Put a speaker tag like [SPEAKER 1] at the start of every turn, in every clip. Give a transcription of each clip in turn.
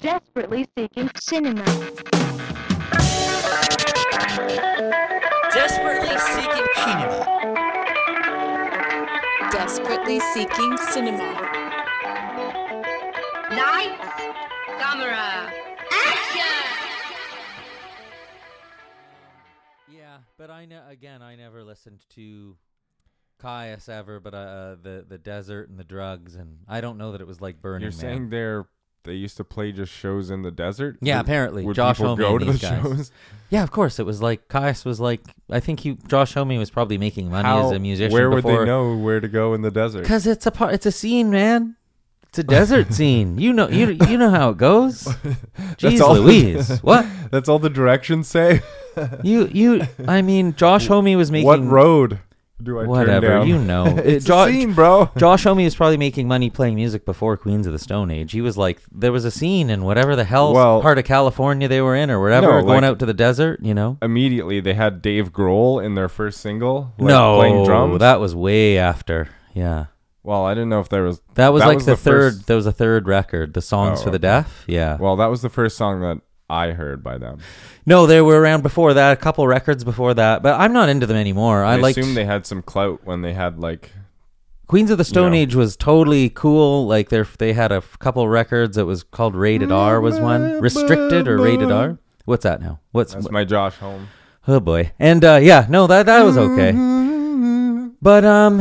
[SPEAKER 1] desperately seeking cinema.
[SPEAKER 2] Desperately seeking cinema.
[SPEAKER 3] Desperately seeking cinema.
[SPEAKER 4] Lights, camera, action!
[SPEAKER 5] Yeah, but I know again, I never listened to Caius ever, but uh, the the desert and the drugs, and I don't know that it was like Burning
[SPEAKER 6] You're
[SPEAKER 5] Man.
[SPEAKER 6] saying they're they used to play just shows in the desert?
[SPEAKER 5] Yeah,
[SPEAKER 6] Would-
[SPEAKER 5] apparently.
[SPEAKER 6] Would
[SPEAKER 5] Josh
[SPEAKER 6] people
[SPEAKER 5] Homme
[SPEAKER 6] go
[SPEAKER 5] and
[SPEAKER 6] to the
[SPEAKER 5] these guys.
[SPEAKER 6] shows?
[SPEAKER 5] yeah, of course, it was like Caius was like I think he Josh Homme was probably making money
[SPEAKER 6] How-
[SPEAKER 5] as a musician.
[SPEAKER 6] Where would
[SPEAKER 5] before,
[SPEAKER 6] they know where to go in the desert?
[SPEAKER 5] Because it's a part, it's a scene, man. It's a desert scene. You know, you you know how it goes. Jeez
[SPEAKER 6] all-
[SPEAKER 5] Louise, what
[SPEAKER 6] That's all the directions say.
[SPEAKER 5] you you? I mean, Josh Homme was making
[SPEAKER 6] what road do I
[SPEAKER 5] Whatever,
[SPEAKER 6] turn down?
[SPEAKER 5] you know.
[SPEAKER 6] it's
[SPEAKER 5] Jo-
[SPEAKER 6] a scene, bro.
[SPEAKER 5] Josh Homme was probably making money playing music before Queens of the Stone Age. He was like, there was a scene in whatever the hell
[SPEAKER 6] Well-
[SPEAKER 5] part of California they were in or whatever,
[SPEAKER 6] No,
[SPEAKER 5] or going
[SPEAKER 6] like-
[SPEAKER 5] out to the desert, you know?
[SPEAKER 6] Immediately, they had Dave Grohl in their first single. like,
[SPEAKER 5] no,
[SPEAKER 6] playing drums.
[SPEAKER 5] that was way after. Yeah.
[SPEAKER 6] well, I didn't know if there was.
[SPEAKER 5] That was like the, third,
[SPEAKER 6] first-
[SPEAKER 5] there was a third record, The Songs
[SPEAKER 6] Oh,
[SPEAKER 5] for the
[SPEAKER 6] okay.
[SPEAKER 5] Deaf. Yeah.
[SPEAKER 6] well, that was the first song that I heard by them.
[SPEAKER 5] no, they were around before that, a couple records before that, but I'm not into them anymore. I
[SPEAKER 6] I,
[SPEAKER 5] like
[SPEAKER 6] assume they had some clout when they had like.
[SPEAKER 5] Queens of the Stone
[SPEAKER 6] No.
[SPEAKER 5] Age was totally cool. Like they they had a f- couple records. It was called Rated R was one, Restricted or Rated R. What's that now? What's
[SPEAKER 6] That's my Josh Home.
[SPEAKER 5] Oh boy. And uh, yeah, no, that that was okay.
[SPEAKER 6] Mm-hmm.
[SPEAKER 5] But um,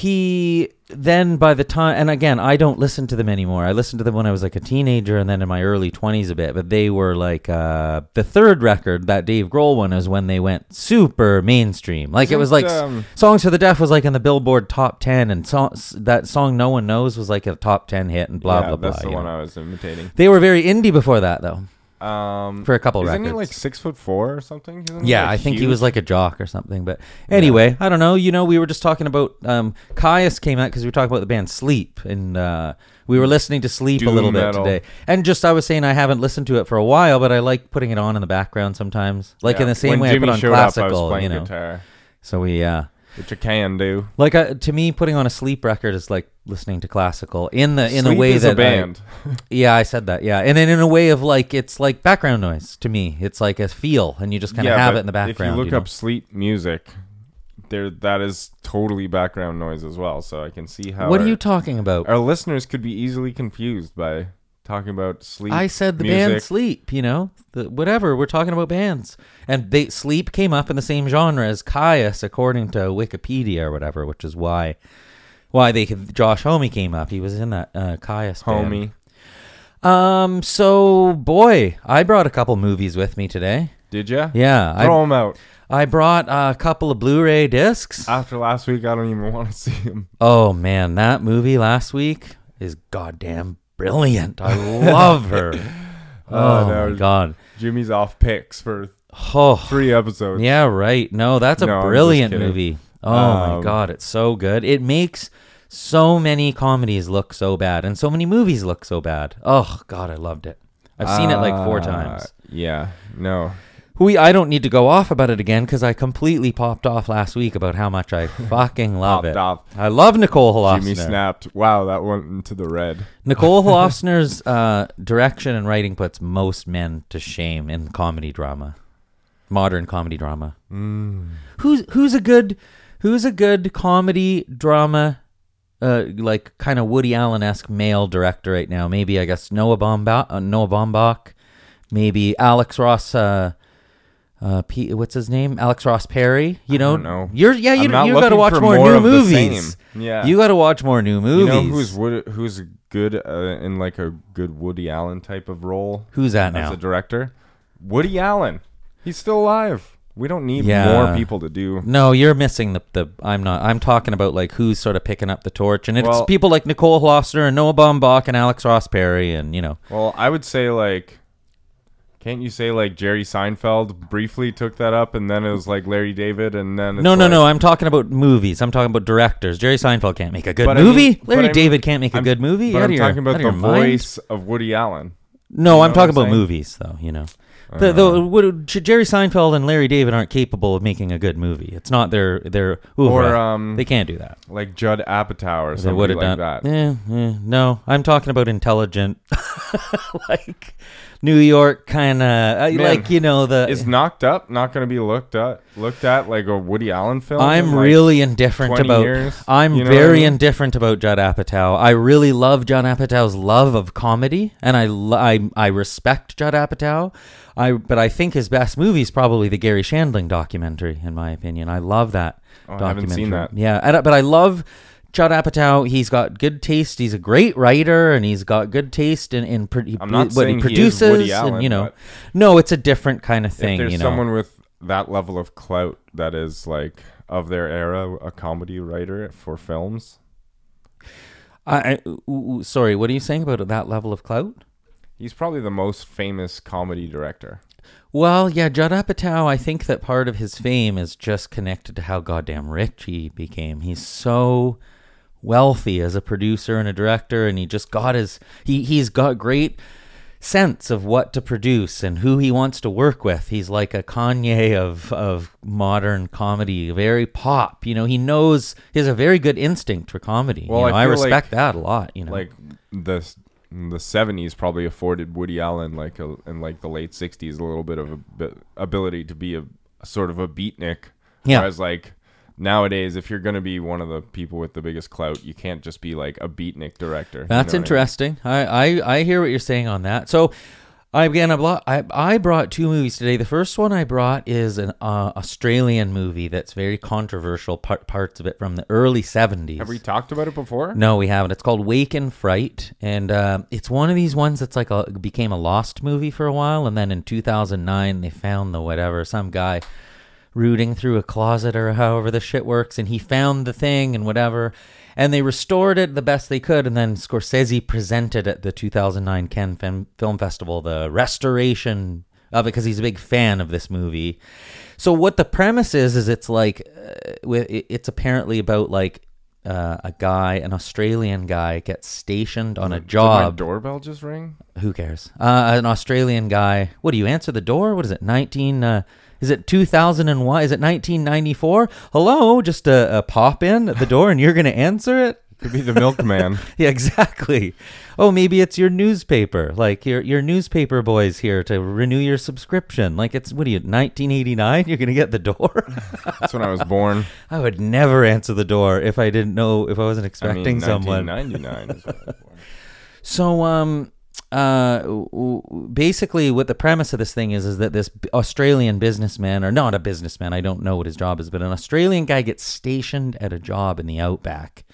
[SPEAKER 5] he then by the time, and again, I don't listen to them anymore. I listened to them when I was like a teenager, and then in my early twenties a bit. But they were like uh, the third record, that Dave Grohl one, is when they went super mainstream. Like it was like
[SPEAKER 6] Isn't,
[SPEAKER 5] s-
[SPEAKER 6] um,
[SPEAKER 5] songs for the deaf was like in the Billboard top ten, and so- s- that song no one knows was like a top ten hit, and blah
[SPEAKER 6] yeah,
[SPEAKER 5] blah blah.
[SPEAKER 6] That's the
[SPEAKER 5] you
[SPEAKER 6] one
[SPEAKER 5] know.
[SPEAKER 6] I was imitating.
[SPEAKER 5] They were very indie before that, though,
[SPEAKER 6] Um,
[SPEAKER 5] for a couple
[SPEAKER 6] isn't
[SPEAKER 5] records.
[SPEAKER 6] he like six foot four or something? Isn't he,
[SPEAKER 5] Yeah,
[SPEAKER 6] like,
[SPEAKER 5] I think he
[SPEAKER 6] huge?
[SPEAKER 5] was like a jock or something. But anyway, I don't know. You know, we were just talking about um, Caius came out because we were talking about the band Sleep, and uh, we were listening to Sleep a
[SPEAKER 6] Doom
[SPEAKER 5] little
[SPEAKER 6] metal.
[SPEAKER 5] bit today. And just I was saying I haven't listened to it for a while, but I like putting it on in the background sometimes, like in
[SPEAKER 6] Yeah.
[SPEAKER 5] the same
[SPEAKER 6] when
[SPEAKER 5] way
[SPEAKER 6] Jimmy
[SPEAKER 5] I put on
[SPEAKER 6] showed up, I
[SPEAKER 5] classical.
[SPEAKER 6] was playing
[SPEAKER 5] you know,
[SPEAKER 6] guitar,
[SPEAKER 5] so we uh,
[SPEAKER 6] which I can do.
[SPEAKER 5] like uh, to me, putting on a Sleep record is like listening to classical in the in
[SPEAKER 6] Sleep
[SPEAKER 5] a way
[SPEAKER 6] is
[SPEAKER 5] that
[SPEAKER 6] a
[SPEAKER 5] I-
[SPEAKER 6] band.
[SPEAKER 5] yeah, I said that. Yeah, and then in a way of like it's like background noise to me. It's like a feel, and you just kind of have
[SPEAKER 6] but
[SPEAKER 5] it in the background.
[SPEAKER 6] If you look
[SPEAKER 5] know?
[SPEAKER 6] up sleep music, there that is totally background noise as well. So I can see how.
[SPEAKER 5] what
[SPEAKER 6] our,
[SPEAKER 5] are you talking about?
[SPEAKER 6] Our listeners could be easily confused by talking about sleep.
[SPEAKER 5] I said the
[SPEAKER 6] music.
[SPEAKER 5] band Sleep, you know, the, whatever. We're talking about bands, and they Sleep came up in the same genre as Caius, according to Wikipedia or whatever, which is why why they could- Josh Homie came up. He was in that uh, Caius band.
[SPEAKER 6] homie.
[SPEAKER 5] Um, so boy, I brought a couple movies with me today.
[SPEAKER 6] Did ya?
[SPEAKER 5] Yeah, I-
[SPEAKER 6] Throw them out.
[SPEAKER 5] I brought uh, a couple of Blu-ray discs.
[SPEAKER 6] After last week, I don't even want to see him.
[SPEAKER 5] Oh man, that movie last week is goddamn brilliant. I love her. oh
[SPEAKER 6] no.
[SPEAKER 5] my god.
[SPEAKER 6] Jimmy's off picks for
[SPEAKER 5] Oh.
[SPEAKER 6] three episodes.
[SPEAKER 5] Yeah, right. No, that's a
[SPEAKER 6] No, I'm just
[SPEAKER 5] brilliant
[SPEAKER 6] kidding.
[SPEAKER 5] movie. Oh
[SPEAKER 6] Um,
[SPEAKER 5] my god, it's so good. It makes so many comedies look so bad and so many movies look so bad. Oh god, I loved it. I've seen it like four
[SPEAKER 6] Uh,
[SPEAKER 5] times.
[SPEAKER 6] Yeah. No.
[SPEAKER 5] We I don't need to go off about it again cuz I completely popped off last week about how much I fucking love
[SPEAKER 6] Popped
[SPEAKER 5] it.
[SPEAKER 6] off.
[SPEAKER 5] I love Nicole Holofcener.
[SPEAKER 6] Jimmy snapped. Wow, that went into the red.
[SPEAKER 5] Nicole Holofcener's uh, direction and writing puts most men to shame in comedy drama, modern comedy drama.
[SPEAKER 6] Mm.
[SPEAKER 5] Who's who's a good who's a good comedy drama, uh, like kind of Woody Allen esque male director right now? Maybe I guess Noah Baumbach, uh, Noah Baumbach, maybe Alex Ross. Uh, uh, P, what's his name? Alex Ross Perry. You know,
[SPEAKER 6] don't know.
[SPEAKER 5] you're yeah. You,
[SPEAKER 6] I'm not
[SPEAKER 5] you got to
[SPEAKER 6] looking
[SPEAKER 5] watch
[SPEAKER 6] for
[SPEAKER 5] more,
[SPEAKER 6] more
[SPEAKER 5] new
[SPEAKER 6] of the
[SPEAKER 5] movies.
[SPEAKER 6] same. Yeah.
[SPEAKER 5] you got to watch more new movies.
[SPEAKER 6] You know who's wood, who's good uh, in like a good Woody Allen type of role?
[SPEAKER 5] Who's that
[SPEAKER 6] as
[SPEAKER 5] now?
[SPEAKER 6] a director? Woody Allen. He's still alive. We don't need
[SPEAKER 5] Yeah.
[SPEAKER 6] more people to do.
[SPEAKER 5] No, you're missing the, the I'm not I'm talking about like who's sort of picking up the torch and it's
[SPEAKER 6] Well-
[SPEAKER 5] people like Nicole Hofstra and Noah Baumbach and Alex Ross Perry and you know
[SPEAKER 6] Well, I would say like, can't you say like Jerry Seinfeld briefly took that up, and then it was like Larry David, and then it's
[SPEAKER 5] No no
[SPEAKER 6] like-
[SPEAKER 5] no, I'm talking about movies. I'm talking about directors. Jerry Seinfeld can't make a good
[SPEAKER 6] But I mean-
[SPEAKER 5] movie.
[SPEAKER 6] but
[SPEAKER 5] Larry
[SPEAKER 6] I mean-
[SPEAKER 5] David can't make a
[SPEAKER 6] I'm-
[SPEAKER 5] good movie.
[SPEAKER 6] But
[SPEAKER 5] Out
[SPEAKER 6] I'm
[SPEAKER 5] of your-
[SPEAKER 6] talking
[SPEAKER 5] out
[SPEAKER 6] about
[SPEAKER 5] of
[SPEAKER 6] the
[SPEAKER 5] your mind?
[SPEAKER 6] voice of Woody Allen.
[SPEAKER 5] No, I'm
[SPEAKER 6] what
[SPEAKER 5] talking
[SPEAKER 6] I'm
[SPEAKER 5] about
[SPEAKER 6] saying?
[SPEAKER 5] movies though, you know. The, the, what, Jerry Seinfeld and Larry David aren't capable of making a good movie. It's not their their oeuvre.
[SPEAKER 6] Or, um,
[SPEAKER 5] they can't do that.
[SPEAKER 6] like Judd Apatow or
[SPEAKER 5] They would
[SPEAKER 6] somebody
[SPEAKER 5] have
[SPEAKER 6] like
[SPEAKER 5] done
[SPEAKER 6] that.
[SPEAKER 5] Eh, eh, no, I'm talking about intelligent, like New York kind of like you know the.
[SPEAKER 6] Is Knocked Up not going to be looked at looked at like a Woody Allen film?
[SPEAKER 5] I'm
[SPEAKER 6] in, like-
[SPEAKER 5] really indifferent
[SPEAKER 6] 20
[SPEAKER 5] about.
[SPEAKER 6] years,
[SPEAKER 5] I'm
[SPEAKER 6] you know what I
[SPEAKER 5] very
[SPEAKER 6] mean?
[SPEAKER 5] indifferent about Judd Apatow. I really love Judd Apatow's love of comedy, and I, lo- I I respect Judd Apatow. I but I think his best movie is probably the Gary Shandling documentary. In my opinion, I love that.
[SPEAKER 6] Oh, I
[SPEAKER 5] documentary.
[SPEAKER 6] haven't seen that.
[SPEAKER 5] Yeah, and, I- but I love Judd Apatow. He's got good taste. He's a great writer, and he's got good taste in in pro-
[SPEAKER 6] I'm not
[SPEAKER 5] what he
[SPEAKER 6] saying he
[SPEAKER 5] produces.
[SPEAKER 6] is Woody
[SPEAKER 5] and,
[SPEAKER 6] Allen,
[SPEAKER 5] you know,
[SPEAKER 6] but-
[SPEAKER 5] no, it's a different kind of
[SPEAKER 6] If
[SPEAKER 5] thing.
[SPEAKER 6] there's
[SPEAKER 5] you know,
[SPEAKER 6] someone with that level of clout that is like of their era, a comedy writer for films.
[SPEAKER 5] I, I- ooh, ooh, sorry, what are you saying about that level of clout?
[SPEAKER 6] He's probably the most famous comedy director.
[SPEAKER 5] Well, yeah, Judd Apatow, I think that part of his fame is just connected to how goddamn rich he became. He's so wealthy as a producer and a director and he just got his he he's got great sense of what to produce and who he wants to work with. He's like a Kanye of of modern comedy, very pop. You know, he knows he has a very good instinct for comedy.
[SPEAKER 6] Well,
[SPEAKER 5] you know,
[SPEAKER 6] I
[SPEAKER 5] I,
[SPEAKER 6] feel
[SPEAKER 5] respect
[SPEAKER 6] like-
[SPEAKER 5] that a lot, you know.
[SPEAKER 6] Like the the 70s probably afforded Woody Allen like a, and like the late 60s a little bit of a bit- ability to be a, sort of a beatnik.
[SPEAKER 5] Yeah.
[SPEAKER 6] Whereas like nowadays, if you're gonna be one of the people with the biggest clout, you can't just be like a beatnik director. you
[SPEAKER 5] That's
[SPEAKER 6] know what I mean?
[SPEAKER 5] interesting. I, I I hear what you're saying on that. So, I again I blo- I I brought two movies today. The first one I brought is an uh, Australian movie that's very controversial. Part, parts of it from the early '70s.
[SPEAKER 6] Have we talked about it before?
[SPEAKER 5] No, we haven't. It's called Wake and Fright, and uh, it's one of these ones that's like a became a lost movie for a while, and then in 2009 they found the whatever some guy rooting through a closet or however the shit works, and he found the thing and whatever, and they restored it the best they could, and then Scorsese presented at the 2009 Cannes Film, Film Festival the restoration of it because he's a big fan of this movie. So what the premise is is it's like uh, wi- it- it's apparently about like uh, a guy, an Australian guy, gets stationed on a
[SPEAKER 6] Did my
[SPEAKER 5] job.
[SPEAKER 6] doorbell just ring?
[SPEAKER 5] Who cares? Uh, an Australian guy. What do you answer the door? What is it? Nineteen? Uh, is it two thousand and one? Is it nineteen ninety four? Hello, just a, a pop in at the door, and you're gonna answer it.
[SPEAKER 6] Could be the milkman.
[SPEAKER 5] Yeah, exactly. Oh, maybe it's your newspaper. Like your your newspaper boys here to renew your subscription. Like it's what are you? 1989? You're gonna get the door.
[SPEAKER 6] That's when I was born.
[SPEAKER 5] I would never answer the door if I didn't know if I wasn't
[SPEAKER 6] I
[SPEAKER 5] expecting
[SPEAKER 6] mean,
[SPEAKER 5] someone.
[SPEAKER 6] 1999 is when I was born.
[SPEAKER 5] So um uh w- w- basically what the premise of this thing is is that this b- Australian businessman or not a businessman, I don't know what his job is, but an Australian guy gets stationed at a job in the outback.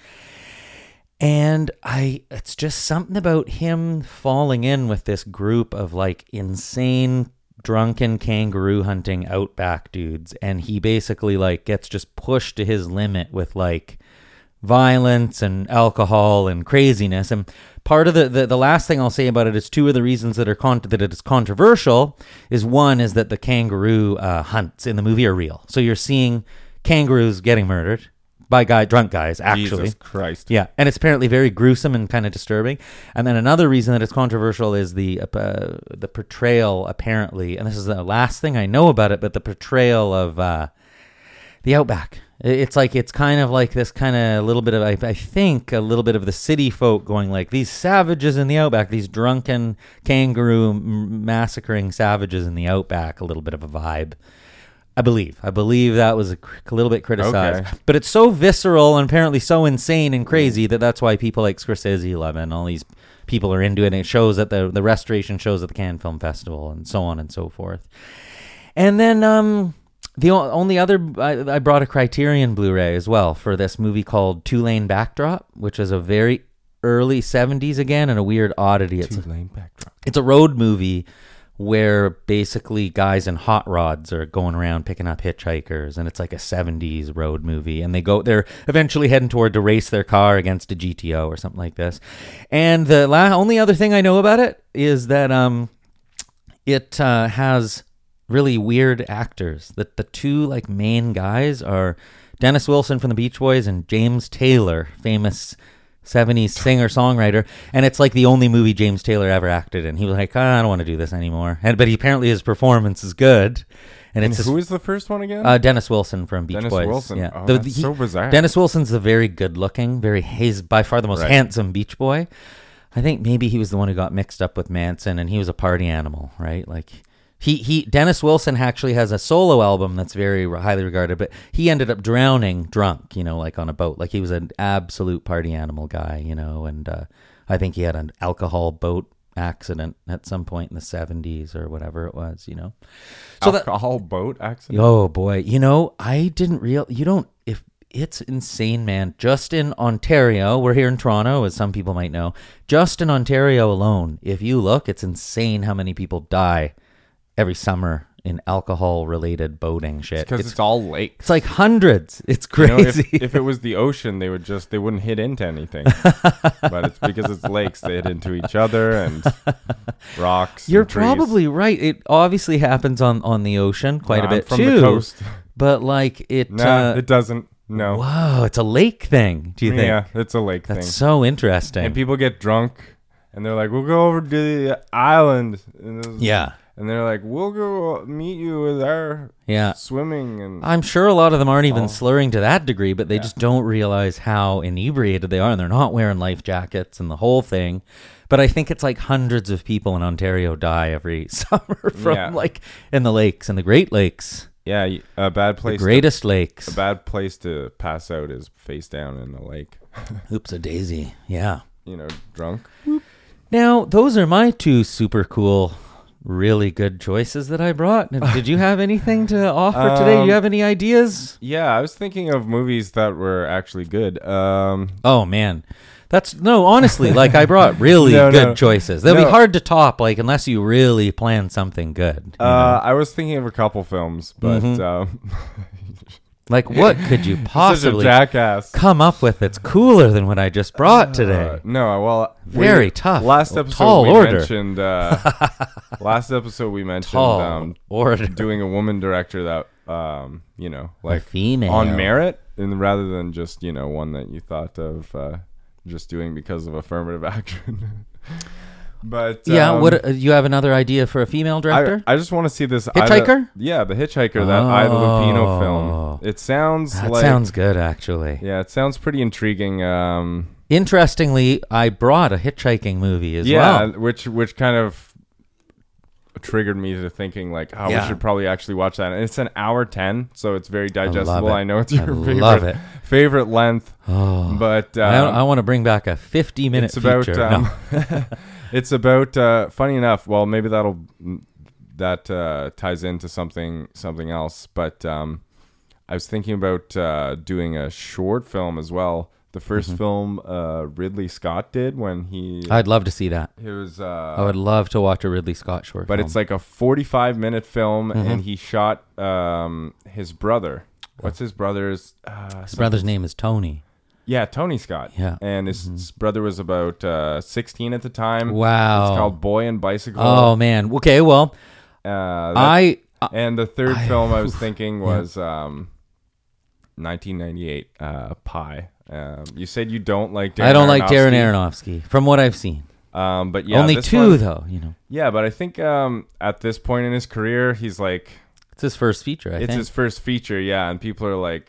[SPEAKER 5] And I it's just something about him falling in with this group of like insane drunken kangaroo hunting outback dudes and he basically like gets just pushed to his limit with like violence and alcohol and craziness. And part of the, the, the last thing I'll say about it is two of the reasons that are con- that it is controversial is one is that the kangaroo uh, hunts in the movie are real. So you're seeing kangaroos getting murdered by guy drunk guys actually.
[SPEAKER 6] Jesus Christ.
[SPEAKER 5] Yeah, and it's apparently very gruesome and kind of disturbing. And then another reason that it's controversial is the uh, the portrayal apparently, and this is the last thing I know about it, but the portrayal of uh, the outback. I- It's like it's kind of like this kind of little bit of I, I think a little bit of the city folk going like these savages in the outback, these drunken kangaroo m- massacring savages in the outback, a little bit of a vibe. I believe. I believe that was a, cr- a little bit criticized,
[SPEAKER 6] Okay.
[SPEAKER 5] but it's so visceral and apparently so insane and crazy that that's why people like Scorsese love it and all these people are into it. And it shows at the the restoration shows at the Cannes Film Festival and so on and so forth. And then um, the o- only other I, I brought a Criterion Blu-ray as well for this movie called Two Lane Backdrop, which is a very early '70s again and a weird oddity. It's
[SPEAKER 6] Lane backdrop.
[SPEAKER 5] it's a road movie where basically guys in hot rods are going around picking up hitchhikers and it's like a 70s road movie and they go they're eventually heading toward to race their car against a GTO or something like this. And the la- only other thing I know about it is that um it uh, has really weird actors. That the two like main guys are Dennis Wilson from the Beach Boys and James Taylor, famous 70s singer songwriter, and it's like the only movie James Taylor ever acted in. He was like, "Ah, I don't want to do this anymore. And but he, apparently his performance is good,
[SPEAKER 6] And
[SPEAKER 5] and it's his
[SPEAKER 6] who is the first one again?
[SPEAKER 5] uh, Dennis Wilson from Beach
[SPEAKER 6] Dennis
[SPEAKER 5] Boys.
[SPEAKER 6] Wilson.
[SPEAKER 5] Yeah,
[SPEAKER 6] Oh, that's so bizarre.
[SPEAKER 5] Dennis Wilson's the very good-looking, very he's by far the most
[SPEAKER 6] Right.
[SPEAKER 5] handsome Beach Boy. I think maybe he was the one who got mixed up with Manson, and he was a party animal, right? Like he he Dennis Wilson actually has a solo album that's very re- highly regarded, but he ended up drowning drunk, you know, like on a boat. Like he was an absolute party animal guy, you know, and uh, I think he had an alcohol boat accident at some point in the 70s or whatever it was, you know. So that-
[SPEAKER 6] Alcohol boat accident.
[SPEAKER 5] Oh boy, you know I didn't real. You don't if it's insane, man. Just in Ontario, we're here in Toronto, as some people might know. Just in Ontario alone, if you look, it's insane how many people die every summer in alcohol-related boating shit.
[SPEAKER 6] Because
[SPEAKER 5] It's,
[SPEAKER 6] it's,
[SPEAKER 5] it's,
[SPEAKER 6] all lakes.
[SPEAKER 5] like hundreds. It's
[SPEAKER 6] You know,
[SPEAKER 5] crazy.
[SPEAKER 6] if, if it was the ocean, they would just they wouldn't hit into anything. but it's because it's lakes; they hit into each other and rocks. and
[SPEAKER 5] You're
[SPEAKER 6] trees.
[SPEAKER 5] probably right. It obviously happens on on the ocean quite
[SPEAKER 6] I'm
[SPEAKER 5] a bit
[SPEAKER 6] from
[SPEAKER 5] too.
[SPEAKER 6] the coast.
[SPEAKER 5] But like it.
[SPEAKER 6] No,
[SPEAKER 5] uh,
[SPEAKER 6] it doesn't. No,
[SPEAKER 5] Whoa, it's a lake thing. Do you think?
[SPEAKER 6] yeah, it's a lake
[SPEAKER 5] That's
[SPEAKER 6] thing.
[SPEAKER 5] so interesting.
[SPEAKER 6] and people get drunk, and they're like, "We'll go over to the island." And this-
[SPEAKER 5] yeah.
[SPEAKER 6] and they're like, "We'll go meet you with our
[SPEAKER 5] Yeah.
[SPEAKER 6] swimming." And
[SPEAKER 5] I'm sure a lot of them aren't even slurring to that degree, but they just don't realize how inebriated they are, and they're not wearing life jackets and the whole thing. But I think it's like hundreds of people in Ontario die every summer from
[SPEAKER 6] Yeah.
[SPEAKER 5] like in the lakes, in the Great Lakes,
[SPEAKER 6] yeah, y- a bad
[SPEAKER 5] the
[SPEAKER 6] place. to-
[SPEAKER 5] greatest lakes.
[SPEAKER 6] a bad place to pass out is face down in the lake.
[SPEAKER 5] Oops, a daisy. Yeah.
[SPEAKER 6] you know, drunk.
[SPEAKER 5] Now those are my two super cool, really good choices that I brought. Now, Did you have anything to offer today? Do you have any ideas?
[SPEAKER 6] Yeah, I was thinking of movies that were actually good. Um,
[SPEAKER 5] Oh man. That's no, honestly, like I brought really
[SPEAKER 6] No,
[SPEAKER 5] good
[SPEAKER 6] no.
[SPEAKER 5] choices. They'll be
[SPEAKER 6] No.
[SPEAKER 5] hard to top, like unless you really plan something good.
[SPEAKER 6] uh,
[SPEAKER 5] you know?
[SPEAKER 6] I was thinking of a couple films, but
[SPEAKER 5] Mm-hmm.
[SPEAKER 6] um,
[SPEAKER 5] like what could you
[SPEAKER 6] such a
[SPEAKER 5] possibly
[SPEAKER 6] jackass.
[SPEAKER 5] come up with that's cooler than what I just brought today?
[SPEAKER 6] Uh, no, well, we-
[SPEAKER 5] Very tough.
[SPEAKER 6] Last
[SPEAKER 5] Oh,
[SPEAKER 6] episode
[SPEAKER 5] tall
[SPEAKER 6] we
[SPEAKER 5] order.
[SPEAKER 6] mentioned. Uh, last episode we mentioned
[SPEAKER 5] Tall
[SPEAKER 6] um,
[SPEAKER 5] order.
[SPEAKER 6] doing a woman director that um, you know, like
[SPEAKER 5] female.
[SPEAKER 6] on merit, and rather than just you know one that you thought of uh, just doing because of affirmative action. but
[SPEAKER 5] yeah,
[SPEAKER 6] um,
[SPEAKER 5] what uh, you have another idea for a female
[SPEAKER 6] I,
[SPEAKER 5] director?
[SPEAKER 6] I just want to see this
[SPEAKER 5] Hitchhiker? Oh.
[SPEAKER 6] Ida, yeah, the Hitchhiker, that Ida Lupino film. It sounds
[SPEAKER 5] that
[SPEAKER 6] like
[SPEAKER 5] sounds good actually.
[SPEAKER 6] yeah, it sounds pretty intriguing. Um,
[SPEAKER 5] Interestingly, I brought a hitchhiking movie as
[SPEAKER 6] yeah,
[SPEAKER 5] well.
[SPEAKER 6] which which kind of triggered me to thinking like, oh,
[SPEAKER 5] Yeah.
[SPEAKER 6] we should probably actually watch that. And it's an hour ten, so it's very digestible.
[SPEAKER 5] it.
[SPEAKER 6] I, know it's
[SPEAKER 5] I
[SPEAKER 6] your favorite
[SPEAKER 5] love it. Oh.
[SPEAKER 6] favorite length, but uh,
[SPEAKER 5] I, I want to bring back a 50-minute
[SPEAKER 6] it's about
[SPEAKER 5] feature. No.
[SPEAKER 6] um, it's about uh, funny enough well maybe that'll that uh, ties into something something else but um, i was thinking about uh, doing a short film as well the 1st
[SPEAKER 5] Mm-hmm.
[SPEAKER 6] film uh, ridley scott did when he
[SPEAKER 5] I'd love to see that.
[SPEAKER 6] he was
[SPEAKER 5] I
[SPEAKER 6] uh,
[SPEAKER 5] would love to watch a Ridley Scott short.
[SPEAKER 6] but
[SPEAKER 5] film.
[SPEAKER 6] it's like a 45 minute film
[SPEAKER 5] Mm-hmm.
[SPEAKER 6] and he shot um, his brother what's his brother's uh,
[SPEAKER 5] His brother's name is Tony.
[SPEAKER 6] yeah tony scott
[SPEAKER 5] Yeah. Mm-hmm.
[SPEAKER 6] and his brother was about uh, 16 at the time
[SPEAKER 5] Wow.
[SPEAKER 6] it's called boy and bicycle
[SPEAKER 5] Oh man. Okay. Well,
[SPEAKER 6] Uh, that-
[SPEAKER 5] I uh,
[SPEAKER 6] and the third
[SPEAKER 5] I-
[SPEAKER 6] film I was thinking was um, 1998 uh, Pie. Um, you said you don't like Darren
[SPEAKER 5] I don't like Darren
[SPEAKER 6] Aronofsky.
[SPEAKER 5] Aronofsky from what I've seen.
[SPEAKER 6] Um, but yeah,
[SPEAKER 5] Only
[SPEAKER 6] this
[SPEAKER 5] two
[SPEAKER 6] one-
[SPEAKER 5] though. You know,
[SPEAKER 6] Yeah, but I think um, at this point in his career, he's like
[SPEAKER 5] it's his first feature. I
[SPEAKER 6] it's
[SPEAKER 5] think.
[SPEAKER 6] his first feature. Yeah, and people are like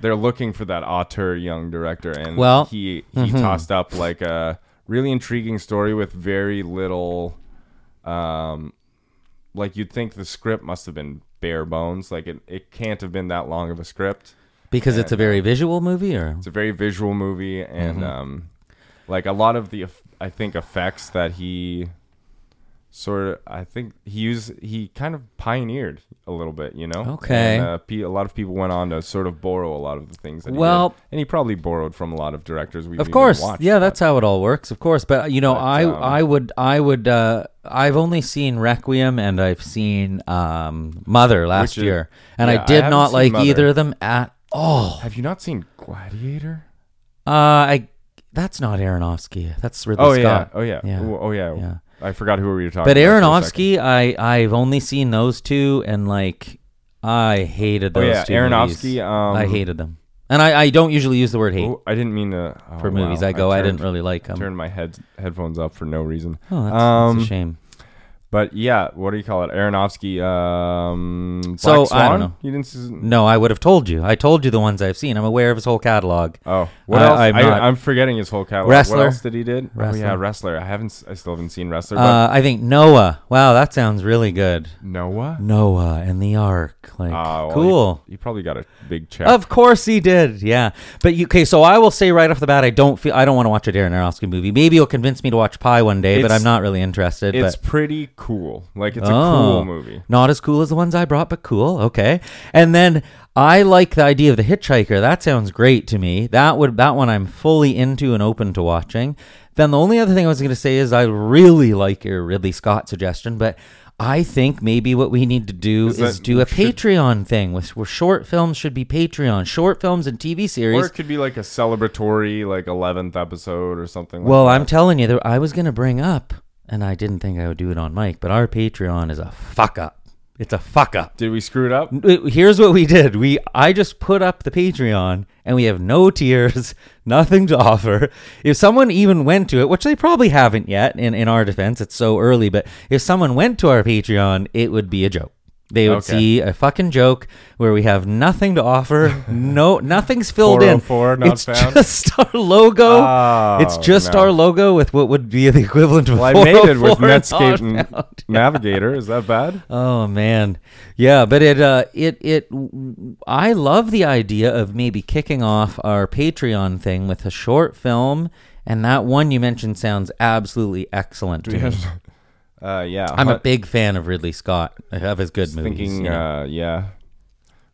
[SPEAKER 6] they're looking for that auteur young director, and
[SPEAKER 5] Well, mm-hmm.
[SPEAKER 6] he he tossed up like a really intriguing story with very little. Um, like you'd think the script must have been bare bones. Like it, it can't have been that long of a script.
[SPEAKER 5] because it's a very visual movie, or
[SPEAKER 6] It's a very visual movie,
[SPEAKER 5] Mm-hmm.
[SPEAKER 6] and um, like a lot of the eff- I think effects that he sort of I think he used he kind of pioneered a little bit, you know.
[SPEAKER 5] Okay.
[SPEAKER 6] And, uh, pe- a lot of people went on to sort of borrow a lot of the things that. he did.
[SPEAKER 5] Well-
[SPEAKER 6] and he probably borrowed from a lot of directors we
[SPEAKER 5] of course, yeah, that's how it all works. Of course, but you know,
[SPEAKER 6] But,
[SPEAKER 5] I
[SPEAKER 6] um,
[SPEAKER 5] I would I would uh, I've only seen Requiem and I've seen um, Mother last
[SPEAKER 6] is-
[SPEAKER 5] year, and
[SPEAKER 6] yeah,
[SPEAKER 5] I
[SPEAKER 6] I
[SPEAKER 5] did
[SPEAKER 6] haven't
[SPEAKER 5] not
[SPEAKER 6] seen
[SPEAKER 5] like
[SPEAKER 6] Mother.
[SPEAKER 5] either of them at all.
[SPEAKER 6] Have you not seen Gladiator?
[SPEAKER 5] Uh, I that's not Aronofsky. That's Ridley
[SPEAKER 6] Oh yeah.
[SPEAKER 5] Scott.
[SPEAKER 6] Oh yeah.
[SPEAKER 5] yeah.
[SPEAKER 6] Oh, oh yeah.
[SPEAKER 5] Yeah.
[SPEAKER 6] I forgot who we were talking.
[SPEAKER 5] But
[SPEAKER 6] about for a second.
[SPEAKER 5] Aronofsky, I I've only seen those two, and like I hated
[SPEAKER 6] Oh
[SPEAKER 5] those
[SPEAKER 6] yeah,
[SPEAKER 5] two.
[SPEAKER 6] Aronofsky.
[SPEAKER 5] movies.
[SPEAKER 6] Um,
[SPEAKER 5] I hated them. And I, I don't usually use the word hate
[SPEAKER 6] Oh, I didn't mean to. oh,
[SPEAKER 5] for movies.
[SPEAKER 6] wow,
[SPEAKER 5] I go, I,
[SPEAKER 6] turned-
[SPEAKER 5] didn't really like them.
[SPEAKER 6] Turned my head headphones up for no reason.
[SPEAKER 5] oh, that's,
[SPEAKER 6] um,
[SPEAKER 5] that's a shame.
[SPEAKER 6] But yeah, what do you call it? Aronofsky. Um, Black
[SPEAKER 5] So, I don't
[SPEAKER 6] Swan?
[SPEAKER 5] know.
[SPEAKER 6] You didn't. s-
[SPEAKER 5] No, I would have told you. I told you the ones I've seen. I'm aware of his whole catalog.
[SPEAKER 6] Oh, what
[SPEAKER 5] I-
[SPEAKER 6] else?
[SPEAKER 5] I'm
[SPEAKER 6] I'm, I,
[SPEAKER 5] not-
[SPEAKER 6] am forgetting his whole catalog.
[SPEAKER 5] Wrestler.
[SPEAKER 6] What else did he did?
[SPEAKER 5] Wrestler.
[SPEAKER 6] Oh yeah, wrestler. I haven't. s- I still haven't seen wrestler. But
[SPEAKER 5] Uh, I think Noah. Wow, that sounds really good.
[SPEAKER 6] Noah.
[SPEAKER 5] Noah and the Ark. Like
[SPEAKER 6] Ah, well,
[SPEAKER 5] cool.
[SPEAKER 6] You, probably got a big check.
[SPEAKER 5] Of course he did. Yeah. But you, okay, so I will say right off the bat, I don't feel I don't want to watch a Darren Aronofsky movie. Maybe you'll convince me to watch Pie one day, but
[SPEAKER 6] It's-
[SPEAKER 5] I'm not really interested.
[SPEAKER 6] it's
[SPEAKER 5] but,
[SPEAKER 6] pretty cool. Like it's a
[SPEAKER 5] Oh.
[SPEAKER 6] cool movie.
[SPEAKER 5] Not as cool as the ones I brought, but cool. Okay. And then I like the idea of the hitchhiker. That sounds great to me. That would that one I'm fully into and open to watching. Then the only other thing I was going to say is I really like your Ridley Scott suggestion, but I think maybe what we need to do is,
[SPEAKER 6] that-
[SPEAKER 5] do a
[SPEAKER 6] should-
[SPEAKER 5] Patreon thing with where short films should be Patreon. Short films and TV series.
[SPEAKER 6] Or it could be like a celebratory, like eleventh episode or something. Like
[SPEAKER 5] Well,
[SPEAKER 6] that.
[SPEAKER 5] I'm telling you, there, I was going to bring up, and I didn't think I would do it on mic, but our Patreon is a fuck up. It's a fuck up.
[SPEAKER 6] Did we screw it up?
[SPEAKER 5] It- Here's what we did. We I just put up the Patreon and we have no tiers, nothing to offer. If someone even went to it, which they probably haven't yet in, in our defense, it's so early, but if someone went to our Patreon, it would be a joke. They would
[SPEAKER 6] Okay.
[SPEAKER 5] see a fucking joke where we have nothing to offer. No, nothing's filled in.
[SPEAKER 6] 404 not
[SPEAKER 5] it's
[SPEAKER 6] found?
[SPEAKER 5] just our logo.
[SPEAKER 6] Oh,
[SPEAKER 5] it's just
[SPEAKER 6] no.
[SPEAKER 5] our logo with what would be the equivalent of.
[SPEAKER 6] Well, I made it with
[SPEAKER 5] 404
[SPEAKER 6] Netscape
[SPEAKER 5] not
[SPEAKER 6] N-
[SPEAKER 5] found.
[SPEAKER 6] Navigator. Is that bad?
[SPEAKER 5] Oh man, yeah, but it uh, it it I love the idea of maybe kicking off our Patreon thing with a short film, and that one you mentioned sounds absolutely excellent. To me.
[SPEAKER 6] Uh, yeah.
[SPEAKER 5] I'm a
[SPEAKER 6] Hunt-
[SPEAKER 5] big fan of Ridley Scott of his good movies.
[SPEAKER 6] thinking.
[SPEAKER 5] you know.
[SPEAKER 6] uh, yeah,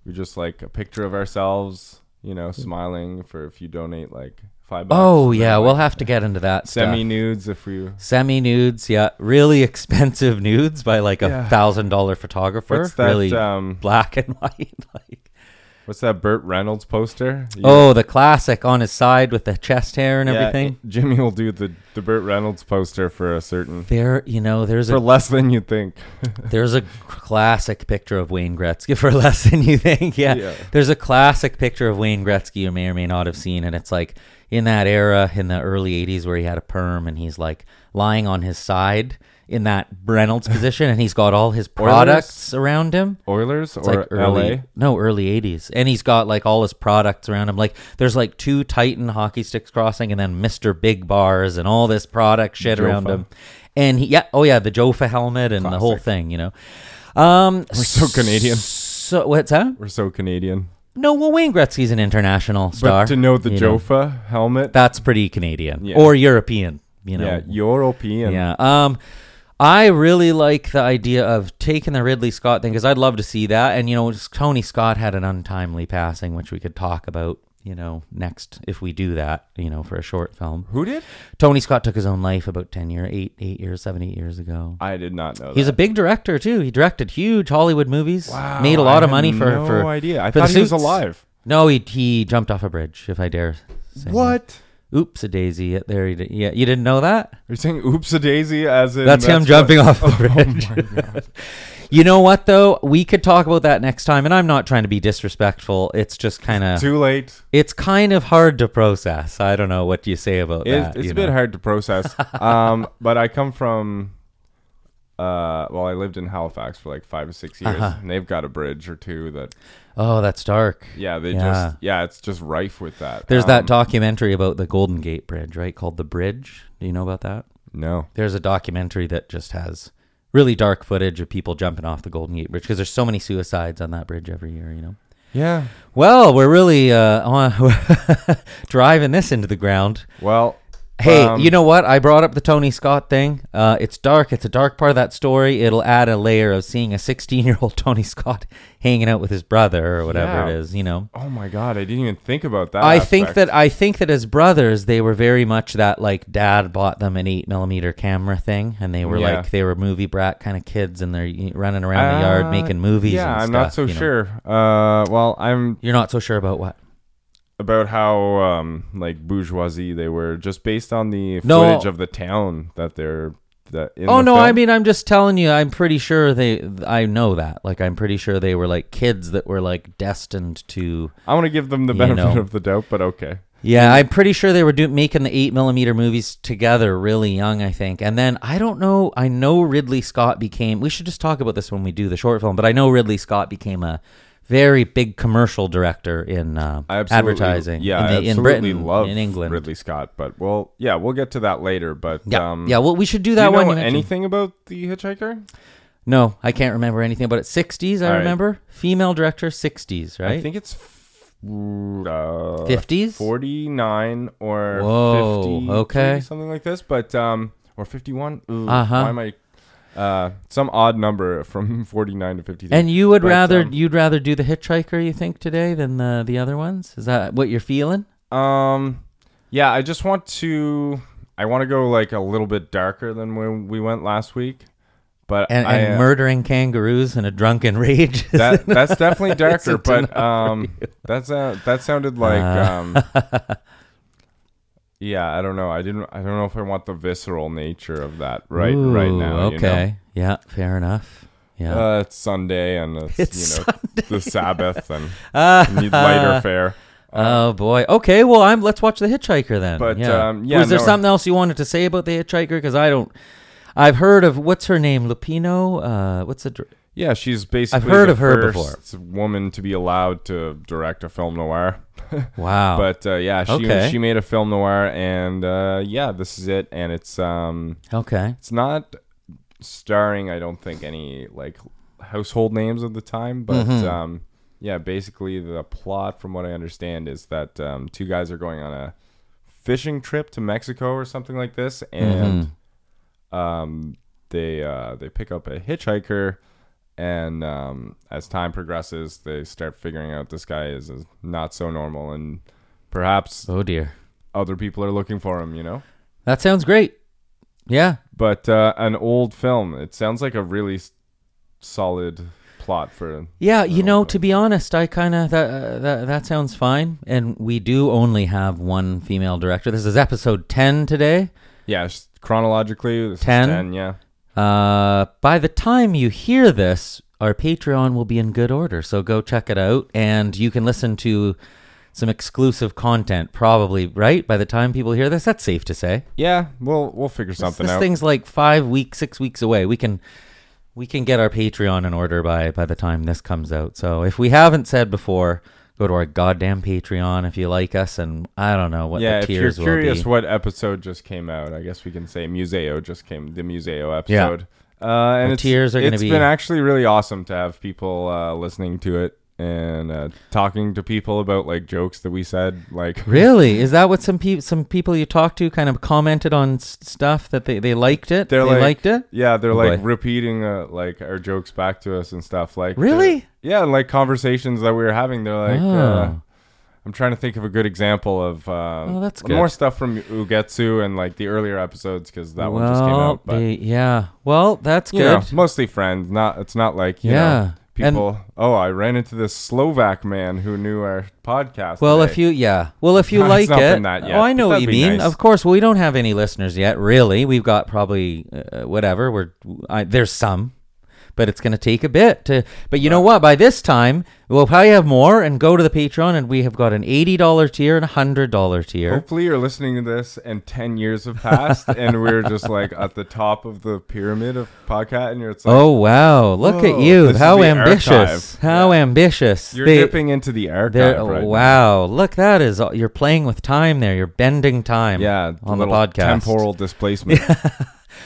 [SPEAKER 6] we just like a picture of ourselves, you know, smiling for if you donate like five bucks.
[SPEAKER 5] oh
[SPEAKER 6] and
[SPEAKER 5] yeah,
[SPEAKER 6] then,
[SPEAKER 5] we'll
[SPEAKER 6] like,
[SPEAKER 5] have to get into that.
[SPEAKER 6] semi
[SPEAKER 5] stuff.
[SPEAKER 6] nudes if we.
[SPEAKER 5] Semi nudes, yeah, really expensive nudes by like a
[SPEAKER 6] Yeah.
[SPEAKER 5] thousand dollar photographer,
[SPEAKER 6] What's that,
[SPEAKER 5] really
[SPEAKER 6] um,
[SPEAKER 5] black and white, like
[SPEAKER 6] What's that Burt Reynolds poster? You-
[SPEAKER 5] oh, the classic on his side with the chest hair and
[SPEAKER 6] yeah,
[SPEAKER 5] everything.
[SPEAKER 6] Jimmy will do the the Burt Reynolds poster for a certain
[SPEAKER 5] There, you know, there's
[SPEAKER 6] for
[SPEAKER 5] a
[SPEAKER 6] less than you think.
[SPEAKER 5] There's a classic picture of Wayne Gretzky for less than you think. Yeah.
[SPEAKER 6] Yeah.
[SPEAKER 5] There's a classic picture of Wayne Gretzky you may or may not have seen. And it's like in that era, in the early 80s, where he had a perm and he's like lying on his side in that Reynolds position and he's got all his products around him.
[SPEAKER 6] Oilers
[SPEAKER 5] It's
[SPEAKER 6] or
[SPEAKER 5] like early,
[SPEAKER 6] LA?
[SPEAKER 5] no, early '80s, and he's got like all his products around him. Like there's like two Titan hockey sticks crossing, and then Mister Big Bars and all this product shit around
[SPEAKER 6] Jofa.
[SPEAKER 5] him. And he, yeah, oh yeah, the Jofa helmet and the whole
[SPEAKER 6] Classic.
[SPEAKER 5] thing, you know. Um,
[SPEAKER 6] We're so Canadian.
[SPEAKER 5] So what's that?
[SPEAKER 6] We're so Canadian.
[SPEAKER 5] No, well Wayne Gretzky's an international star.
[SPEAKER 6] But to know the
[SPEAKER 5] you
[SPEAKER 6] Jofa helmet,
[SPEAKER 5] that's pretty Canadian
[SPEAKER 6] Yeah.
[SPEAKER 5] or European. You know,
[SPEAKER 6] yeah, European.
[SPEAKER 5] yeah. Um, I really like the idea of taking the Ridley Scott thing because I'd love to see that. And you know, just Tony Scott had an untimely passing, which we could talk about. You know, next if we do that, you know, for a short film.
[SPEAKER 6] Who did?
[SPEAKER 5] Tony Scott took his own life about ten year, eight, eight years, seven, eight years ago.
[SPEAKER 6] I did not know.
[SPEAKER 5] He's a
[SPEAKER 6] that.
[SPEAKER 5] big director too. He directed huge Hollywood movies.
[SPEAKER 6] Wow,
[SPEAKER 5] made a
[SPEAKER 6] I
[SPEAKER 5] lot of
[SPEAKER 6] had
[SPEAKER 5] money for
[SPEAKER 6] no
[SPEAKER 5] for
[SPEAKER 6] idea. I
[SPEAKER 5] for the
[SPEAKER 6] thought he was
[SPEAKER 5] Suits.
[SPEAKER 6] alive.
[SPEAKER 5] No, he he jumped off a bridge. If I dare. Say that.
[SPEAKER 6] What?
[SPEAKER 5] Oops, a daisy. There he did. Yeah, you didn't know that.
[SPEAKER 6] Are you saying oops a daisy as in
[SPEAKER 5] That's, him
[SPEAKER 6] what-
[SPEAKER 5] jumping off the bridge. you know what though? We could talk about that next time, and I'm not trying to be disrespectful. It's just kind of
[SPEAKER 6] Too late.
[SPEAKER 5] it's kind of hard to process. I don't know what you say about
[SPEAKER 6] It-
[SPEAKER 5] that.
[SPEAKER 6] it's
[SPEAKER 5] you
[SPEAKER 6] a bit
[SPEAKER 5] know.
[SPEAKER 6] hard to process. um, but I come from. Uh, well, I lived in Halifax for like five or six years,
[SPEAKER 5] Uh-huh.
[SPEAKER 6] and they've got a bridge or two that.
[SPEAKER 5] Oh, that's dark.
[SPEAKER 6] Yeah, they
[SPEAKER 5] Yeah.
[SPEAKER 6] just yeah, it's just rife with that.
[SPEAKER 5] There's that
[SPEAKER 6] Um,
[SPEAKER 5] documentary about the Golden Gate Bridge, right? Called The Bridge. Do you know about that?
[SPEAKER 6] no.
[SPEAKER 5] There's a documentary that just has really dark footage of people jumping off the Golden Gate Bridge because there's so many suicides on that bridge every year. You know.
[SPEAKER 6] Yeah.
[SPEAKER 5] Well, we're really uh, on driving this into the ground.
[SPEAKER 6] Well.
[SPEAKER 5] Hey,
[SPEAKER 6] um,
[SPEAKER 5] you know what? I brought up the Tony Scott thing. Uh, it's dark. It's a dark part of that story. It'll add a layer of seeing a 16 year old Tony Scott hanging out with his brother or whatever
[SPEAKER 6] Yeah.
[SPEAKER 5] it is. You know,
[SPEAKER 6] Oh my God! I didn't even think about that.
[SPEAKER 5] I think
[SPEAKER 6] aspect.
[SPEAKER 5] that I think that as brothers, they were very much that like dad bought them an eight millimeter camera thing, and they were
[SPEAKER 6] Yeah.
[SPEAKER 5] like they were movie brat kind of kids, and they're y- running around the yard
[SPEAKER 6] Uh,
[SPEAKER 5] making movies.
[SPEAKER 6] Yeah,
[SPEAKER 5] and
[SPEAKER 6] I'm not
[SPEAKER 5] stuff,
[SPEAKER 6] so
[SPEAKER 5] you know.
[SPEAKER 6] sure. Uh, well, I'm
[SPEAKER 5] You're not so sure about what?
[SPEAKER 6] about how um like bourgeoisie they were just based on the
[SPEAKER 5] No.
[SPEAKER 6] footage of the town that they're the. In
[SPEAKER 5] Oh
[SPEAKER 6] the
[SPEAKER 5] no,
[SPEAKER 6] film?
[SPEAKER 5] I mean I'm just telling you I'm pretty sure they I know that. Like I'm pretty sure they were like kids that were like destined to
[SPEAKER 6] I want to give them the benefit
[SPEAKER 5] know.
[SPEAKER 6] of the doubt, but okay.
[SPEAKER 5] Yeah, I'm pretty sure they were do- making the eight millimeter movies together really young, I think. And then I don't know. I know Ridley Scott became. We should just talk about this when we do the short film. But I know Ridley Scott became a very big commercial director in uh,
[SPEAKER 6] I absolutely,
[SPEAKER 5] advertising.
[SPEAKER 6] Yeah,
[SPEAKER 5] in,
[SPEAKER 6] I
[SPEAKER 5] the- in
[SPEAKER 6] absolutely
[SPEAKER 5] Britain,
[SPEAKER 6] love
[SPEAKER 5] in England.
[SPEAKER 6] Ridley Scott, but well, yeah, we'll get to that later. But
[SPEAKER 5] yeah,
[SPEAKER 6] um,
[SPEAKER 5] yeah. Well, we should do
[SPEAKER 6] do
[SPEAKER 5] that
[SPEAKER 6] you
[SPEAKER 5] one.
[SPEAKER 6] know
[SPEAKER 5] you mentioned.
[SPEAKER 6] anything about the Hitchhiker?
[SPEAKER 5] No, I can't remember anything about it. 60s, I
[SPEAKER 6] All right.
[SPEAKER 5] remember. Female director, 60s, right?
[SPEAKER 6] I think it's f- uh,
[SPEAKER 5] 50s.
[SPEAKER 6] 49 or
[SPEAKER 5] Whoa,
[SPEAKER 6] 50,
[SPEAKER 5] okay.
[SPEAKER 6] something like this. But um, or 51. Ooh,
[SPEAKER 5] Uh-huh.
[SPEAKER 6] Why am I? Uh, some odd number from 49 to 53.
[SPEAKER 5] And you would
[SPEAKER 6] But,
[SPEAKER 5] rather
[SPEAKER 6] um,
[SPEAKER 5] you'd rather do the Hitchhiker, you think, today than the the other ones? Is that what you're feeling?
[SPEAKER 6] Um, yeah, I just want to. I want to go like a little bit darker than when we went last week, but
[SPEAKER 5] and,
[SPEAKER 6] I,
[SPEAKER 5] and
[SPEAKER 6] uh,
[SPEAKER 5] murdering kangaroos in a drunken rage.
[SPEAKER 6] That that's definitely darker,
[SPEAKER 5] Isn't
[SPEAKER 6] but
[SPEAKER 5] enough for Uh.
[SPEAKER 6] um, that's uh, that sounded like um, yeah, I don't know. I didn't. I don't know if I want the visceral nature of that right right
[SPEAKER 5] Ooh,
[SPEAKER 6] now. you know?
[SPEAKER 5] Okay. Yeah. Fair enough. Yeah.
[SPEAKER 6] Uh, it's Sunday and it's,
[SPEAKER 5] It's
[SPEAKER 6] you know the Sabbath and
[SPEAKER 5] Uh,
[SPEAKER 6] you need lighter fare.
[SPEAKER 5] oh boy. Okay. Well, I'm. Let's watch the Hitchhiker then.
[SPEAKER 6] But,
[SPEAKER 5] yeah.
[SPEAKER 6] um, yeah,
[SPEAKER 5] Was there
[SPEAKER 6] no-
[SPEAKER 5] something else you wanted to say about the Hitchhiker? Because I don't. I've heard of what's her name, Lupino. Uh, what's the dir-
[SPEAKER 6] Yeah, she's basically
[SPEAKER 5] heard
[SPEAKER 6] the
[SPEAKER 5] of her
[SPEAKER 6] first woman to be allowed to direct a film noir.
[SPEAKER 5] wow?
[SPEAKER 6] But uh, yeah, she
[SPEAKER 5] Oh. Okay.
[SPEAKER 6] she made a film noir, and uh, yeah, this is it. And it's um,
[SPEAKER 5] okay.
[SPEAKER 6] it's not starring, I don't think, any like household names of the time, but um, yeah, basically the plot, from what I understand, is that um, two guys are going on a fishing trip to Mexico or something like this, and um, they uh, they pick up a hitchhiker. And um, as time progresses, they start figuring out this guy is, is not so normal, and perhaps
[SPEAKER 5] Oh dear.
[SPEAKER 6] other people are looking for him. You know,
[SPEAKER 5] That sounds great. Yeah.
[SPEAKER 6] but uh, an old film. It sounds like a really s- solid plot for.
[SPEAKER 5] Yeah, you
[SPEAKER 6] don't
[SPEAKER 5] know,
[SPEAKER 6] think-
[SPEAKER 5] to be honest, I kind of that, uh, that that sounds fine. And we do only have one female director. This is episode ten today.
[SPEAKER 6] Yeah, s- chronologically, this is
[SPEAKER 5] 10?
[SPEAKER 6] ten. Yeah,
[SPEAKER 5] Uh, by the time you hear this, our Patreon will be in good order. So go check it out, and you can listen to some exclusive content. Probably right by the time people hear this, that's safe to say.
[SPEAKER 6] yeah. We'll we'll figure something
[SPEAKER 5] this
[SPEAKER 6] out.
[SPEAKER 5] thing's like five weeks, six weeks away. We can we can get our Patreon in order by by the time this comes out. So if we haven't said before, go to our goddamn Patreon if you like us, and I don't know what
[SPEAKER 6] yeah,
[SPEAKER 5] the
[SPEAKER 6] if you're
[SPEAKER 5] tiers will be.
[SPEAKER 6] curious what episode just came out, I guess we can say Museo just came. The Museo episode. Uh, and
[SPEAKER 5] Our
[SPEAKER 6] it's,
[SPEAKER 5] tiers are gonna
[SPEAKER 6] it's
[SPEAKER 5] be-
[SPEAKER 6] been actually really awesome to have people uh, listening to it and uh, talking to people about like jokes that we said. Like,
[SPEAKER 5] Really? Is that what some people some people you talked to kind of commented on s- stuff that they, they liked it?
[SPEAKER 6] They're
[SPEAKER 5] they
[SPEAKER 6] like-
[SPEAKER 5] liked it?
[SPEAKER 6] Yeah, they're
[SPEAKER 5] Oh,
[SPEAKER 6] like
[SPEAKER 5] boy.
[SPEAKER 6] repeating uh, like our jokes back to us and stuff. Like
[SPEAKER 5] Really?
[SPEAKER 6] they're- Yeah, and like conversations that we were having. They're like, uh,
[SPEAKER 5] Oh.
[SPEAKER 6] I'm trying to think of a good example of um,
[SPEAKER 5] Oh, that's
[SPEAKER 6] more
[SPEAKER 5] good.
[SPEAKER 6] stuff from Ugetsu and like the earlier episodes because that
[SPEAKER 5] well,
[SPEAKER 6] one just came out. But
[SPEAKER 5] they- yeah. Well, that's
[SPEAKER 6] you
[SPEAKER 5] good.
[SPEAKER 6] know, mostly friends. Not it's not like you
[SPEAKER 5] Yeah,
[SPEAKER 6] know, people. oh, I ran into this Slovak man who knew our podcast.
[SPEAKER 5] Well,
[SPEAKER 6] today."
[SPEAKER 5] if you yeah, well if you
[SPEAKER 6] It's
[SPEAKER 5] like
[SPEAKER 6] not
[SPEAKER 5] it,
[SPEAKER 6] been that yet,
[SPEAKER 5] oh, I know
[SPEAKER 6] but
[SPEAKER 5] what you
[SPEAKER 6] that'd be
[SPEAKER 5] mean.
[SPEAKER 6] nice.
[SPEAKER 5] Of course, we don't have any listeners yet. Really, we've got probably uh, whatever. We're I, there's some, but it's going to take a bit to. But you know what? By this time, we'll probably have more and go to the Patreon, and we have got an eighty dollar tier and a hundred dollar tier.
[SPEAKER 6] Hopefully you're listening to this and 10 years have passed and we're just like at the top of the pyramid of podcast and you're it's like,
[SPEAKER 5] Oh wow! Look at
[SPEAKER 6] Whoa,
[SPEAKER 5] you!
[SPEAKER 6] this is
[SPEAKER 5] How
[SPEAKER 6] the
[SPEAKER 5] ambitious!
[SPEAKER 6] archive.
[SPEAKER 5] How ambitious!
[SPEAKER 6] You're
[SPEAKER 5] They-
[SPEAKER 6] dipping into the
[SPEAKER 5] they're-
[SPEAKER 6] archive right now.
[SPEAKER 5] wow! Look, that is you're playing with time there. You're bending time.
[SPEAKER 6] Yeah,
[SPEAKER 5] on the
[SPEAKER 6] little
[SPEAKER 5] podcast.
[SPEAKER 6] Temporal displacement.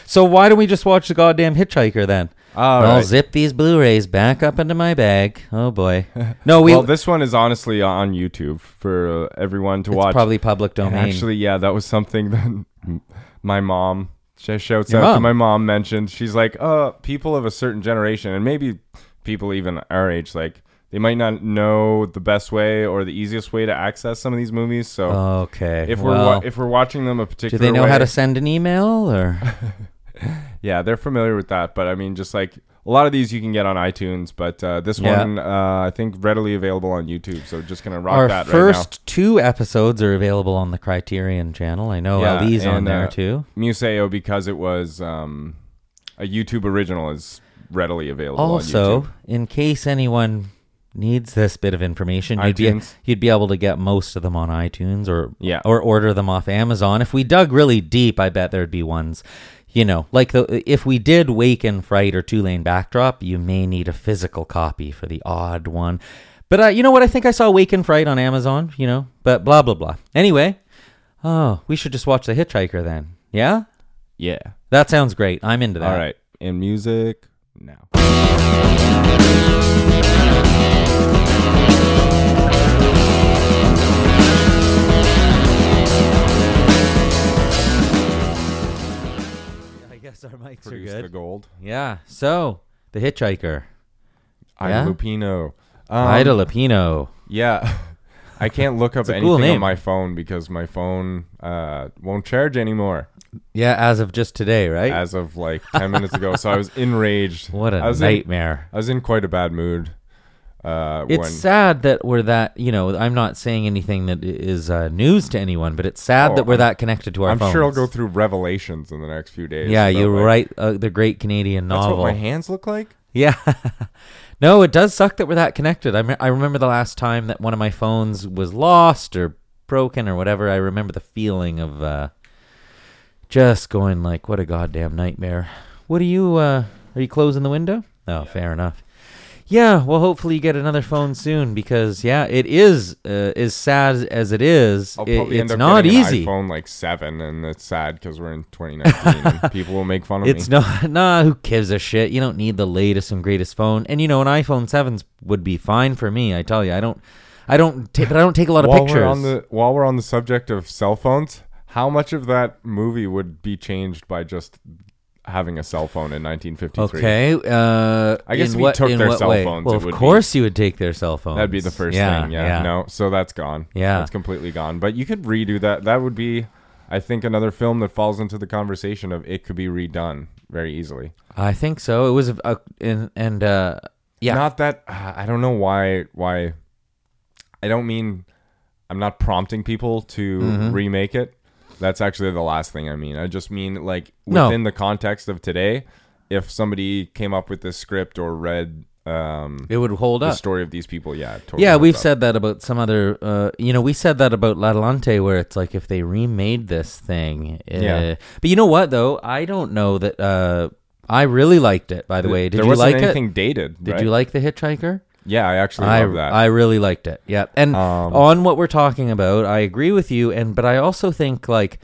[SPEAKER 5] So why don't we just watch the goddamn Hitchhiker then?
[SPEAKER 6] All
[SPEAKER 5] I'll
[SPEAKER 6] right.
[SPEAKER 5] zip these Blu-rays back up into my bag. Oh boy. No, we.
[SPEAKER 6] well, this one is honestly on YouTube for uh, everyone to
[SPEAKER 5] it's
[SPEAKER 6] watch.
[SPEAKER 5] probably public
[SPEAKER 6] And
[SPEAKER 5] domain.
[SPEAKER 6] actually, yeah, that was something that my mom sh- shouts
[SPEAKER 5] Your
[SPEAKER 6] out to
[SPEAKER 5] mom?
[SPEAKER 6] my mom mentioned. She's like, "Uh, people of a certain generation, and maybe people even our age, like they might not know the best way or the easiest way to access some of these movies. So
[SPEAKER 5] okay.
[SPEAKER 6] if we're
[SPEAKER 5] Oh, well,
[SPEAKER 6] wa- if we're watching them a
[SPEAKER 5] do
[SPEAKER 6] particular,
[SPEAKER 5] they know
[SPEAKER 6] way,
[SPEAKER 5] how to send an email or?
[SPEAKER 6] Yeah, they're familiar with that, but I mean, just like A lot of these you can get on iTunes, but uh, this
[SPEAKER 5] Yeah.
[SPEAKER 6] one uh, I think readily available on YouTube. So just gonna rock
[SPEAKER 5] Our
[SPEAKER 6] that
[SPEAKER 5] first two episodes are available on the Criterion channel. I know
[SPEAKER 6] Yeah,
[SPEAKER 5] Oh, Ali's on
[SPEAKER 6] and,
[SPEAKER 5] there
[SPEAKER 6] uh,
[SPEAKER 5] too.
[SPEAKER 6] right now. Museo because it was um, a YouTube original is readily available. on
[SPEAKER 5] Also,
[SPEAKER 6] YouTube.
[SPEAKER 5] in case anyone needs this bit of information, you'd be,
[SPEAKER 6] iTunes.
[SPEAKER 5] you'd be able to get most of them on iTunes or
[SPEAKER 6] Yeah.
[SPEAKER 5] or order them off Amazon. If we dug really deep, I bet there'd be ones. You know, like the if we did Waken Fright or Two Lane Backdrop, you may need a physical copy for the odd one. But uh, you know what? I think I saw Waken Fright on Amazon. You know, but blah blah blah. Anyway, oh, we should just watch The Hitchhiker then. Yeah,
[SPEAKER 6] yeah.
[SPEAKER 5] that sounds great. I'm into that.
[SPEAKER 6] All right, and music now.
[SPEAKER 5] I guess our mics
[SPEAKER 6] Produce
[SPEAKER 5] are
[SPEAKER 6] the
[SPEAKER 5] good.
[SPEAKER 6] gold.
[SPEAKER 5] Yeah. So The Hitchhiker.
[SPEAKER 6] I'm
[SPEAKER 5] Yeah?
[SPEAKER 6] Lupino. Um,
[SPEAKER 5] Ida Lupino.
[SPEAKER 6] Yeah. I can't look up
[SPEAKER 5] a
[SPEAKER 6] anything
[SPEAKER 5] cool
[SPEAKER 6] on
[SPEAKER 5] name.
[SPEAKER 6] my phone because my phone uh, won't charge anymore
[SPEAKER 5] Yeah, as of just today, right?
[SPEAKER 6] as of like 10 minutes ago. So I was enraged.
[SPEAKER 5] what a
[SPEAKER 6] I was In,
[SPEAKER 5] nightmare.
[SPEAKER 6] I was in quite a bad mood. Uh,
[SPEAKER 5] it's
[SPEAKER 6] when,
[SPEAKER 5] sad that we're that, you know, I'm not saying anything that i- is uh, news to anyone, but it's sad
[SPEAKER 6] Oh,
[SPEAKER 5] that we're
[SPEAKER 6] I'm-
[SPEAKER 5] that connected to our
[SPEAKER 6] I'm
[SPEAKER 5] phones.
[SPEAKER 6] sure I'll go through revelations in the next few days.
[SPEAKER 5] Yeah,
[SPEAKER 6] about,
[SPEAKER 5] you
[SPEAKER 6] like,
[SPEAKER 5] write uh, the great Canadian
[SPEAKER 6] That's
[SPEAKER 5] novel.
[SPEAKER 6] what my hands look like?
[SPEAKER 5] Yeah. no, it does suck that we're that connected. I, me- I remember the last time that one of my phones was lost or broken or whatever. I remember the feeling of uh, just going like, what a goddamn nightmare. What are you, uh, are you closing the window? Oh, fair enough. Yeah, well, hopefully you get another phone soon because yeah, it is uh, as sad as it is,
[SPEAKER 6] I'll
[SPEAKER 5] it-
[SPEAKER 6] probably end
[SPEAKER 5] it's
[SPEAKER 6] up
[SPEAKER 5] not
[SPEAKER 6] getting
[SPEAKER 5] easy.
[SPEAKER 6] An iPhone like 7, and it's sad because we're in 2019 and people will make fun of
[SPEAKER 5] It's
[SPEAKER 6] me.
[SPEAKER 5] not nah. Who gives a shit? You don't need the latest and greatest phone. And you know, an iPhone sevens would be fine for me. I tell you, I don't, I don't, ta- but I don't take a lot of
[SPEAKER 6] while
[SPEAKER 5] pictures.
[SPEAKER 6] We're on the, while we're on the subject of cell phones, how much of that movie would be changed by just having a cell phone in 1953?
[SPEAKER 5] okay. Uh,
[SPEAKER 6] I guess
[SPEAKER 5] in
[SPEAKER 6] we
[SPEAKER 5] what,
[SPEAKER 6] took
[SPEAKER 5] in
[SPEAKER 6] their
[SPEAKER 5] what
[SPEAKER 6] cell
[SPEAKER 5] way?
[SPEAKER 6] phones,
[SPEAKER 5] Well,
[SPEAKER 6] it
[SPEAKER 5] of
[SPEAKER 6] would be-
[SPEAKER 5] course you would take their cell phones.
[SPEAKER 6] That'd be the first
[SPEAKER 5] Yeah,
[SPEAKER 6] thing. Yeah,
[SPEAKER 5] yeah.
[SPEAKER 6] No, so that's gone.
[SPEAKER 5] Yeah.
[SPEAKER 6] That's completely gone. But you could redo that. That would be, I think, another film that falls into the conversation of it could be redone very easily.
[SPEAKER 5] I think so. It was a, a and, and uh, yeah.
[SPEAKER 6] Not that uh, I don't know why why I don't mean I'm not prompting people to
[SPEAKER 5] Mm-hmm.
[SPEAKER 6] remake it. That's actually the last thing I mean. I just mean like
[SPEAKER 5] No.
[SPEAKER 6] within the context of today, if somebody came up with this script or read um
[SPEAKER 5] it would hold
[SPEAKER 6] the
[SPEAKER 5] up.
[SPEAKER 6] story of these people, yeah, it totally.
[SPEAKER 5] Yeah,
[SPEAKER 6] holds
[SPEAKER 5] we've
[SPEAKER 6] up.
[SPEAKER 5] said that about some other. Uh, you know, we said that about L'Atalante, where it's like if they remade this thing. uh,
[SPEAKER 6] Yeah.
[SPEAKER 5] But you know what though? I don't know that. Uh, I really liked it. By the way, did
[SPEAKER 6] there
[SPEAKER 5] you
[SPEAKER 6] wasn't
[SPEAKER 5] like
[SPEAKER 6] anything
[SPEAKER 5] it?
[SPEAKER 6] dated.
[SPEAKER 5] Did
[SPEAKER 6] right?
[SPEAKER 5] you like the Hitchhiker?
[SPEAKER 6] Yeah, I actually
[SPEAKER 5] I
[SPEAKER 6] love that.
[SPEAKER 5] I really liked it. Yeah, and
[SPEAKER 6] Um,
[SPEAKER 5] on what we're talking about, I agree with you. And but I also think like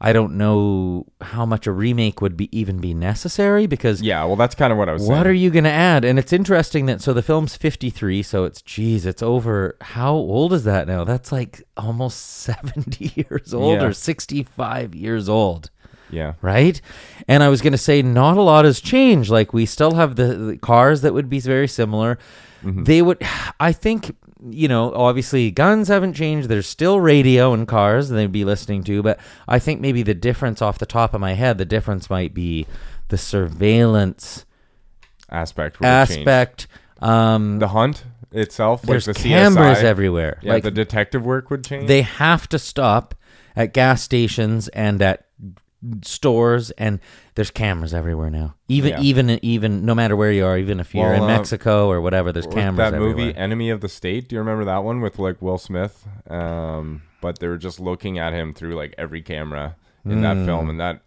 [SPEAKER 5] I don't know how much a remake would be even be necessary because
[SPEAKER 6] yeah, well, that's kind of what I was.
[SPEAKER 5] what
[SPEAKER 6] saying.
[SPEAKER 5] are you going to add? And it's interesting that so the film's 53, so it's geez, it's over. How old is that now? That's like almost 70 years old
[SPEAKER 6] Yeah.
[SPEAKER 5] or 65 years old,
[SPEAKER 6] Yeah,
[SPEAKER 5] right? And I was going to say not a lot has changed. Like we still have the, the cars that would be very similar. They would, I think. You know, obviously, guns haven't changed. There's still radio and cars that they'd be listening to, but I think maybe the difference off the top of my head, the difference might be the surveillance
[SPEAKER 6] aspect. would have changed.
[SPEAKER 5] aspect. Um,
[SPEAKER 6] The hunt itself.
[SPEAKER 5] there's
[SPEAKER 6] like the
[SPEAKER 5] cameras
[SPEAKER 6] CSI.
[SPEAKER 5] everywhere.
[SPEAKER 6] Yeah,
[SPEAKER 5] like
[SPEAKER 6] the detective work would change.
[SPEAKER 5] they have to stop at gas stations and at stores, and there's cameras everywhere now. Even
[SPEAKER 6] Yeah.
[SPEAKER 5] even even no matter where you are, even if you're
[SPEAKER 6] Well,
[SPEAKER 5] in
[SPEAKER 6] uh,
[SPEAKER 5] Mexico or whatever, there's
[SPEAKER 6] With
[SPEAKER 5] cameras
[SPEAKER 6] that
[SPEAKER 5] everywhere.
[SPEAKER 6] movie Enemy of the State. Do you remember that one with like Will Smith? Um, but they were just looking at him through like every camera in
[SPEAKER 5] Hmm.
[SPEAKER 6] that film, and that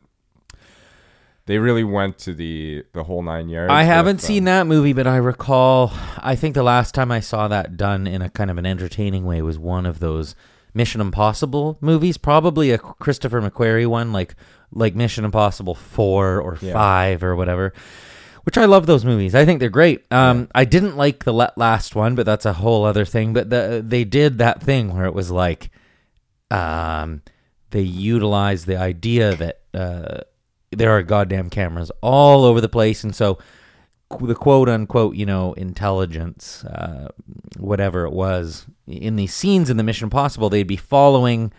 [SPEAKER 6] they really went to the the whole nine yards. uh,
[SPEAKER 5] I haven't seen that movie, but I recall. I think the last time I saw that done in a kind of an entertaining way was one of those Mission Impossible movies, probably a Christopher McQuarrie one, like like Mission Impossible four or five or whatever. Which I love those movies. I think they're great. Um, I didn't like the la- last one, but that's a whole other thing. But the, they did that thing where it was like um, they utilize the idea that uh, there are goddamn cameras all over the place, and so qu- the quote unquote, you know, intelligence, uh, whatever it was, in these scenes in the Mission Impossible, they'd be following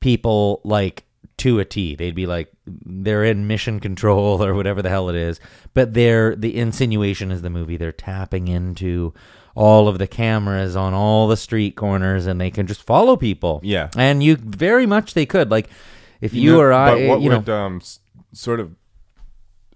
[SPEAKER 5] people like to a T. They'd be like they're in mission control or whatever the hell it is. But they're the insinuation is the movie. They're tapping into all of the cameras on all the street corners and they can just follow people.
[SPEAKER 6] Yeah.
[SPEAKER 5] And you very much they could. Like if you,
[SPEAKER 6] know,
[SPEAKER 5] or I eh,
[SPEAKER 6] But what
[SPEAKER 5] you know
[SPEAKER 6] would um, s- sort of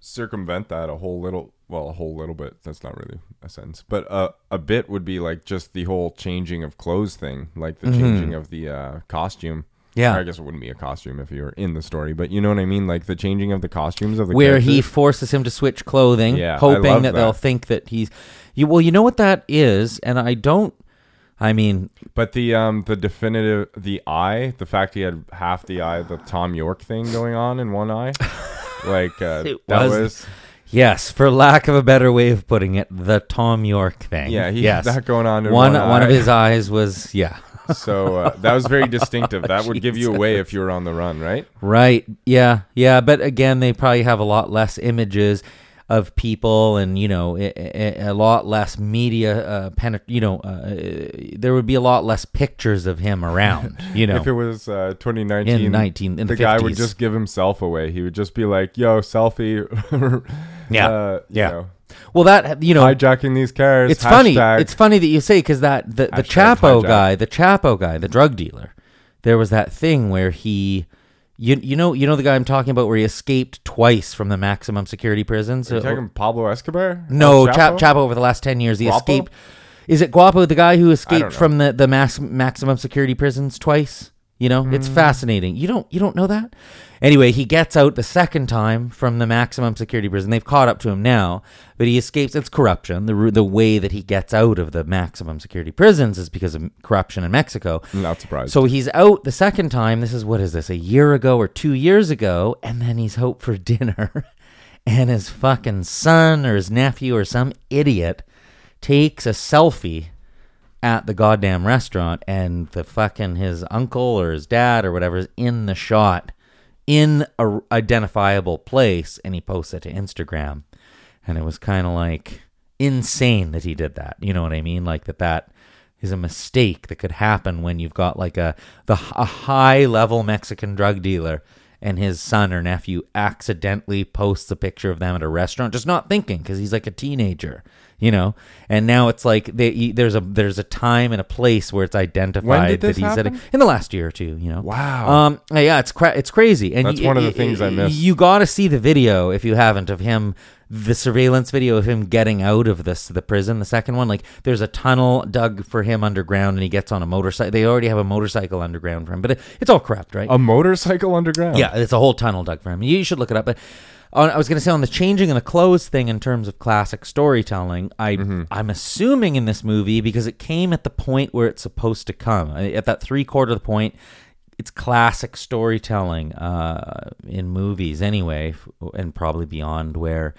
[SPEAKER 6] circumvent that a whole little? Well, a whole little bit. That's not really a sentence, but uh, a bit would be like just the whole changing of clothes thing, like the changing of the uh, costume.
[SPEAKER 5] Mm-hmm. Yeah.
[SPEAKER 6] I guess it wouldn't be a costume if you were in the story, but you know what I mean, like the changing of the costumes of the
[SPEAKER 5] where he
[SPEAKER 6] characters.
[SPEAKER 5] forces him to switch clothing,
[SPEAKER 6] Yeah, I
[SPEAKER 5] hoping
[SPEAKER 6] love
[SPEAKER 5] that, they'll
[SPEAKER 6] that.
[SPEAKER 5] think that he's. You, well, you know what that is, and I don't. I mean,
[SPEAKER 6] But the um the definitive the eye, the fact he had half the eye, the Tom York thing going on in one eye, like uh,
[SPEAKER 5] It
[SPEAKER 6] that
[SPEAKER 5] was-
[SPEAKER 6] was,
[SPEAKER 5] yes, for lack of a better way of putting it, the Tom York thing.
[SPEAKER 6] yeah he
[SPEAKER 5] yes.
[SPEAKER 6] had that going on in
[SPEAKER 5] one
[SPEAKER 6] one
[SPEAKER 5] one of
[SPEAKER 6] eye.
[SPEAKER 5] his eyes was yeah,
[SPEAKER 6] so uh, that was very distinctive. That would give you away if you were on the run, right?
[SPEAKER 5] right, yeah, yeah. But again, they probably have a lot less images of people, and you know, a, a, a lot less media. Uh, penet- you know, uh, there would be a lot less pictures of him around. You know,
[SPEAKER 6] If it was uh, 2019,
[SPEAKER 5] In 19 in
[SPEAKER 6] the
[SPEAKER 5] the
[SPEAKER 6] guy would
[SPEAKER 5] 50s.
[SPEAKER 6] just give himself away. He would just be like, "Yo, selfie."
[SPEAKER 5] Yeah.
[SPEAKER 6] uh, you
[SPEAKER 5] Yeah.
[SPEAKER 6] know,
[SPEAKER 5] well, that you know,
[SPEAKER 6] hijacking these cars.
[SPEAKER 5] It's funny.
[SPEAKER 6] hashtag.
[SPEAKER 5] It's funny that you say because that the, the
[SPEAKER 6] Hashtag
[SPEAKER 5] Chapo
[SPEAKER 6] hijack.
[SPEAKER 5] guy, the Chapo guy, the drug dealer. There was that thing where he, you you know you know the guy I'm talking about where he escaped twice from the maximum security prison.
[SPEAKER 6] Are
[SPEAKER 5] So
[SPEAKER 6] you talking Pablo Escobar?
[SPEAKER 5] no,
[SPEAKER 6] El
[SPEAKER 5] Chapo?
[SPEAKER 6] Chapo?
[SPEAKER 5] Chapo over the last ten years he
[SPEAKER 6] Guapo?
[SPEAKER 5] escaped. Is it Guapo, the guy who escaped
[SPEAKER 6] know.
[SPEAKER 5] from the the max, maximum security prisons twice? You know, it's
[SPEAKER 6] Hmm.
[SPEAKER 5] fascinating. You don't you don't know that. Anyway, he gets out the second time from the maximum security prison. They've caught up to him now, but he escapes. It's corruption. The ru- the way that he gets out of the maximum security prisons is because of corruption in Mexico.
[SPEAKER 6] Not surprised.
[SPEAKER 5] So he's out the second time. This is what is this? A year ago or two years ago, and then he's out for dinner, and his fucking son or his nephew or some idiot takes a selfie at the goddamn restaurant, and the fucking his uncle or his dad or whatever is in the shot in a identifiable place, and he posts it to Instagram, and it was kind of like insane that he did that. You know what I mean? Like that that is a mistake that could happen when you've got like a the a high level Mexican drug dealer and his son or nephew accidentally posts a picture of them at a restaurant just not thinking because he's like a teenager you know and now it's like they, e, there's a there's a time and a place where it's identified
[SPEAKER 6] this
[SPEAKER 5] that he's at a-
[SPEAKER 6] happen?
[SPEAKER 5] in the last year or two you know
[SPEAKER 6] Wow.
[SPEAKER 5] um yeah it's cra- it's crazy and
[SPEAKER 6] That's one of the things I missed.
[SPEAKER 5] you got to see the video if you haven't of him, the surveillance video of him getting out of this the prison. The second one, like there's a tunnel dug for him underground, and he gets on a motorcycle. They already have a motorcycle underground for him, but it, it's all corrupt, right?
[SPEAKER 6] a motorcycle underground.
[SPEAKER 5] Yeah, it's a whole tunnel dug for him. You should look it up. But on, I was going to say on the changing and the clothes thing in terms of classic storytelling, I I'm assuming in this movie because it came at the point where it's supposed to come I- at that three quarter of the point. It's classic storytelling uh, in movies anyway, f- and probably beyond where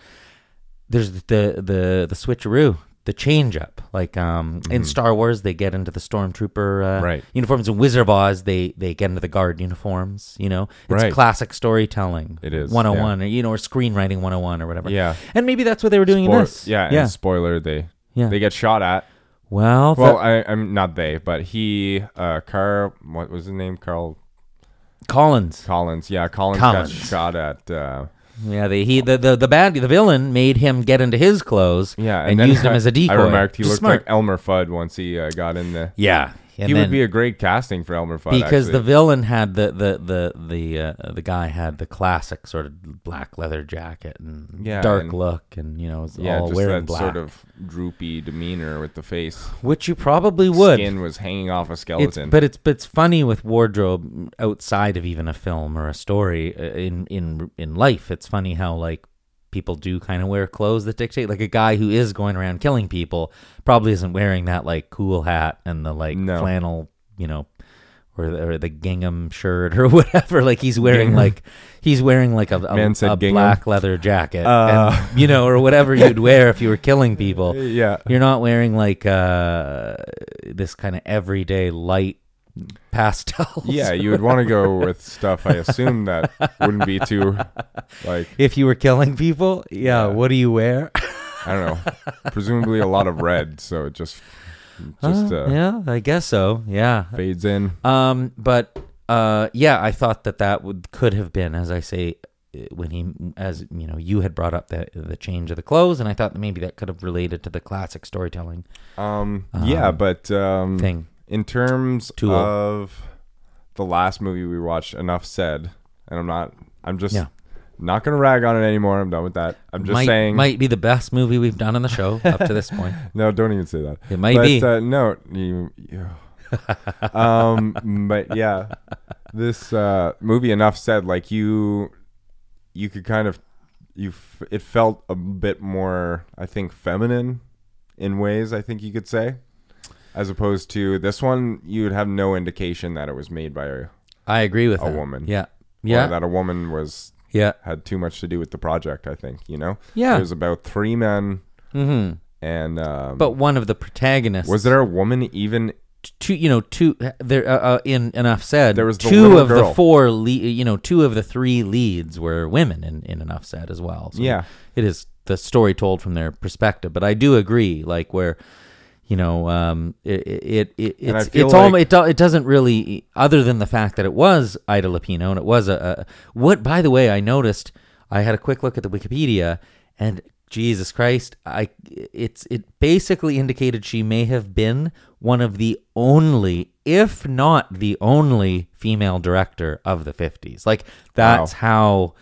[SPEAKER 5] there's the the the switcheroo the change up like um in star wars they get into the stormtrooper uh,
[SPEAKER 6] Right.
[SPEAKER 5] uniforms in wizard of oz they they get into the guard uniforms you know it's
[SPEAKER 6] Right.
[SPEAKER 5] classic storytelling
[SPEAKER 6] It is,
[SPEAKER 5] 101 or you know or screenwriting 101 or whatever
[SPEAKER 6] Yeah.
[SPEAKER 5] and maybe that's what they were doing
[SPEAKER 6] Spoil-
[SPEAKER 5] in this
[SPEAKER 6] yeah,
[SPEAKER 5] yeah
[SPEAKER 6] And spoiler, they
[SPEAKER 5] Yeah.
[SPEAKER 6] they get shot at.
[SPEAKER 5] well,
[SPEAKER 6] Well,
[SPEAKER 5] that-
[SPEAKER 6] I, I'm not they, but he, uh, Carl, what was his name? Carl
[SPEAKER 5] collins
[SPEAKER 6] Collins. Yeah, Collins,
[SPEAKER 5] Collins.
[SPEAKER 6] got shot at. Uh,
[SPEAKER 5] yeah the, he the, the the bad the villain made him get into his clothes
[SPEAKER 6] yeah,
[SPEAKER 5] and,
[SPEAKER 6] then
[SPEAKER 5] used him as a decoy
[SPEAKER 6] I remarked he
[SPEAKER 5] Just
[SPEAKER 6] looked
[SPEAKER 5] smart.
[SPEAKER 6] like Elmer Fudd once he uh, got in the.
[SPEAKER 5] yeah and
[SPEAKER 6] he
[SPEAKER 5] then,
[SPEAKER 6] would be a great casting for Elmer Fudd
[SPEAKER 5] because the
[SPEAKER 6] actually.
[SPEAKER 5] villain had the the the the uh, the guy had the classic sort of black leather jacket and
[SPEAKER 6] Yeah,
[SPEAKER 5] dark
[SPEAKER 6] and-
[SPEAKER 5] look and you know was
[SPEAKER 6] yeah,
[SPEAKER 5] all
[SPEAKER 6] just
[SPEAKER 5] oh, wearing
[SPEAKER 6] that
[SPEAKER 5] black,
[SPEAKER 6] sort of droopy demeanor with the face.
[SPEAKER 5] which you probably would.
[SPEAKER 6] Skin was hanging off a
[SPEAKER 5] It's,
[SPEAKER 6] skeleton.
[SPEAKER 5] but it's but it's funny with wardrobe outside of even a film or a story uh, in in in life. It's funny how like people do kind of wear clothes that dictate. Like a guy who is going around killing people probably isn't wearing that like cool hat and the like
[SPEAKER 6] No.
[SPEAKER 5] flannel, you know, or the, or the gingham shirt or whatever. Like he's wearing like he's wearing like a, a,
[SPEAKER 6] Man said
[SPEAKER 5] a
[SPEAKER 6] gingham. Uh.
[SPEAKER 5] black leather jacket, and, you know, or whatever you'd wear if you were killing people.
[SPEAKER 6] yeah,
[SPEAKER 5] You're not wearing like uh, this kind of everyday light pastels.
[SPEAKER 6] yeah, you would want to go with stuff. I assume that wouldn't be too, like
[SPEAKER 5] If you were killing people, yeah, what do you wear?
[SPEAKER 6] I don't know, presumably a lot of red, so it just just uh,
[SPEAKER 5] yeah, I guess so. Yeah.
[SPEAKER 6] fades in.
[SPEAKER 5] Um, but uh, yeah, I thought that that would could have been, as I say, uh, when he, as you know, you had brought up the the change of the clothes, and I thought that maybe that could have related to the classic storytelling
[SPEAKER 6] Um, yeah, but um,
[SPEAKER 5] thing.
[SPEAKER 6] in terms
[SPEAKER 5] Tool.
[SPEAKER 6] of the last movie we watched, enough said. And I'm not. I'm just
[SPEAKER 5] Yeah.
[SPEAKER 6] not gonna rag on it anymore. I'm done with that. I'm just
[SPEAKER 5] might,
[SPEAKER 6] saying.
[SPEAKER 5] might be the best movie we've done on the show up to this point.
[SPEAKER 6] No, don't even say that.
[SPEAKER 5] It might
[SPEAKER 6] but,
[SPEAKER 5] be.
[SPEAKER 6] Uh, no, you. you um, but yeah, this uh, movie. Enough said. Like you, you could kind of, you. F- it felt a bit more. I think feminine, in ways. I think you could say, as opposed to this one, you would have no indication that it was made by a
[SPEAKER 5] I agree with
[SPEAKER 6] A
[SPEAKER 5] that.
[SPEAKER 6] woman.
[SPEAKER 5] Yeah,
[SPEAKER 6] or
[SPEAKER 5] yeah,
[SPEAKER 6] that a woman was
[SPEAKER 5] yeah.
[SPEAKER 6] had too much to do with the project. I think you know.
[SPEAKER 5] Yeah.
[SPEAKER 6] it was about three men
[SPEAKER 5] hmm
[SPEAKER 6] and. Um,
[SPEAKER 5] But one of the protagonists
[SPEAKER 6] was there a woman even
[SPEAKER 5] two you know two there uh, uh, in enough said
[SPEAKER 6] There was the
[SPEAKER 5] two
[SPEAKER 6] little
[SPEAKER 5] of the
[SPEAKER 6] girl.
[SPEAKER 5] four le- you know two of the three leads were women in, in enough said as well so
[SPEAKER 6] Yeah.
[SPEAKER 5] it is the story told from their perspective but i do agree like where you know um it it, it
[SPEAKER 6] I
[SPEAKER 5] it's
[SPEAKER 6] feel
[SPEAKER 5] it's almost
[SPEAKER 6] like-
[SPEAKER 5] it, do, it doesn't really other than the fact that it was ida lupino and it was a, a what by the way i noticed i had a quick look at the wikipedia and jesus christ i it's it basically indicated she may have been one of the only if not the only female director of the 50s like that's
[SPEAKER 6] Wow.
[SPEAKER 5] how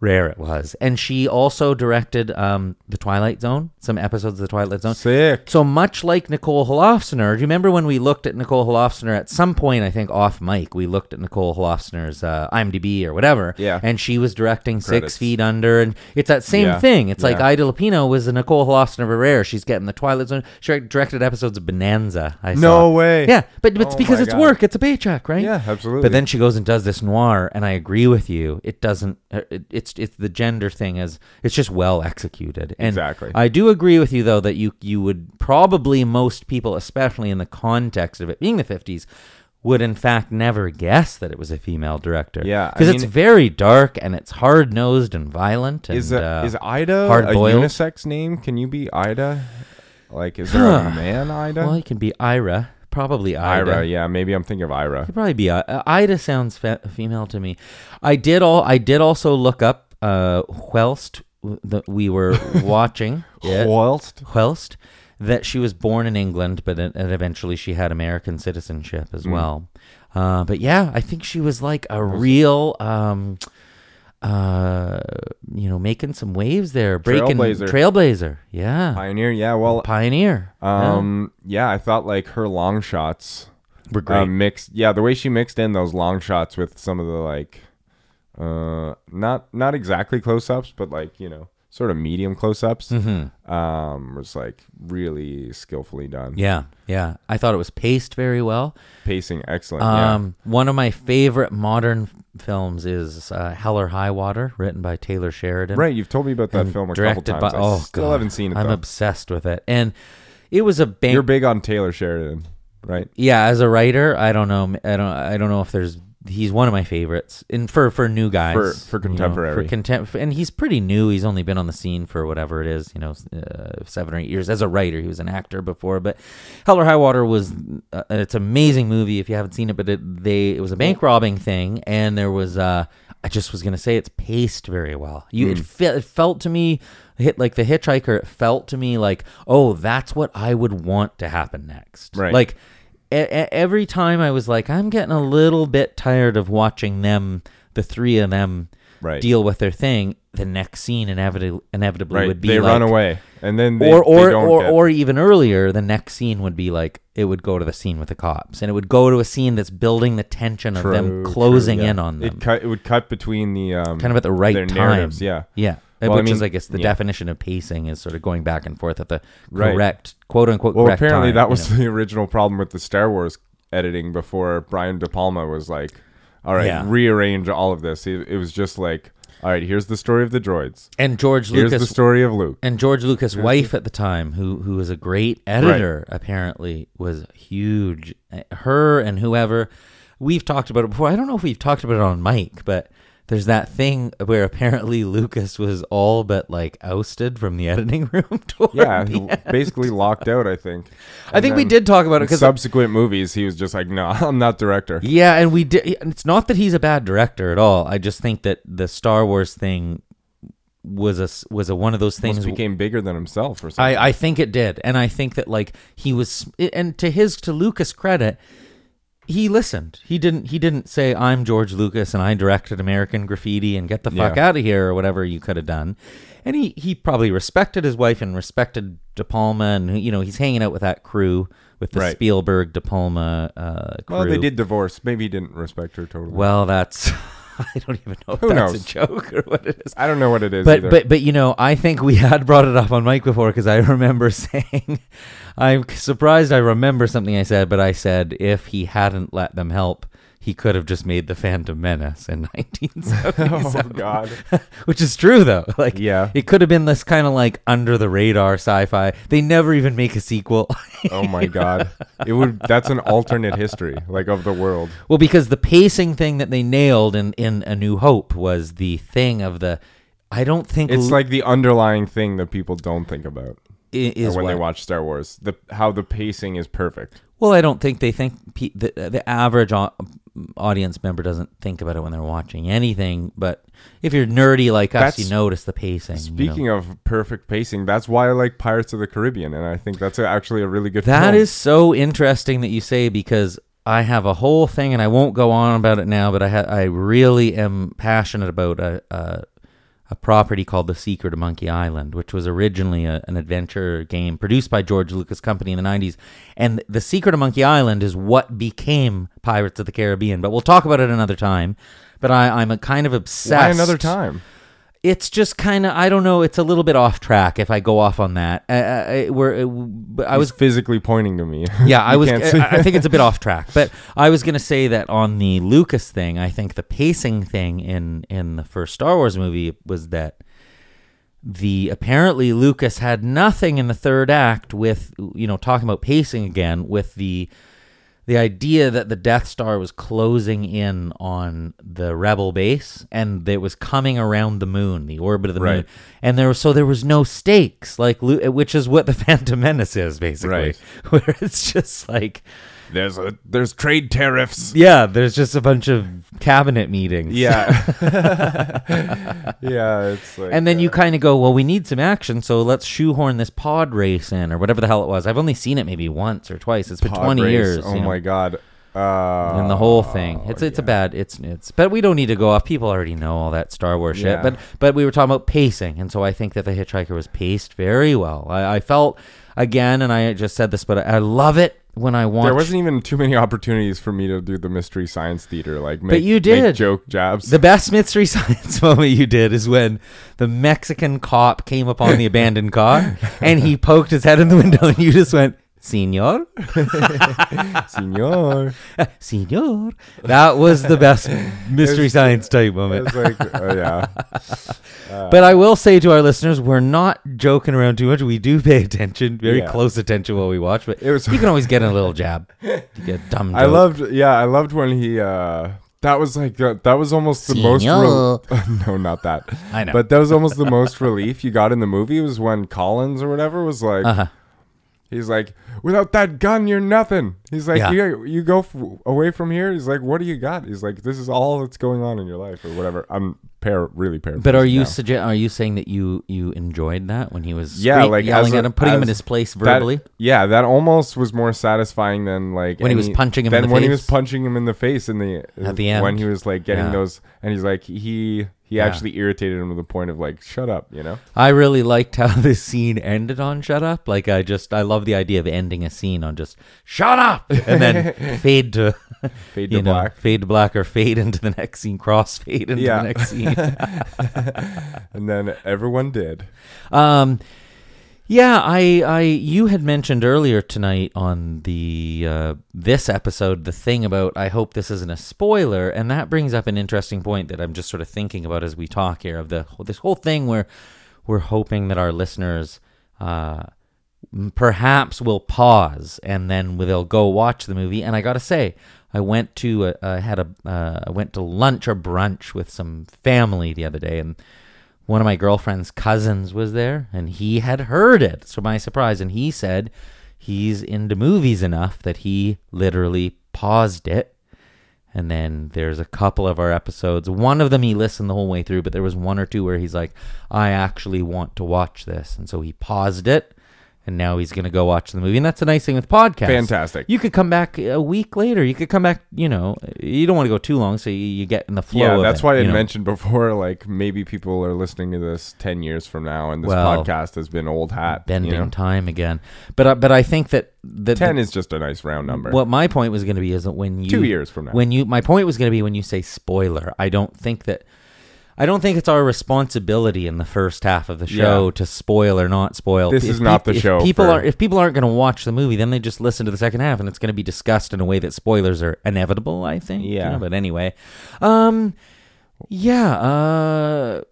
[SPEAKER 5] rare it was and she also directed um the twilight zone some episodes of the twilight zone
[SPEAKER 6] sick?
[SPEAKER 5] so much like Nicole Holofcener, do you remember when we looked at Nicole Holofcener at some point? I think off mic, we looked at Nicole Holofcener's uh, IMDb or whatever.
[SPEAKER 6] Yeah.
[SPEAKER 5] And she was directing Six
[SPEAKER 6] Credits.
[SPEAKER 5] Feet Under, and it's that same
[SPEAKER 6] Yeah.
[SPEAKER 5] thing. It's like
[SPEAKER 6] Yeah.
[SPEAKER 5] Ida Lupino was the Nicole Holofcener of rare. She's getting the Twilight Zone. She directed episodes of Bonanza. I
[SPEAKER 6] No
[SPEAKER 5] saw.
[SPEAKER 6] way.
[SPEAKER 5] Yeah, but, but it's
[SPEAKER 6] Oh
[SPEAKER 5] because
[SPEAKER 6] my
[SPEAKER 5] it's
[SPEAKER 6] God.
[SPEAKER 5] work. It's a paycheck, right?
[SPEAKER 6] Yeah, absolutely.
[SPEAKER 5] But then she goes and does this noir, and I agree with you. It doesn't. uh, It, it's it's the gender thing is it's just well executed. And
[SPEAKER 6] Exactly.
[SPEAKER 5] I do agree with you though that you you would probably most people, especially in the context of it being the fifties, would in fact never guess that it was a female director.
[SPEAKER 6] Yeah, I
[SPEAKER 5] because it's
[SPEAKER 6] mean-
[SPEAKER 5] very dark and it's hard nosed and violent. And,
[SPEAKER 6] is a,
[SPEAKER 5] uh,
[SPEAKER 6] is Ida a
[SPEAKER 5] hard-boiled?
[SPEAKER 6] unisex name? Can you be Ida? Like, is there a man Ida?
[SPEAKER 5] well, it can be Ira, probably Ira.
[SPEAKER 6] Ira, yeah, maybe I'm thinking of Ira.
[SPEAKER 5] It'd probably be I- uh, Ida sounds fe- female to me. I did all. I did also look up uh, whilst w- that we were watching it,
[SPEAKER 6] Whilst
[SPEAKER 5] whilst that she was born in England, but it, and eventually she had American citizenship
[SPEAKER 6] Hmm.
[SPEAKER 5] as well. Uh, but yeah, I think she was like a real. Um, uh, you know, making some waves there, breaking
[SPEAKER 6] Trailblazer.
[SPEAKER 5] trailblazer. yeah,
[SPEAKER 6] pioneer, yeah. Well,
[SPEAKER 5] pioneer.
[SPEAKER 6] um, yeah, I thought like her long shots
[SPEAKER 5] We're
[SPEAKER 6] uh, mixed. Yeah, the way she mixed in those long shots with some of the like, uh, not not exactly close ups, but like you know, sort of medium close ups. Um, was like really skillfully done.
[SPEAKER 5] Mm-hmm. yeah, yeah. I thought it was paced very well.
[SPEAKER 6] pacing excellent. yeah.
[SPEAKER 5] Um, one of my favorite modern f- films is uh, Hell or High Water, written by Taylor Sheridan.
[SPEAKER 6] Right, you've told me about that
[SPEAKER 5] and
[SPEAKER 6] film a couple
[SPEAKER 5] directed
[SPEAKER 6] times.
[SPEAKER 5] by. Oh,
[SPEAKER 6] I still
[SPEAKER 5] God,
[SPEAKER 6] haven't seen it.
[SPEAKER 5] I'm
[SPEAKER 6] though.
[SPEAKER 5] obsessed with it, and it was a bank.
[SPEAKER 6] You're big on Taylor Sheridan, right?
[SPEAKER 5] yeah, as a writer, I don't know. I don't. I don't know if there's. He's one of my favorites, and for for new guys,
[SPEAKER 6] For- for
[SPEAKER 5] you know,
[SPEAKER 6] contemporary.
[SPEAKER 5] for contem- and he's pretty new. He's only been on the scene for whatever it is, you know, s- uh, seven or eight years as a writer. He was an actor before, but Hell or High Water was uh, it's an amazing movie if you haven't seen it. But it, they it was a bank robbing thing, and there was uh, I just was gonna say it's paced very well. You
[SPEAKER 6] Hmm.
[SPEAKER 5] it, fe- it felt to me hit like the hitchhiker. It felt to me like oh that's what I would want to happen next.
[SPEAKER 6] Right.
[SPEAKER 5] like e- e- every time I was like, I'm getting a little bit tired of watching them, the three of them,
[SPEAKER 6] Right.
[SPEAKER 5] deal with their thing. The next scene inevitably, inevitably
[SPEAKER 6] Right.
[SPEAKER 5] would be
[SPEAKER 6] they
[SPEAKER 5] like,
[SPEAKER 6] run away, and then they,
[SPEAKER 5] or
[SPEAKER 6] they
[SPEAKER 5] or
[SPEAKER 6] don't
[SPEAKER 5] or,
[SPEAKER 6] get-
[SPEAKER 5] or even earlier, the next scene would be like it would go to the scene with the cops, and it would go to a scene that's building the tension of
[SPEAKER 6] True,
[SPEAKER 5] them
[SPEAKER 6] true,
[SPEAKER 5] closing
[SPEAKER 6] yeah.
[SPEAKER 5] in on them,
[SPEAKER 6] It cut. It would cut between the um,
[SPEAKER 5] kind of at the right
[SPEAKER 6] their
[SPEAKER 5] time.
[SPEAKER 6] narratives, yeah.
[SPEAKER 5] yeah.
[SPEAKER 6] Well, I
[SPEAKER 5] Which is,
[SPEAKER 6] mean,
[SPEAKER 5] I guess, the
[SPEAKER 6] yeah.
[SPEAKER 5] definition of pacing is sort of going back and forth at the
[SPEAKER 6] Right.
[SPEAKER 5] correct, quote unquote,
[SPEAKER 6] Well,
[SPEAKER 5] correct
[SPEAKER 6] apparently
[SPEAKER 5] time,
[SPEAKER 6] that
[SPEAKER 5] you
[SPEAKER 6] was
[SPEAKER 5] know.
[SPEAKER 6] the original problem with the Star Wars editing before Brian De Palma was like, "All right,
[SPEAKER 5] Yeah.
[SPEAKER 6] rearrange all of this." It, it was just like, "All right, here's the story of the droids.
[SPEAKER 5] and George
[SPEAKER 6] Here's
[SPEAKER 5] Lucas
[SPEAKER 6] the story of Luke."
[SPEAKER 5] and George Lucas' wife at the time, who who was a great editor, apparently was huge. Eh, Her and whoever we've talked about it before. I don't know if we've talked about it on mic, but there's that thing where apparently Lucas was all but like ousted from the editing room. toward
[SPEAKER 6] Yeah,
[SPEAKER 5] the
[SPEAKER 6] he
[SPEAKER 5] end.
[SPEAKER 6] basically locked out. I think.
[SPEAKER 5] I think we
[SPEAKER 6] then
[SPEAKER 5] did talk about
[SPEAKER 6] in
[SPEAKER 5] it because
[SPEAKER 6] subsequent movies, he was just like, "No, I'm not director."
[SPEAKER 5] yeah, and we did. and It's not that he's a bad director at all. I just think that the Star Wars thing was a s- was a one of those things.
[SPEAKER 6] Almost became bigger than himself or something.
[SPEAKER 5] I I think it did, and I think that like he was, and to his to Lucas credit, he listened. He didn't. He didn't say, "I'm George Lucas and I directed American Graffiti and get the fuck
[SPEAKER 6] Yeah.
[SPEAKER 5] out of here" or whatever you could have done. And he he probably respected his wife and respected De Palma, and you know he's hanging out with that crew with the
[SPEAKER 6] Right.
[SPEAKER 5] Spielberg De Palma uh, crew.
[SPEAKER 6] well, they did divorce. Maybe he didn't respect her totally.
[SPEAKER 5] Well, that's I don't even know if
[SPEAKER 6] Who
[SPEAKER 5] that's
[SPEAKER 6] knows?
[SPEAKER 5] a joke or what it is
[SPEAKER 6] I don't know what it is.
[SPEAKER 5] but
[SPEAKER 6] either.
[SPEAKER 5] but but you know, I think we had brought it up on mic before because I remember saying, I'm surprised I remember something I said, but I said if he hadn't let them help, he could have just made the Phantom Menace in 1977.
[SPEAKER 6] oh god,
[SPEAKER 5] Which is true though. Like
[SPEAKER 6] Yeah.
[SPEAKER 5] it could have been this kind of like under the radar sci-fi. They never even make a sequel.
[SPEAKER 6] oh my god, it would. That's an alternate history, like of the world.
[SPEAKER 5] Well, because the pacing thing that they nailed in in A New Hope was the thing of the I don't think
[SPEAKER 6] It's
[SPEAKER 5] Lu-
[SPEAKER 6] like the underlying thing that people don't think about
[SPEAKER 5] i- is
[SPEAKER 6] when they
[SPEAKER 5] what?
[SPEAKER 6] watch Star Wars. The how the pacing is perfect.
[SPEAKER 5] Well, I don't think they think pe- the the average au- audience member doesn't think about it when they're watching anything. But if you're nerdy like us,
[SPEAKER 6] That's-
[SPEAKER 5] you notice the pacing.
[SPEAKER 6] Speaking of perfect pacing, that's why I like Pirates of the Caribbean, and I think that's a, actually a really good.
[SPEAKER 5] that
[SPEAKER 6] film.
[SPEAKER 5] is so interesting that you say because I have a whole thing, and I won't go on about it now. But I ha- I really am passionate about a, a a property called The Secret of Monkey Island, which was originally a, an adventure game produced by George Lucas Company in the '90s. And The Secret of Monkey Island is what became Pirates of the Caribbean. But we'll talk about it another time. But I, I'm a kind of obsessed.
[SPEAKER 6] why another time.
[SPEAKER 5] It's just kind of I don't know. It's a little bit off track if I go off on that. I, I, I, we're, uh, but
[SPEAKER 6] I
[SPEAKER 5] I was
[SPEAKER 6] was physically pointing to me.
[SPEAKER 5] yeah, I
[SPEAKER 6] You
[SPEAKER 5] was.
[SPEAKER 6] can't
[SPEAKER 5] I,
[SPEAKER 6] see
[SPEAKER 5] I think it's a bit off track, but I was gonna say that on the Lucas thing, I think the pacing thing in in the first Star Wars movie was that the apparently Lucas had nothing in the third act with you know talking about pacing again with the the idea that the Death Star was closing in on the Rebel base and it was coming around the moon, the orbit of the moon,
[SPEAKER 6] Right.
[SPEAKER 5] and there was so there was no stakes like Lu- which is what the Phantom Menace is basically,
[SPEAKER 6] Right.
[SPEAKER 5] where it's just like
[SPEAKER 6] there's a there's trade tariffs.
[SPEAKER 5] yeah, there's just a bunch of cabinet meetings,
[SPEAKER 6] Yeah, yeah. It's like
[SPEAKER 5] and then you
[SPEAKER 6] uh,
[SPEAKER 5] kind of go, well, we need some action, so let's shoehorn this pod race in or whatever the hell it was. I've only seen it maybe once or twice. It's been
[SPEAKER 6] pod
[SPEAKER 5] twenty
[SPEAKER 6] race.
[SPEAKER 5] years.
[SPEAKER 6] Oh
[SPEAKER 5] you know,
[SPEAKER 6] my god. Uh,
[SPEAKER 5] and the whole thing. It's it's a bad it's it's but we don't need to go off. People already know all that Star Wars
[SPEAKER 6] Yeah.
[SPEAKER 5] shit. But but we were talking about pacing, and so I think that the Hitchhiker was paced very well. I, I felt again, and I just said this, but I, I love it when I watch.
[SPEAKER 6] There wasn't even too many opportunities for me to do the mystery science theater, like make,
[SPEAKER 5] you
[SPEAKER 6] make
[SPEAKER 5] did.
[SPEAKER 6] joke jabs.
[SPEAKER 5] the best mystery science moment you did is when the Mexican cop came upon the abandoned car and he poked his head in the window and you just went, Senor?
[SPEAKER 6] Senor.
[SPEAKER 5] Senor? That was the best mystery science type moment.
[SPEAKER 6] It's like, uh, yeah. uh,
[SPEAKER 5] But I will say to our listeners, we're not joking around too much. We do pay attention, very
[SPEAKER 6] Yeah.
[SPEAKER 5] close attention while we watch. But
[SPEAKER 6] It was-
[SPEAKER 5] you can always get in a little jab. You get a dumb.
[SPEAKER 6] I
[SPEAKER 5] joke.
[SPEAKER 6] loved, yeah, I loved when he, uh, that was like, uh, that was almost the most,
[SPEAKER 5] Senor.
[SPEAKER 6] no, not that.
[SPEAKER 5] I know.
[SPEAKER 6] But that was almost the most relief you got in the movie was when Collins or whatever was like,
[SPEAKER 5] Uh-huh.
[SPEAKER 6] he's like, without that gun, you're nothing. He's like,
[SPEAKER 5] Yeah.
[SPEAKER 6] you, you go f- away from here. He's like, what do you got? He's like, this is all that's going on in your life or whatever. I'm par- really paraphrasing.
[SPEAKER 5] But are you
[SPEAKER 6] now.
[SPEAKER 5] sugge- Are you saying that you you enjoyed that when he was
[SPEAKER 6] Yeah,
[SPEAKER 5] scree-
[SPEAKER 6] like, as
[SPEAKER 5] yelling
[SPEAKER 6] a-
[SPEAKER 5] at him, putting him in
[SPEAKER 6] as
[SPEAKER 5] his place
[SPEAKER 6] that-
[SPEAKER 5] verbally?
[SPEAKER 6] yeah, that almost was more satisfying than like
[SPEAKER 5] When he was punching him in
[SPEAKER 6] Than
[SPEAKER 5] the
[SPEAKER 6] when he
[SPEAKER 5] face?
[SPEAKER 6] was punching him in the face in the
[SPEAKER 5] At the end.
[SPEAKER 6] when he was like getting
[SPEAKER 5] Yeah.
[SPEAKER 6] those and he's like he he actually irritated him to the point of like shut up, you know.
[SPEAKER 5] I really liked how this scene ended on "Shut Up." Like I just I love the idea of ending a scene on just "Shut Up" and then fade to
[SPEAKER 6] Fade
[SPEAKER 5] you
[SPEAKER 6] to
[SPEAKER 5] know,
[SPEAKER 6] black.
[SPEAKER 5] fade to black, or fade into the next scene, crossfade into
[SPEAKER 6] Yeah.
[SPEAKER 5] the next scene.
[SPEAKER 6] And then everyone did.
[SPEAKER 5] Um, yeah, I, I, you had mentioned earlier tonight on the uh, this episode the thing about I hope this isn't a spoiler, and that brings up an interesting point that I'm just sort of thinking about as we talk here of the this whole thing where we're hoping that our listeners uh, perhaps we'll pause and then they'll go watch the movie. And I gotta say, I went to a, I had a uh, I went to lunch or brunch with some family the other day, and one of my girlfriend's cousins was there, and he had heard it. So my surprise, and he said he's into movies enough that he literally paused it. And then there's a couple of our episodes. One of them he listened the whole way through, but there was one or two where he's like, I actually want to watch this. And so he paused it and now he's going to go watch the movie. And that's the nice thing with podcasts.
[SPEAKER 6] Fantastic.
[SPEAKER 5] You could come back a week later. You could come back, you know, you don't want to go too long. So you, you get in the flow.
[SPEAKER 6] yeah,
[SPEAKER 5] of
[SPEAKER 6] that's
[SPEAKER 5] it,
[SPEAKER 6] why I
[SPEAKER 5] you know.
[SPEAKER 6] mentioned before. Like maybe people are listening to this ten years from now, and this
[SPEAKER 5] Well,
[SPEAKER 6] podcast has been old hat.
[SPEAKER 5] bending
[SPEAKER 6] you know?
[SPEAKER 5] time again. But uh, but I think that that
[SPEAKER 6] ten is just a nice round number.
[SPEAKER 5] What my point was going to be is that when you
[SPEAKER 6] Two years from now.
[SPEAKER 5] when you my point was going to be when you say spoiler, I don't think that I don't think it's our responsibility in the first half of the show
[SPEAKER 6] Yeah.
[SPEAKER 5] to spoil or not spoil.
[SPEAKER 6] This
[SPEAKER 5] If
[SPEAKER 6] is not
[SPEAKER 5] peop-
[SPEAKER 6] the
[SPEAKER 5] if
[SPEAKER 6] show
[SPEAKER 5] People
[SPEAKER 6] for-
[SPEAKER 5] are if people aren't going to watch the movie, then they just listen to the second half, and it's going to be discussed in a way that spoilers are inevitable. I think. you
[SPEAKER 6] Yeah.
[SPEAKER 5] know, but anyway, um, yeah. Uh,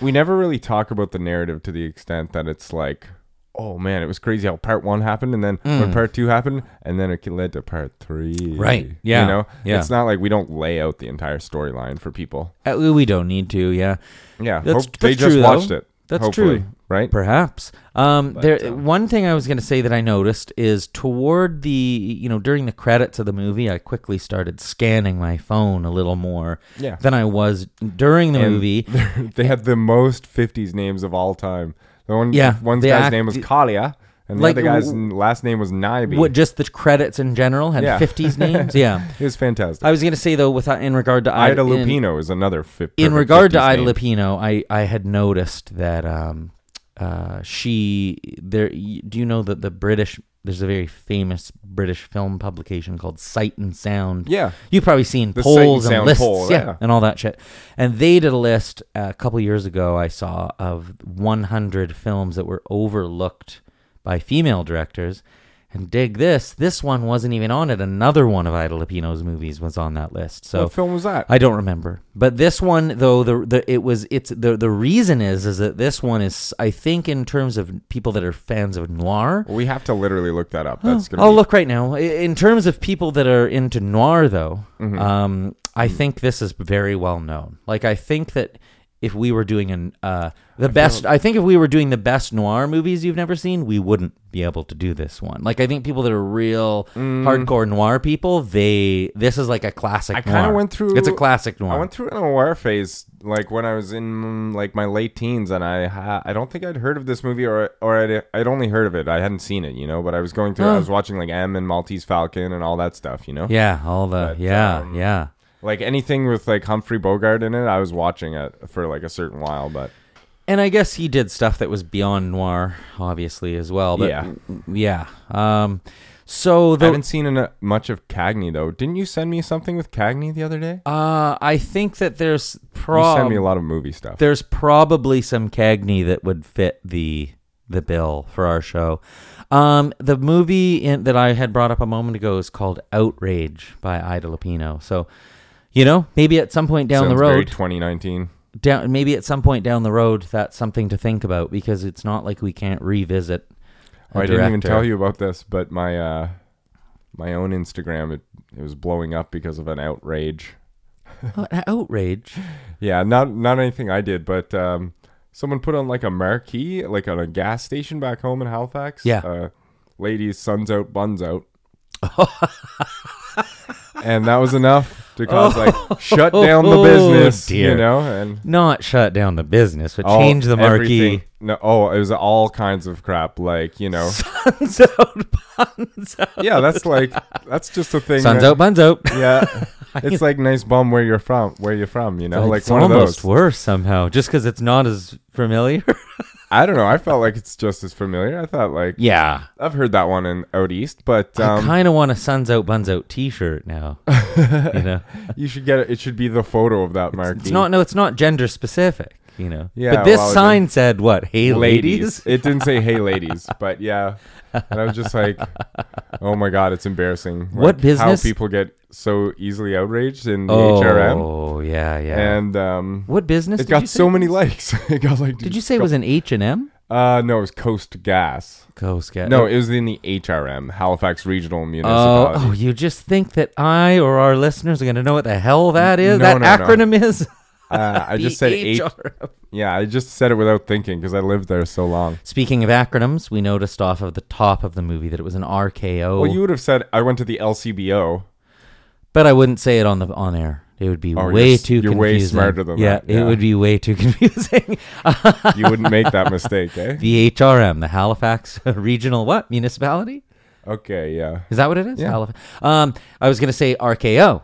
[SPEAKER 6] we never really talk about the narrative to the extent that it's like, oh man, it was crazy how part one happened, and then when part two happened, and then it led to part three.
[SPEAKER 5] Mm. Right, yeah,
[SPEAKER 6] You know,
[SPEAKER 5] yeah.
[SPEAKER 6] it's not like we don't lay out the entire storyline for people.
[SPEAKER 5] uh, we we don't need to. Yeah.
[SPEAKER 6] Yeah,
[SPEAKER 5] That's-
[SPEAKER 6] hope they
[SPEAKER 5] that's
[SPEAKER 6] just
[SPEAKER 5] true,
[SPEAKER 6] watched
[SPEAKER 5] though.
[SPEAKER 6] it.
[SPEAKER 5] That's
[SPEAKER 6] hopefully,
[SPEAKER 5] true.
[SPEAKER 6] right?
[SPEAKER 5] Perhaps. Um, there.
[SPEAKER 6] um,
[SPEAKER 5] one thing I was going to say that I noticed is toward the you know during the credits of the movie, I quickly started scanning my phone a little more
[SPEAKER 6] Yeah.
[SPEAKER 5] than I was during the
[SPEAKER 6] And
[SPEAKER 5] movie.
[SPEAKER 6] they had the most '50s names of all time. The one,
[SPEAKER 5] Yeah,
[SPEAKER 6] one
[SPEAKER 5] the
[SPEAKER 6] guy's
[SPEAKER 5] act-
[SPEAKER 6] name was Kalia, and
[SPEAKER 5] Like,
[SPEAKER 6] the other guy's n-
[SPEAKER 5] w-
[SPEAKER 6] last name was Nyby.
[SPEAKER 5] What just the credits in general had
[SPEAKER 6] Yeah.
[SPEAKER 5] 50s names? Yeah.
[SPEAKER 6] it was fantastic.
[SPEAKER 5] I was going to say though with uh, in regard to
[SPEAKER 6] Ida
[SPEAKER 5] in-
[SPEAKER 6] Lupino is another. Fi- perfect
[SPEAKER 5] in regard to
[SPEAKER 6] 50s
[SPEAKER 5] Ida
[SPEAKER 6] name.
[SPEAKER 5] Lupino, I, I had noticed that um, uh, she there. y- Do you know that the British there's a very famous British film publication called Sight and Sound.
[SPEAKER 6] Yeah.
[SPEAKER 5] you've probably seen
[SPEAKER 6] The Sight and
[SPEAKER 5] polls and,
[SPEAKER 6] Sound
[SPEAKER 5] lists,
[SPEAKER 6] poll,
[SPEAKER 5] yeah,
[SPEAKER 6] yeah.
[SPEAKER 5] and all that shit. And they did a list uh, a couple years ago. I saw of 100 films that were overlooked by female directors. And dig this, this one wasn't even on it. Another one of Ida Lupino's movies was on that list. So
[SPEAKER 6] What film was that?
[SPEAKER 5] I don't remember. But this one though the, the it was it's the the reason is is that this one is I think in terms of people that are fans of noir.
[SPEAKER 6] we have to literally look that up. That's gonna
[SPEAKER 5] I'll
[SPEAKER 6] be
[SPEAKER 5] look right now. I- In terms of people that are into noir though,
[SPEAKER 6] Mm-hmm.
[SPEAKER 5] um I think this is very well known. Like I think that if we were doing an uh the best I think if we were doing the best noir movies you've never seen, we wouldn't be able to do this one. Like I think people that are real hardcore noir people, they this is like a classic
[SPEAKER 6] Mm. I kind
[SPEAKER 5] noir.
[SPEAKER 6] of went through.
[SPEAKER 5] It's a classic noir.
[SPEAKER 6] I went through an noir phase, like when I was in like my late teens, and I ha- I don't think I'd heard of this movie, or or I'd, I'd only heard of it. I hadn't seen it, you know. But I was going through. I was watching like M and Maltese Falcon and all that stuff, you know.
[SPEAKER 5] Yeah, all the
[SPEAKER 6] But,
[SPEAKER 5] yeah,
[SPEAKER 6] um,
[SPEAKER 5] yeah,
[SPEAKER 6] Like anything with like Humphrey Bogart in it, I was watching it for like a certain while. But
[SPEAKER 5] and I guess he did stuff that was beyond noir, obviously as well. But
[SPEAKER 6] Yeah.
[SPEAKER 5] yeah. Um, so
[SPEAKER 6] I
[SPEAKER 5] the
[SPEAKER 6] haven't seen eno- much of Cagney though. Didn't you send me something with Cagney the other day?
[SPEAKER 5] uh, I think that there's
[SPEAKER 6] you sent me a
[SPEAKER 5] prob-
[SPEAKER 6] lot of movie stuff.
[SPEAKER 5] there's probably some Cagney that would fit the the bill for our show. Um, the movie in, that I had brought up a moment ago is called Outrage by Ida Lupino. So, you know, maybe at some point down
[SPEAKER 6] Sounds
[SPEAKER 5] the road,
[SPEAKER 6] very 2019.
[SPEAKER 5] down maybe at some point down the road that's something to think about because it's not like we can't revisit a
[SPEAKER 6] Oh, I didn't even
[SPEAKER 5] director.
[SPEAKER 6] tell you about this, but my uh, my own Instagram it, it was blowing up because of an outrage.
[SPEAKER 5] Oh, an outrage
[SPEAKER 6] Yeah, not not anything I did, but um, someone put on like a marquee, like on a gas station back home in Halifax.
[SPEAKER 5] Yeah.
[SPEAKER 6] uh, ladies, suns out, buns out. and that was enough to cause like shut down the
[SPEAKER 5] Oh,
[SPEAKER 6] business,
[SPEAKER 5] dear.
[SPEAKER 6] you know, and
[SPEAKER 5] not shut down the business but
[SPEAKER 6] all-
[SPEAKER 5] change the marquee
[SPEAKER 6] everything- No, oh, it was all kinds of crap, like you know,
[SPEAKER 5] suns out buns out
[SPEAKER 6] yeah, that's like that's just a thing.
[SPEAKER 5] suns
[SPEAKER 6] that-
[SPEAKER 5] out buns out
[SPEAKER 6] Yeah. It's like nice bum where you're from, where you're from, you know, like
[SPEAKER 5] it's
[SPEAKER 6] one of
[SPEAKER 5] almost
[SPEAKER 6] those.
[SPEAKER 5] worse somehow just because it's not as familiar
[SPEAKER 6] I don't know. I felt like it's just as familiar. I thought like
[SPEAKER 5] yeah
[SPEAKER 6] I've heard that one in out east, but
[SPEAKER 5] I
[SPEAKER 6] um,
[SPEAKER 5] kind of want a suns out buns out T-shirt now. you know,
[SPEAKER 6] you should get it. It should be the photo of that marquee.
[SPEAKER 5] it's not no, it's not gender specific. You know,
[SPEAKER 6] Yeah,
[SPEAKER 5] But this
[SPEAKER 6] well, it-
[SPEAKER 5] sign said what? Hey, ladies.
[SPEAKER 6] it didn't say hey ladies, but yeah. And I was just like, oh my god, it's embarrassing.
[SPEAKER 5] What
[SPEAKER 6] Like,
[SPEAKER 5] business-
[SPEAKER 6] How people get so easily outraged in the HRM,
[SPEAKER 5] Oh, yeah, yeah.
[SPEAKER 6] and um,
[SPEAKER 5] What business?
[SPEAKER 6] it
[SPEAKER 5] did you
[SPEAKER 6] got
[SPEAKER 5] say
[SPEAKER 6] so
[SPEAKER 5] it
[SPEAKER 6] many
[SPEAKER 5] was?
[SPEAKER 6] likes. it got like
[SPEAKER 5] Did you say it was an H and M?
[SPEAKER 6] Uh, no, it was Coast Gas.
[SPEAKER 5] Go scat.
[SPEAKER 6] No, uh, it was in the HRM, Halifax Regional
[SPEAKER 5] Oh,
[SPEAKER 6] Municipality.
[SPEAKER 5] oh, you just think that I or our listeners are going to know what the hell that is?
[SPEAKER 6] No,
[SPEAKER 5] that
[SPEAKER 6] no, no.
[SPEAKER 5] acronym is?
[SPEAKER 6] Uh, I just said H-
[SPEAKER 5] BHRM.
[SPEAKER 6] Yeah, I just said it without thinking because I lived there so long.
[SPEAKER 5] Speaking of acronyms, we noticed off of the top of the movie that it was an
[SPEAKER 6] Well,
[SPEAKER 5] RKO,
[SPEAKER 6] Oh, you would have said I went to the LCBO.
[SPEAKER 5] but I wouldn't say it on the on air. It would be
[SPEAKER 6] Oh, you're
[SPEAKER 5] way
[SPEAKER 6] s-
[SPEAKER 5] too
[SPEAKER 6] you're way
[SPEAKER 5] confusing.
[SPEAKER 6] smarter than
[SPEAKER 5] yeah,
[SPEAKER 6] that, yeah.
[SPEAKER 5] it would be way too confusing. Uh,
[SPEAKER 6] You wouldn't make that mistake, eh?
[SPEAKER 5] the HRM, the Halifax Regional what municipality?
[SPEAKER 6] Okay, yeah.
[SPEAKER 5] Is that what it is?
[SPEAKER 6] Yeah.
[SPEAKER 5] Halifax. Um, I was gonna say RKO.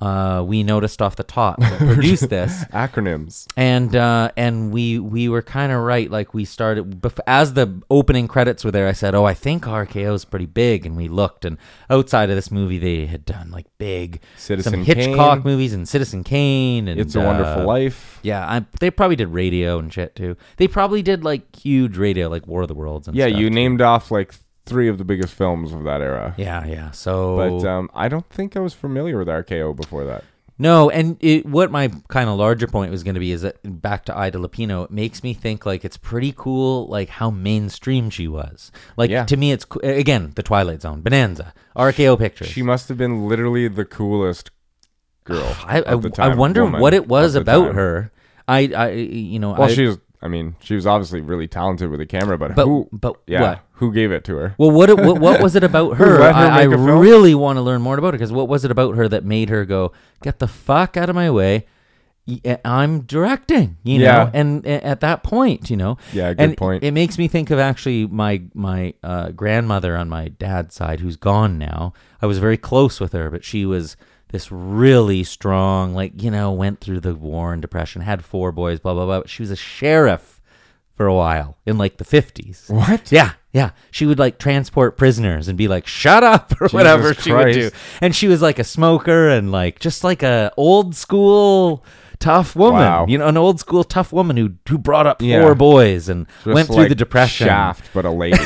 [SPEAKER 5] Uh, we noticed off the top that produced this,
[SPEAKER 6] Acronyms.
[SPEAKER 5] and uh, and we we were kind of right. Like we started bef- as the opening credits were there. I said, "Oh, I think RKO is pretty big." And we looked, and outside of this movie, they had done like big some
[SPEAKER 6] Citizen
[SPEAKER 5] Hitchcock
[SPEAKER 6] Kane.
[SPEAKER 5] movies and Citizen Kane and
[SPEAKER 6] It's a Wonderful
[SPEAKER 5] uh,
[SPEAKER 6] Life.
[SPEAKER 5] Yeah, I, they probably did radio and shit too. They probably did like huge radio, like War of the Worlds. and
[SPEAKER 6] Yeah,
[SPEAKER 5] stuff.
[SPEAKER 6] you named off like three of the biggest films of that era.
[SPEAKER 5] Yeah, yeah. So,
[SPEAKER 6] But um, I don't think I was familiar with RKO before that.
[SPEAKER 5] No, and it, what my kind of larger point was going to be is that back to Ida Lupino, it makes me think like it's pretty cool, like how mainstream she was. Like
[SPEAKER 6] Yeah.
[SPEAKER 5] to me, it's co- again the Twilight Zone, Bonanza, RKO Pictures.
[SPEAKER 6] She must have been literally the coolest girl.
[SPEAKER 5] I, I,
[SPEAKER 6] of the
[SPEAKER 5] I
[SPEAKER 6] time,
[SPEAKER 5] wonder
[SPEAKER 6] woman
[SPEAKER 5] what it was
[SPEAKER 6] of the
[SPEAKER 5] about
[SPEAKER 6] time.
[SPEAKER 5] her. I, I, you know,
[SPEAKER 6] Well,
[SPEAKER 5] I,
[SPEAKER 6] she was. I mean, she was obviously really talented with the camera, but,
[SPEAKER 5] But-
[SPEAKER 6] who?
[SPEAKER 5] but
[SPEAKER 6] yeah,
[SPEAKER 5] what?
[SPEAKER 6] who gave it to her?
[SPEAKER 5] Well, what, it, what what was it about her?
[SPEAKER 6] let her
[SPEAKER 5] I, I
[SPEAKER 6] make a film?
[SPEAKER 5] really want to learn more about it because what was it about her that made her go, "Get the fuck out of my way"? y- uh, I'm directing, you
[SPEAKER 6] Yeah.
[SPEAKER 5] know, and, and at that point, you know,
[SPEAKER 6] Yeah, good
[SPEAKER 5] and
[SPEAKER 6] point.
[SPEAKER 5] It makes me think of actually my my uh, grandmother on my dad's side, who's gone now. I was very close with her, but she was this really strong, like you know, went through the war and depression, had four boys, blah blah blah. But she was a sheriff for a while in like the fifties.
[SPEAKER 6] What?
[SPEAKER 5] Yeah, yeah. She would like transport prisoners and be like, "Shut up" or whatever she would do.
[SPEAKER 6] Christ.
[SPEAKER 5] And she was like a smoker and like just like a old school tough woman.
[SPEAKER 6] Wow.
[SPEAKER 5] You know, an old school tough woman who who brought up
[SPEAKER 6] Yeah.
[SPEAKER 5] four boys and
[SPEAKER 6] Just
[SPEAKER 5] went through
[SPEAKER 6] like
[SPEAKER 5] the depression.
[SPEAKER 6] Shaft, but a lady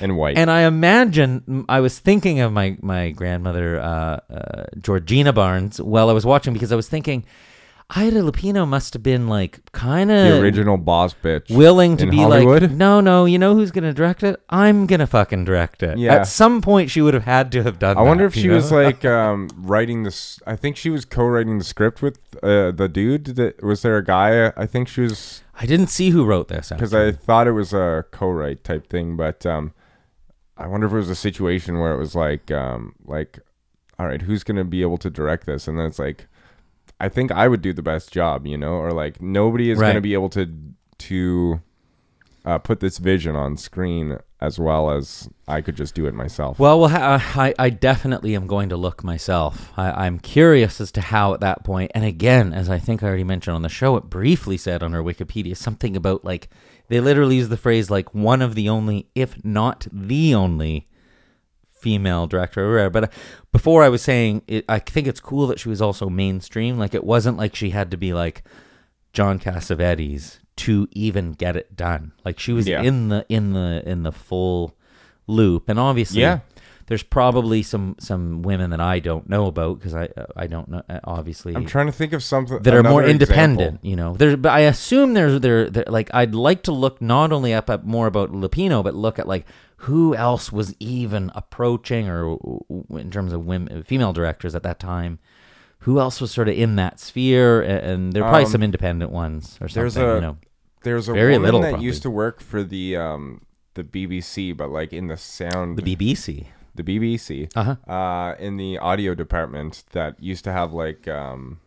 [SPEAKER 6] and white.
[SPEAKER 5] And I imagine I was thinking of my my grandmother uh, uh, Georgina Barnes while I was watching because I was thinking Ida Lupino must have been like kind
[SPEAKER 6] the
[SPEAKER 5] of
[SPEAKER 6] original boss bitch.
[SPEAKER 5] willing to
[SPEAKER 6] in
[SPEAKER 5] be
[SPEAKER 6] Hollywood?
[SPEAKER 5] like, no, no, you know who's gonna direct it? I'm gonna fucking direct it.
[SPEAKER 6] Yeah.
[SPEAKER 5] At some point, she would have had to have done.
[SPEAKER 6] I wonder
[SPEAKER 5] that,
[SPEAKER 6] if
[SPEAKER 5] you
[SPEAKER 6] she
[SPEAKER 5] know?
[SPEAKER 6] was like um, writing this. I think she was co-writing the script with uh, the dude. That was there a guy? I think she was
[SPEAKER 5] I didn't see who wrote this.
[SPEAKER 6] because
[SPEAKER 5] actually.
[SPEAKER 6] I thought it was a co-write type thing, but um, I wonder if it was a situation where it was like, um, like, all right, who's gonna be able to direct this? And then it's like, I think I would do the best job, you know, or like nobody is gonna
[SPEAKER 5] Right.
[SPEAKER 6] be able to to uh, put this vision on screen as well as I could just do it myself.
[SPEAKER 5] Well, well, ha- uh, I, I definitely am going to look myself. I, I'm curious as to how at that point, and again, as I think I already mentioned on the show, it briefly said on her Wikipedia something about like they literally use the phrase like one of the only, if not the only, female director. or whatever. But uh, before I was saying, it, I think it's cool that she was also mainstream. Like it wasn't like she had to be like John Cassavetes to even get it done. Like she was
[SPEAKER 6] Yeah.
[SPEAKER 5] in the in the in the full loop, and obviously,
[SPEAKER 6] Yeah.
[SPEAKER 5] there's probably some some women that I don't know about because I I don't know uh, obviously
[SPEAKER 6] I'm trying to think of something
[SPEAKER 5] that are more
[SPEAKER 6] another example.
[SPEAKER 5] independent. You know, there. But I assume there's there there- like I'd like to look not only up at more about Lupino, but look at like who else was even approaching or in terms of women female directors at that time. Who else was sort of in that sphere? A- And there are probably
[SPEAKER 6] Um,
[SPEAKER 5] some independent ones or something.
[SPEAKER 6] there's a-
[SPEAKER 5] you know.
[SPEAKER 6] There's a
[SPEAKER 5] Very
[SPEAKER 6] woman
[SPEAKER 5] little,
[SPEAKER 6] that
[SPEAKER 5] probably.
[SPEAKER 6] used to work for the um, the BBC, but like in the sound
[SPEAKER 5] the BBC.
[SPEAKER 6] the BBC
[SPEAKER 5] Uh-huh.
[SPEAKER 6] uh, in the audio department that used to have like um,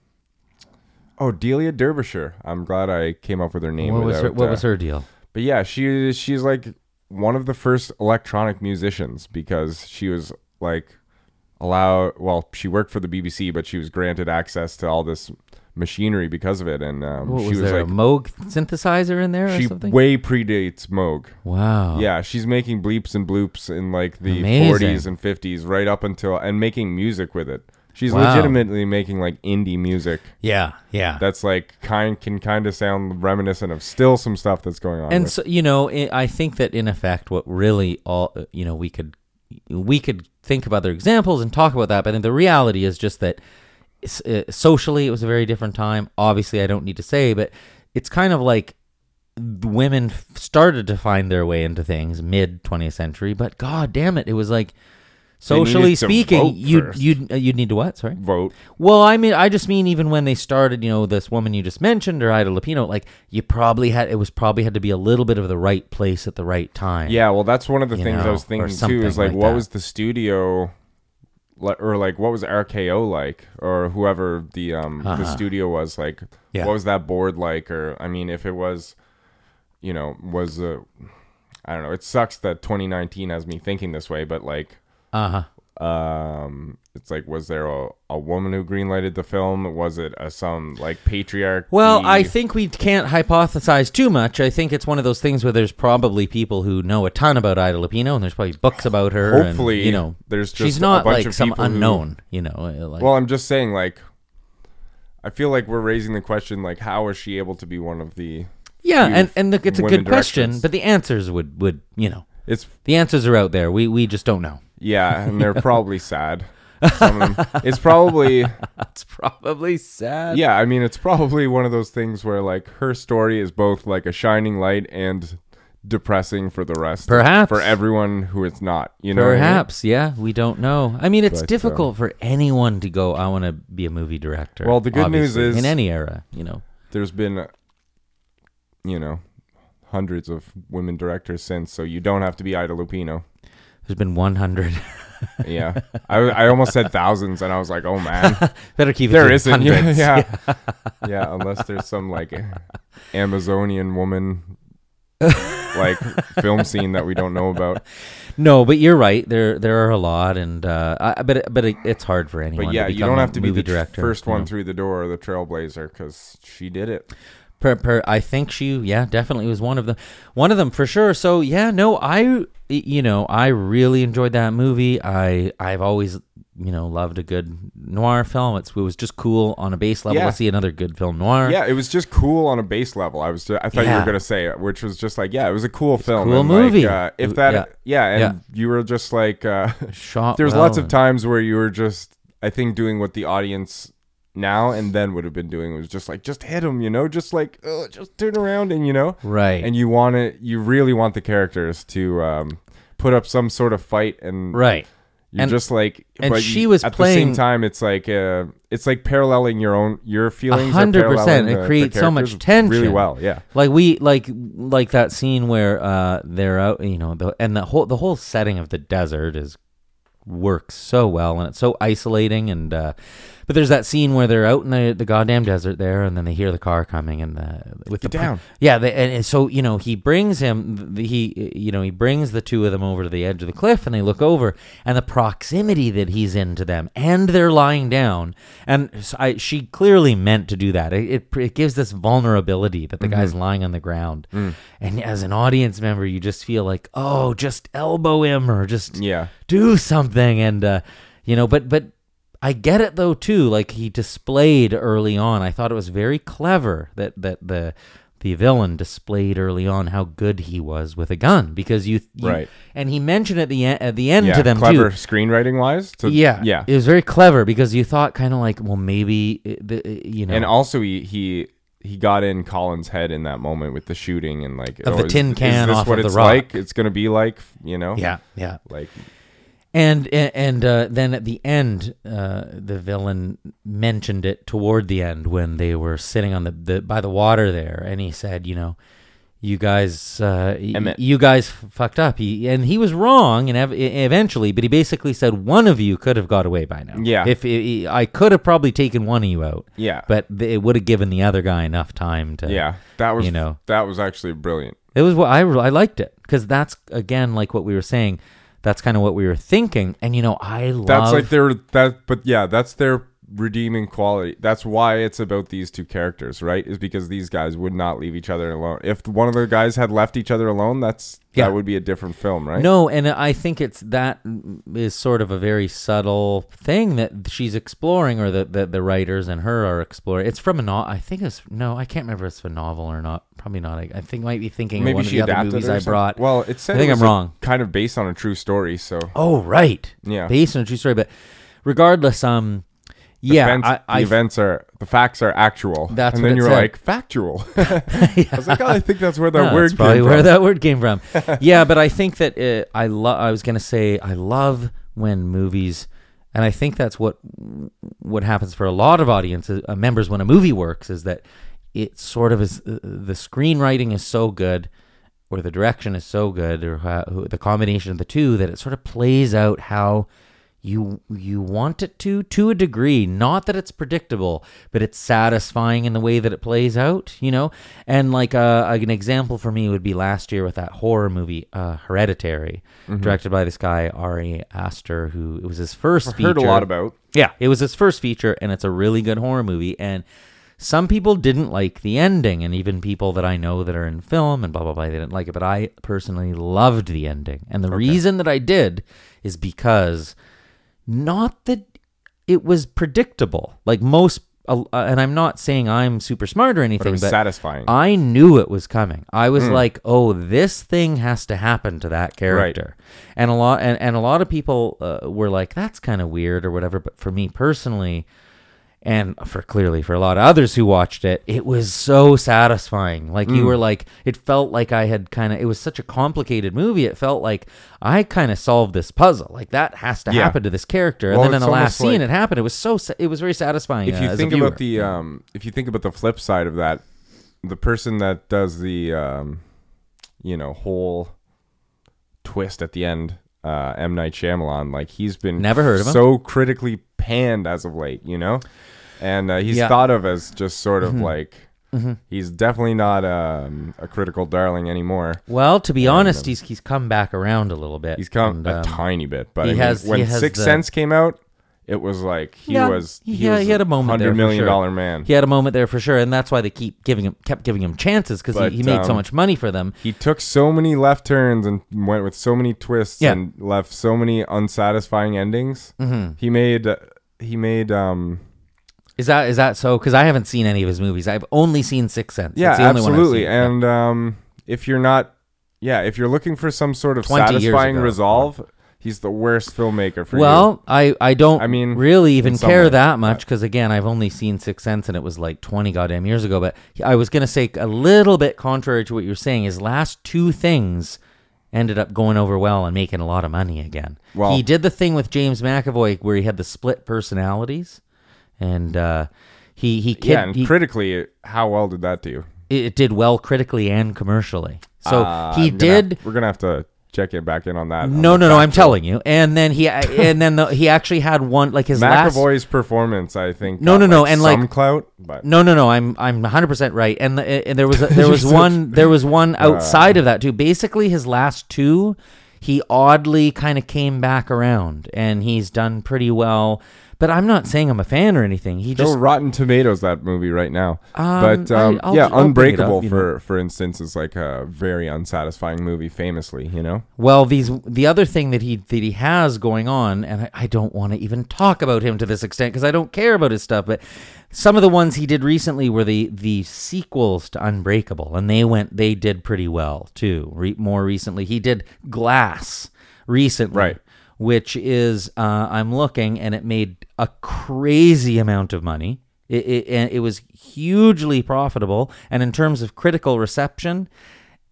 [SPEAKER 6] oh Delia Derbyshire. I'm glad I came up with her name.
[SPEAKER 5] What was her,
[SPEAKER 6] without,
[SPEAKER 5] what
[SPEAKER 6] uh,
[SPEAKER 5] was her deal?
[SPEAKER 6] But yeah, she she's like one of the first electronic musicians because she was like allowed. Well, she worked for the BBC, but she was granted access to all this machinery because of it, and um,
[SPEAKER 5] What
[SPEAKER 6] she
[SPEAKER 5] was,
[SPEAKER 6] was,
[SPEAKER 5] there a
[SPEAKER 6] like.
[SPEAKER 5] Moog synthesizer in there or
[SPEAKER 6] She
[SPEAKER 5] something?
[SPEAKER 6] way predates Moog.
[SPEAKER 5] wow.
[SPEAKER 6] Yeah, she's making bleeps and bloops in like the
[SPEAKER 5] Amazing.
[SPEAKER 6] 40s and 50s, right up until and making music with it. She's
[SPEAKER 5] Wow.
[SPEAKER 6] legitimately making like indie music
[SPEAKER 5] Yeah. Yeah.
[SPEAKER 6] that's like kind can kind of sound reminiscent of still some stuff that's going on.
[SPEAKER 5] and
[SPEAKER 6] with-
[SPEAKER 5] so you know i i think that in effect what really all uh, you know we could we could think of other examples and talk about that but the reality is just that s- uh, socially it was a very different time obviously i don't need to say but it's kind of like the women f- started to find their way into things mid 20th century, but god damn it, it was like socially
[SPEAKER 6] needed to vote
[SPEAKER 5] speaking, you
[SPEAKER 6] first.
[SPEAKER 5] you you need to what? Sorry.
[SPEAKER 6] vote.
[SPEAKER 5] Well, I mean, I just mean even when they started, you know, this woman you just mentioned or Ida Lupino, like you probably had it was probably had to be a little bit of the right place at the right time.
[SPEAKER 6] Yeah, well, that's one of the
[SPEAKER 5] You
[SPEAKER 6] things
[SPEAKER 5] know,
[SPEAKER 6] I was
[SPEAKER 5] or
[SPEAKER 6] thinking too.
[SPEAKER 5] something
[SPEAKER 6] Is like,
[SPEAKER 5] like
[SPEAKER 6] what
[SPEAKER 5] that.
[SPEAKER 6] was the studio, li- or like what was RKO like, or whoever the um the studio was like.
[SPEAKER 5] Uh-huh. Yeah.
[SPEAKER 6] What was that board like, or I mean, if it was, you know, was uh, I don't know. It sucks that 2019 has me thinking this way, but like,
[SPEAKER 5] Uh huh.
[SPEAKER 6] um, it's like, was there a, a woman who greenlighted the film? Was it a, some like patriarch?
[SPEAKER 5] Well, I think we can't hypothesize too much. I think it's one of those things where there's probably people who know a ton about Ida Lupino, and there's probably books about her. and,
[SPEAKER 6] Hopefully,
[SPEAKER 5] you know,
[SPEAKER 6] there's just
[SPEAKER 5] she's
[SPEAKER 6] a
[SPEAKER 5] not
[SPEAKER 6] bunch
[SPEAKER 5] like
[SPEAKER 6] of
[SPEAKER 5] some
[SPEAKER 6] people who-
[SPEAKER 5] unknown. You know, uh, like
[SPEAKER 6] Well, I'm just saying, like, I feel like we're raising the question, like, how is she able to be one of the?
[SPEAKER 5] yeah,
[SPEAKER 6] few
[SPEAKER 5] and and look, it's a
[SPEAKER 6] women
[SPEAKER 5] good question,
[SPEAKER 6] directors.
[SPEAKER 5] but the answers would would you know
[SPEAKER 6] It's
[SPEAKER 5] the answers are out there. We we just don't know.
[SPEAKER 6] yeah, and they're probably sad. Some of them. It's probably
[SPEAKER 5] That's probably sad.
[SPEAKER 6] yeah. I mean, it's probably one of those things where like her story is both like a shining light and depressing for the rest.
[SPEAKER 5] Perhaps.
[SPEAKER 6] for everyone who it's not. You know, what I mean?
[SPEAKER 5] Perhaps, yeah, we don't know. I mean, it's
[SPEAKER 6] But, uh,
[SPEAKER 5] difficult for anyone to go. I want to be a movie director.
[SPEAKER 6] Well, the good news
[SPEAKER 5] obviously,
[SPEAKER 6] is-
[SPEAKER 5] in any era, you know,
[SPEAKER 6] there's been, uh, you know, hundreds of women directors since, so you don't have to be Ida Lupino.
[SPEAKER 5] there's been 100.
[SPEAKER 6] Yeah, I I almost said thousands, and I was like, oh man.
[SPEAKER 5] Better keep it
[SPEAKER 6] There
[SPEAKER 5] to
[SPEAKER 6] isn't. Yeah,
[SPEAKER 5] hundreds.
[SPEAKER 6] yeah. Yeah, unless there's some like Amazonian woman like film scene that we don't know about.
[SPEAKER 5] No, but you're right. There there are a lot, and uh, I, but it- but it, it's hard for anyone.
[SPEAKER 6] But yeah,
[SPEAKER 5] to
[SPEAKER 6] you
[SPEAKER 5] become
[SPEAKER 6] don't
[SPEAKER 5] a
[SPEAKER 6] have to be
[SPEAKER 5] movie
[SPEAKER 6] the tr-
[SPEAKER 5] director.
[SPEAKER 6] first
[SPEAKER 5] you
[SPEAKER 6] one
[SPEAKER 5] know.
[SPEAKER 6] through the door or the trailblazer because she did it.
[SPEAKER 5] Per, per, I think she, yeah, definitely was one of them. One of them for sure. So yeah, no, I, you know, I really enjoyed that movie. I, I've always, you know, loved a good noir film. It's, it was just cool on a base level.
[SPEAKER 6] Yeah.
[SPEAKER 5] Let's see another good film noir.
[SPEAKER 6] Yeah, it was just cool on a base level. I was ju- I thought you
[SPEAKER 5] Yeah.
[SPEAKER 6] were gonna say it, which was just like yeah, it was a cool film.
[SPEAKER 5] cool
[SPEAKER 6] and,
[SPEAKER 5] movie.
[SPEAKER 6] Like, uh, if
[SPEAKER 5] It-
[SPEAKER 6] that
[SPEAKER 5] yeah.
[SPEAKER 6] yeah, and
[SPEAKER 5] Yeah.
[SPEAKER 6] you were just like uh,
[SPEAKER 5] shot.
[SPEAKER 6] there's
[SPEAKER 5] well
[SPEAKER 6] lots of
[SPEAKER 5] and-
[SPEAKER 6] times where you were just I think doing what the audience now and then would have been doing was just like just hit him, you know, just like "Ugh, just turn around and you know.
[SPEAKER 5] Right.
[SPEAKER 6] and you want to you really want the characters to um, put up some sort of fight and
[SPEAKER 5] right.
[SPEAKER 6] you're
[SPEAKER 5] And-
[SPEAKER 6] just like
[SPEAKER 5] and
[SPEAKER 6] but
[SPEAKER 5] she
[SPEAKER 6] you-
[SPEAKER 5] was
[SPEAKER 6] at the same
[SPEAKER 5] playing-
[SPEAKER 6] time it's like uh, it's like paralleling your own your
[SPEAKER 5] A
[SPEAKER 6] feelings are
[SPEAKER 5] hundred
[SPEAKER 6] paralleling
[SPEAKER 5] percent.
[SPEAKER 6] the-
[SPEAKER 5] It
[SPEAKER 6] the
[SPEAKER 5] creates so much
[SPEAKER 6] characters
[SPEAKER 5] tension.
[SPEAKER 6] really well yeah
[SPEAKER 5] Like we like like that scene where uh they're out, you know, the, and the whole the whole setting of the desert is works so well and it's so isolating and uh but there's that scene where they're out in the, the goddamn desert there and then they hear the car coming and the with the
[SPEAKER 6] Get down.
[SPEAKER 5] yeah they, and, and so you know he brings him the, he you know he brings the two of them over to the edge of the cliff and they look over and the proximity that he's in to them and they're lying down and s I she clearly meant to do that it, it, pr- it gives this vulnerability that the guy's lying on the ground and as an audience member you just feel like oh just elbow him or just
[SPEAKER 6] yeah
[SPEAKER 5] do something and uh you know but but i get it though too like he displayed early on i thought it was very clever that that the the villain displayed early on how good he was with a gun because you, you-
[SPEAKER 6] Right.
[SPEAKER 5] and he mentioned at the end at the end
[SPEAKER 6] yeah
[SPEAKER 5] to them
[SPEAKER 6] clever
[SPEAKER 5] too
[SPEAKER 6] screenwriting wise to,
[SPEAKER 5] yeah
[SPEAKER 6] yeah
[SPEAKER 5] it was very clever because you thought kind of like well maybe uh, the, uh, you know
[SPEAKER 6] and also he he he got in Colin's head in that moment with the shooting and like oh,
[SPEAKER 5] Of the
[SPEAKER 6] is-
[SPEAKER 5] tin can
[SPEAKER 6] is this
[SPEAKER 5] off
[SPEAKER 6] what
[SPEAKER 5] of the
[SPEAKER 6] it's
[SPEAKER 5] rock.
[SPEAKER 6] like it's gonna be like you know
[SPEAKER 5] yeah yeah
[SPEAKER 6] like
[SPEAKER 5] And and, and uh, then at the end, uh, the villain mentioned it toward the end when they were sitting on the, the by the water there, and he said, you know, you guys, uh, y-
[SPEAKER 6] Emmett.
[SPEAKER 5] you guys f- fucked up. He, and he was wrong, and ev- e, eventually, but he basically said one of you could have got away by now.
[SPEAKER 6] Yeah.
[SPEAKER 5] if i I could have probably taken one of you out.
[SPEAKER 6] Yeah.
[SPEAKER 5] but th- it would have given the other guy enough time to.
[SPEAKER 6] yeah that was
[SPEAKER 5] you know.
[SPEAKER 6] that was actually brilliant
[SPEAKER 5] It was what I I liked it because that's again like what we were saying. That's kind of what we were thinking, and you know I love.
[SPEAKER 6] that's like their that but yeah that's their redeeming quality that's why it's about these two characters right is because these guys would not leave each other alone if one of the guys had left each other alone that's
[SPEAKER 5] Yeah.
[SPEAKER 6] that would be a different film right
[SPEAKER 5] No, and I think it's that is sort of a very subtle thing that she's exploring, or that the, the writers and her are exploring. It's from a novel. I think it's no, I can't remember if it's a novel or not. Probably not. I, I think might be thinking of
[SPEAKER 6] maybe
[SPEAKER 5] one
[SPEAKER 6] she
[SPEAKER 5] of the other
[SPEAKER 6] adapted
[SPEAKER 5] movies
[SPEAKER 6] it or
[SPEAKER 5] I
[SPEAKER 6] something.
[SPEAKER 5] brought.
[SPEAKER 6] well it said
[SPEAKER 5] I think
[SPEAKER 6] it
[SPEAKER 5] I'm
[SPEAKER 6] was a-
[SPEAKER 5] wrong.
[SPEAKER 6] kind of based on a true story so
[SPEAKER 5] Oh, right.
[SPEAKER 6] Yeah.
[SPEAKER 5] Based on a true story, but regardless, um,
[SPEAKER 6] The
[SPEAKER 5] yeah,
[SPEAKER 6] events,
[SPEAKER 5] I, I
[SPEAKER 6] the events are the facts are actual.
[SPEAKER 5] That's
[SPEAKER 6] and
[SPEAKER 5] what
[SPEAKER 6] then
[SPEAKER 5] it
[SPEAKER 6] you're
[SPEAKER 5] said.
[SPEAKER 6] like factual. I was like, oh, I think that's where that
[SPEAKER 5] Yeah,
[SPEAKER 6] word
[SPEAKER 5] that's probably
[SPEAKER 6] came
[SPEAKER 5] where
[SPEAKER 6] from.
[SPEAKER 5] that word came from. yeah, but I think that uh I love. I was gonna say I love when movies, and I think that's what what happens for a lot of audiences uh, members when a movie works is that it sort of is uh, the screenwriting is so good or the direction is so good or how, who- the combination of the two that it sort of plays out how you you want it to to a degree not that it's predictable but it's satisfying in the way that it plays out you know and like uh, an example for me would be last year with that horror movie uh, hereditary
[SPEAKER 6] Mm-hmm.
[SPEAKER 5] directed by this guy Ari Aster who it was his 1st
[SPEAKER 6] Heard a lot
[SPEAKER 5] feature.
[SPEAKER 6] about.
[SPEAKER 5] Yeah, it was his first feature, and it's a really good horror movie. And some people didn't like the ending, and even people that I know that are in film and blah blah blah, they didn't like it. But I personally loved the ending, and the reason that I did is because not that it was predictable, like most. Uh, and I'm not saying I'm super smart or anything,
[SPEAKER 6] was satisfying.
[SPEAKER 5] I knew it was coming. I
[SPEAKER 6] Hmm.
[SPEAKER 5] was like, "Oh, this thing has to happen to that character," and a lot and, and a lot of people uh, were like, "That's kind of weird" or whatever. But for me personally, and for clearly for a lot of others who watched it, it was so satisfying. Like
[SPEAKER 6] Hmm.
[SPEAKER 5] you were like, it felt like I had kind of. It was such a complicated movie. It felt like I kind of solved this puzzle. Like that has to
[SPEAKER 6] Yeah.
[SPEAKER 5] happen to this character.
[SPEAKER 6] Well,
[SPEAKER 5] and then in
[SPEAKER 6] it's
[SPEAKER 5] the last
[SPEAKER 6] almost
[SPEAKER 5] scene,
[SPEAKER 6] like-
[SPEAKER 5] it happened. It was so. sa- It was very satisfying.
[SPEAKER 6] if you
[SPEAKER 5] uh, as a
[SPEAKER 6] think about
[SPEAKER 5] viewer.
[SPEAKER 6] the um, if you think about the flip side of that, the person that does the um, you know whole twist at the end, uh, M Night Shyamalan, like he's been
[SPEAKER 5] Never heard of him.
[SPEAKER 6] so critically panned as of late, you know, and uh, he's
[SPEAKER 5] Yeah. Mm-hmm.
[SPEAKER 6] thought of as just sort of like. He's definitely not um, a critical darling anymore.
[SPEAKER 5] Well, to be honest, he's he's come back around a little bit.
[SPEAKER 6] He's come
[SPEAKER 5] and,
[SPEAKER 6] a
[SPEAKER 5] um,
[SPEAKER 6] tiny bit, but
[SPEAKER 5] he
[SPEAKER 6] I mean,
[SPEAKER 5] has-
[SPEAKER 6] when
[SPEAKER 5] he has
[SPEAKER 6] Six
[SPEAKER 5] the-
[SPEAKER 6] Sense came out, it was like he
[SPEAKER 5] Yeah,
[SPEAKER 6] was
[SPEAKER 5] he,
[SPEAKER 6] he,
[SPEAKER 5] had-
[SPEAKER 6] was
[SPEAKER 5] he had a moment there
[SPEAKER 6] hundred
[SPEAKER 5] for
[SPEAKER 6] million
[SPEAKER 5] sure.
[SPEAKER 6] dollar man.
[SPEAKER 5] He had a moment there for sure, and that's why they keep giving him kept giving him chances because
[SPEAKER 6] But,
[SPEAKER 5] he, he made so
[SPEAKER 6] um,
[SPEAKER 5] much money for them.
[SPEAKER 6] he took so many left turns and went with so many twists
[SPEAKER 5] Yeah.
[SPEAKER 6] and left so many unsatisfying endings.
[SPEAKER 5] Mm-hmm.
[SPEAKER 6] He made uh, he made um
[SPEAKER 5] Is that is that so? Because I haven't seen any of his movies. I've only seen Six Sense.
[SPEAKER 6] yeah
[SPEAKER 5] It's the only one I've
[SPEAKER 6] absolutely
[SPEAKER 5] seen.
[SPEAKER 6] and um if you're not yeah if you're looking for some sort of
[SPEAKER 5] 20 years
[SPEAKER 6] satisfying
[SPEAKER 5] ago.
[SPEAKER 6] resolve, he's the worst filmmaker for you.
[SPEAKER 5] well, I, I don't
[SPEAKER 6] I mean,
[SPEAKER 5] really even
[SPEAKER 6] in some
[SPEAKER 5] care
[SPEAKER 6] way,
[SPEAKER 5] that much because again, I've only seen Six Sense and it was like twenty goddamn years ago. But I was gonna say a little bit contrary to what you're saying. His last two things ended up going over well and making a lot of money again.
[SPEAKER 6] Well-
[SPEAKER 5] he did the thing with James McAvoy where he had the split personalities, and uh, he he kid,
[SPEAKER 6] yeah, and
[SPEAKER 5] he-
[SPEAKER 6] critically, how well did that do?
[SPEAKER 5] it it did well critically and commercially. So
[SPEAKER 6] Uh,
[SPEAKER 5] he
[SPEAKER 6] I'm gonna have-
[SPEAKER 5] did.
[SPEAKER 6] we're gonna have to check it back in on that.
[SPEAKER 5] No, no, no! I'm telling you. And then he, and then the, he actually had one like his last.
[SPEAKER 6] McAvoy's performance, I think.
[SPEAKER 5] No,
[SPEAKER 6] got,
[SPEAKER 5] no, no,
[SPEAKER 6] like,
[SPEAKER 5] and, like-
[SPEAKER 6] some clout, but
[SPEAKER 5] No, no, no. I'm I'm 100 percent right. And, the, and there was a, there was
[SPEAKER 6] You're such-
[SPEAKER 5] one there was one outside of that too. Basically, his last two, he oddly kind of came back around, and he's done pretty well. But I'm not saying I'm a fan or anything. He
[SPEAKER 6] Still
[SPEAKER 5] just
[SPEAKER 6] Rotten Tomatoes that movie right now.
[SPEAKER 5] Um,
[SPEAKER 6] but
[SPEAKER 5] I-
[SPEAKER 6] um,
[SPEAKER 5] I'll-
[SPEAKER 6] yeah,
[SPEAKER 5] I'll bring it
[SPEAKER 6] Unbreakable
[SPEAKER 5] up, you
[SPEAKER 6] for for instance is like a very unsatisfying movie, famously. You know,
[SPEAKER 5] well these the other thing that he that he has going on, and I, I don't want to even talk about him to this extent because I don't care about his stuff. But some of the ones he did recently were the the sequels to Unbreakable, and they went they did pretty well too. Re, more recently, he did Glass recently,
[SPEAKER 6] Right.
[SPEAKER 5] which is uh, I'm looking, and it made a crazy amount of money. It, it, and it was hugely profitable, and in terms of critical reception,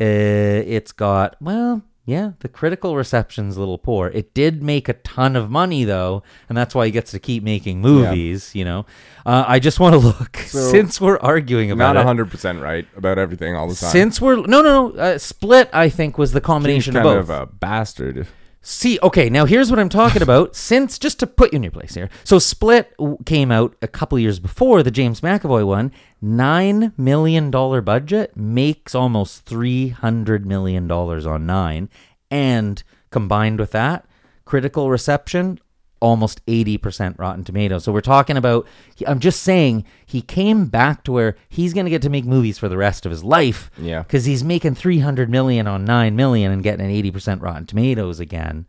[SPEAKER 5] uh, it's got well, yeah, the critical reception's a little poor. It did make a ton of money though, and that's why he gets to keep making movies. You know, uh, I just want to look since we're arguing about
[SPEAKER 6] not
[SPEAKER 5] it.
[SPEAKER 6] hundred percent right about everything all the time.
[SPEAKER 5] Since we're no no no uh, split, I think was the
[SPEAKER 6] he's
[SPEAKER 5] combination
[SPEAKER 6] kind
[SPEAKER 5] of both.
[SPEAKER 6] of a bastard.
[SPEAKER 5] See, okay, now here's what I'm talking about. Since, just to put you in your place here, so Split w- came out a couple years before the James McAvoy one. Nine million dollar budget makes almost three hundred million dollars on nine, and combined with that, critical reception almost eighty percent Rotten Tomatoes. So we're talking about. I'm just saying he came back to where he's going to get to make movies for the rest of his life.
[SPEAKER 6] Yeah.
[SPEAKER 5] because he's making 300 million on 9 million and getting an 80% rotten tomatoes again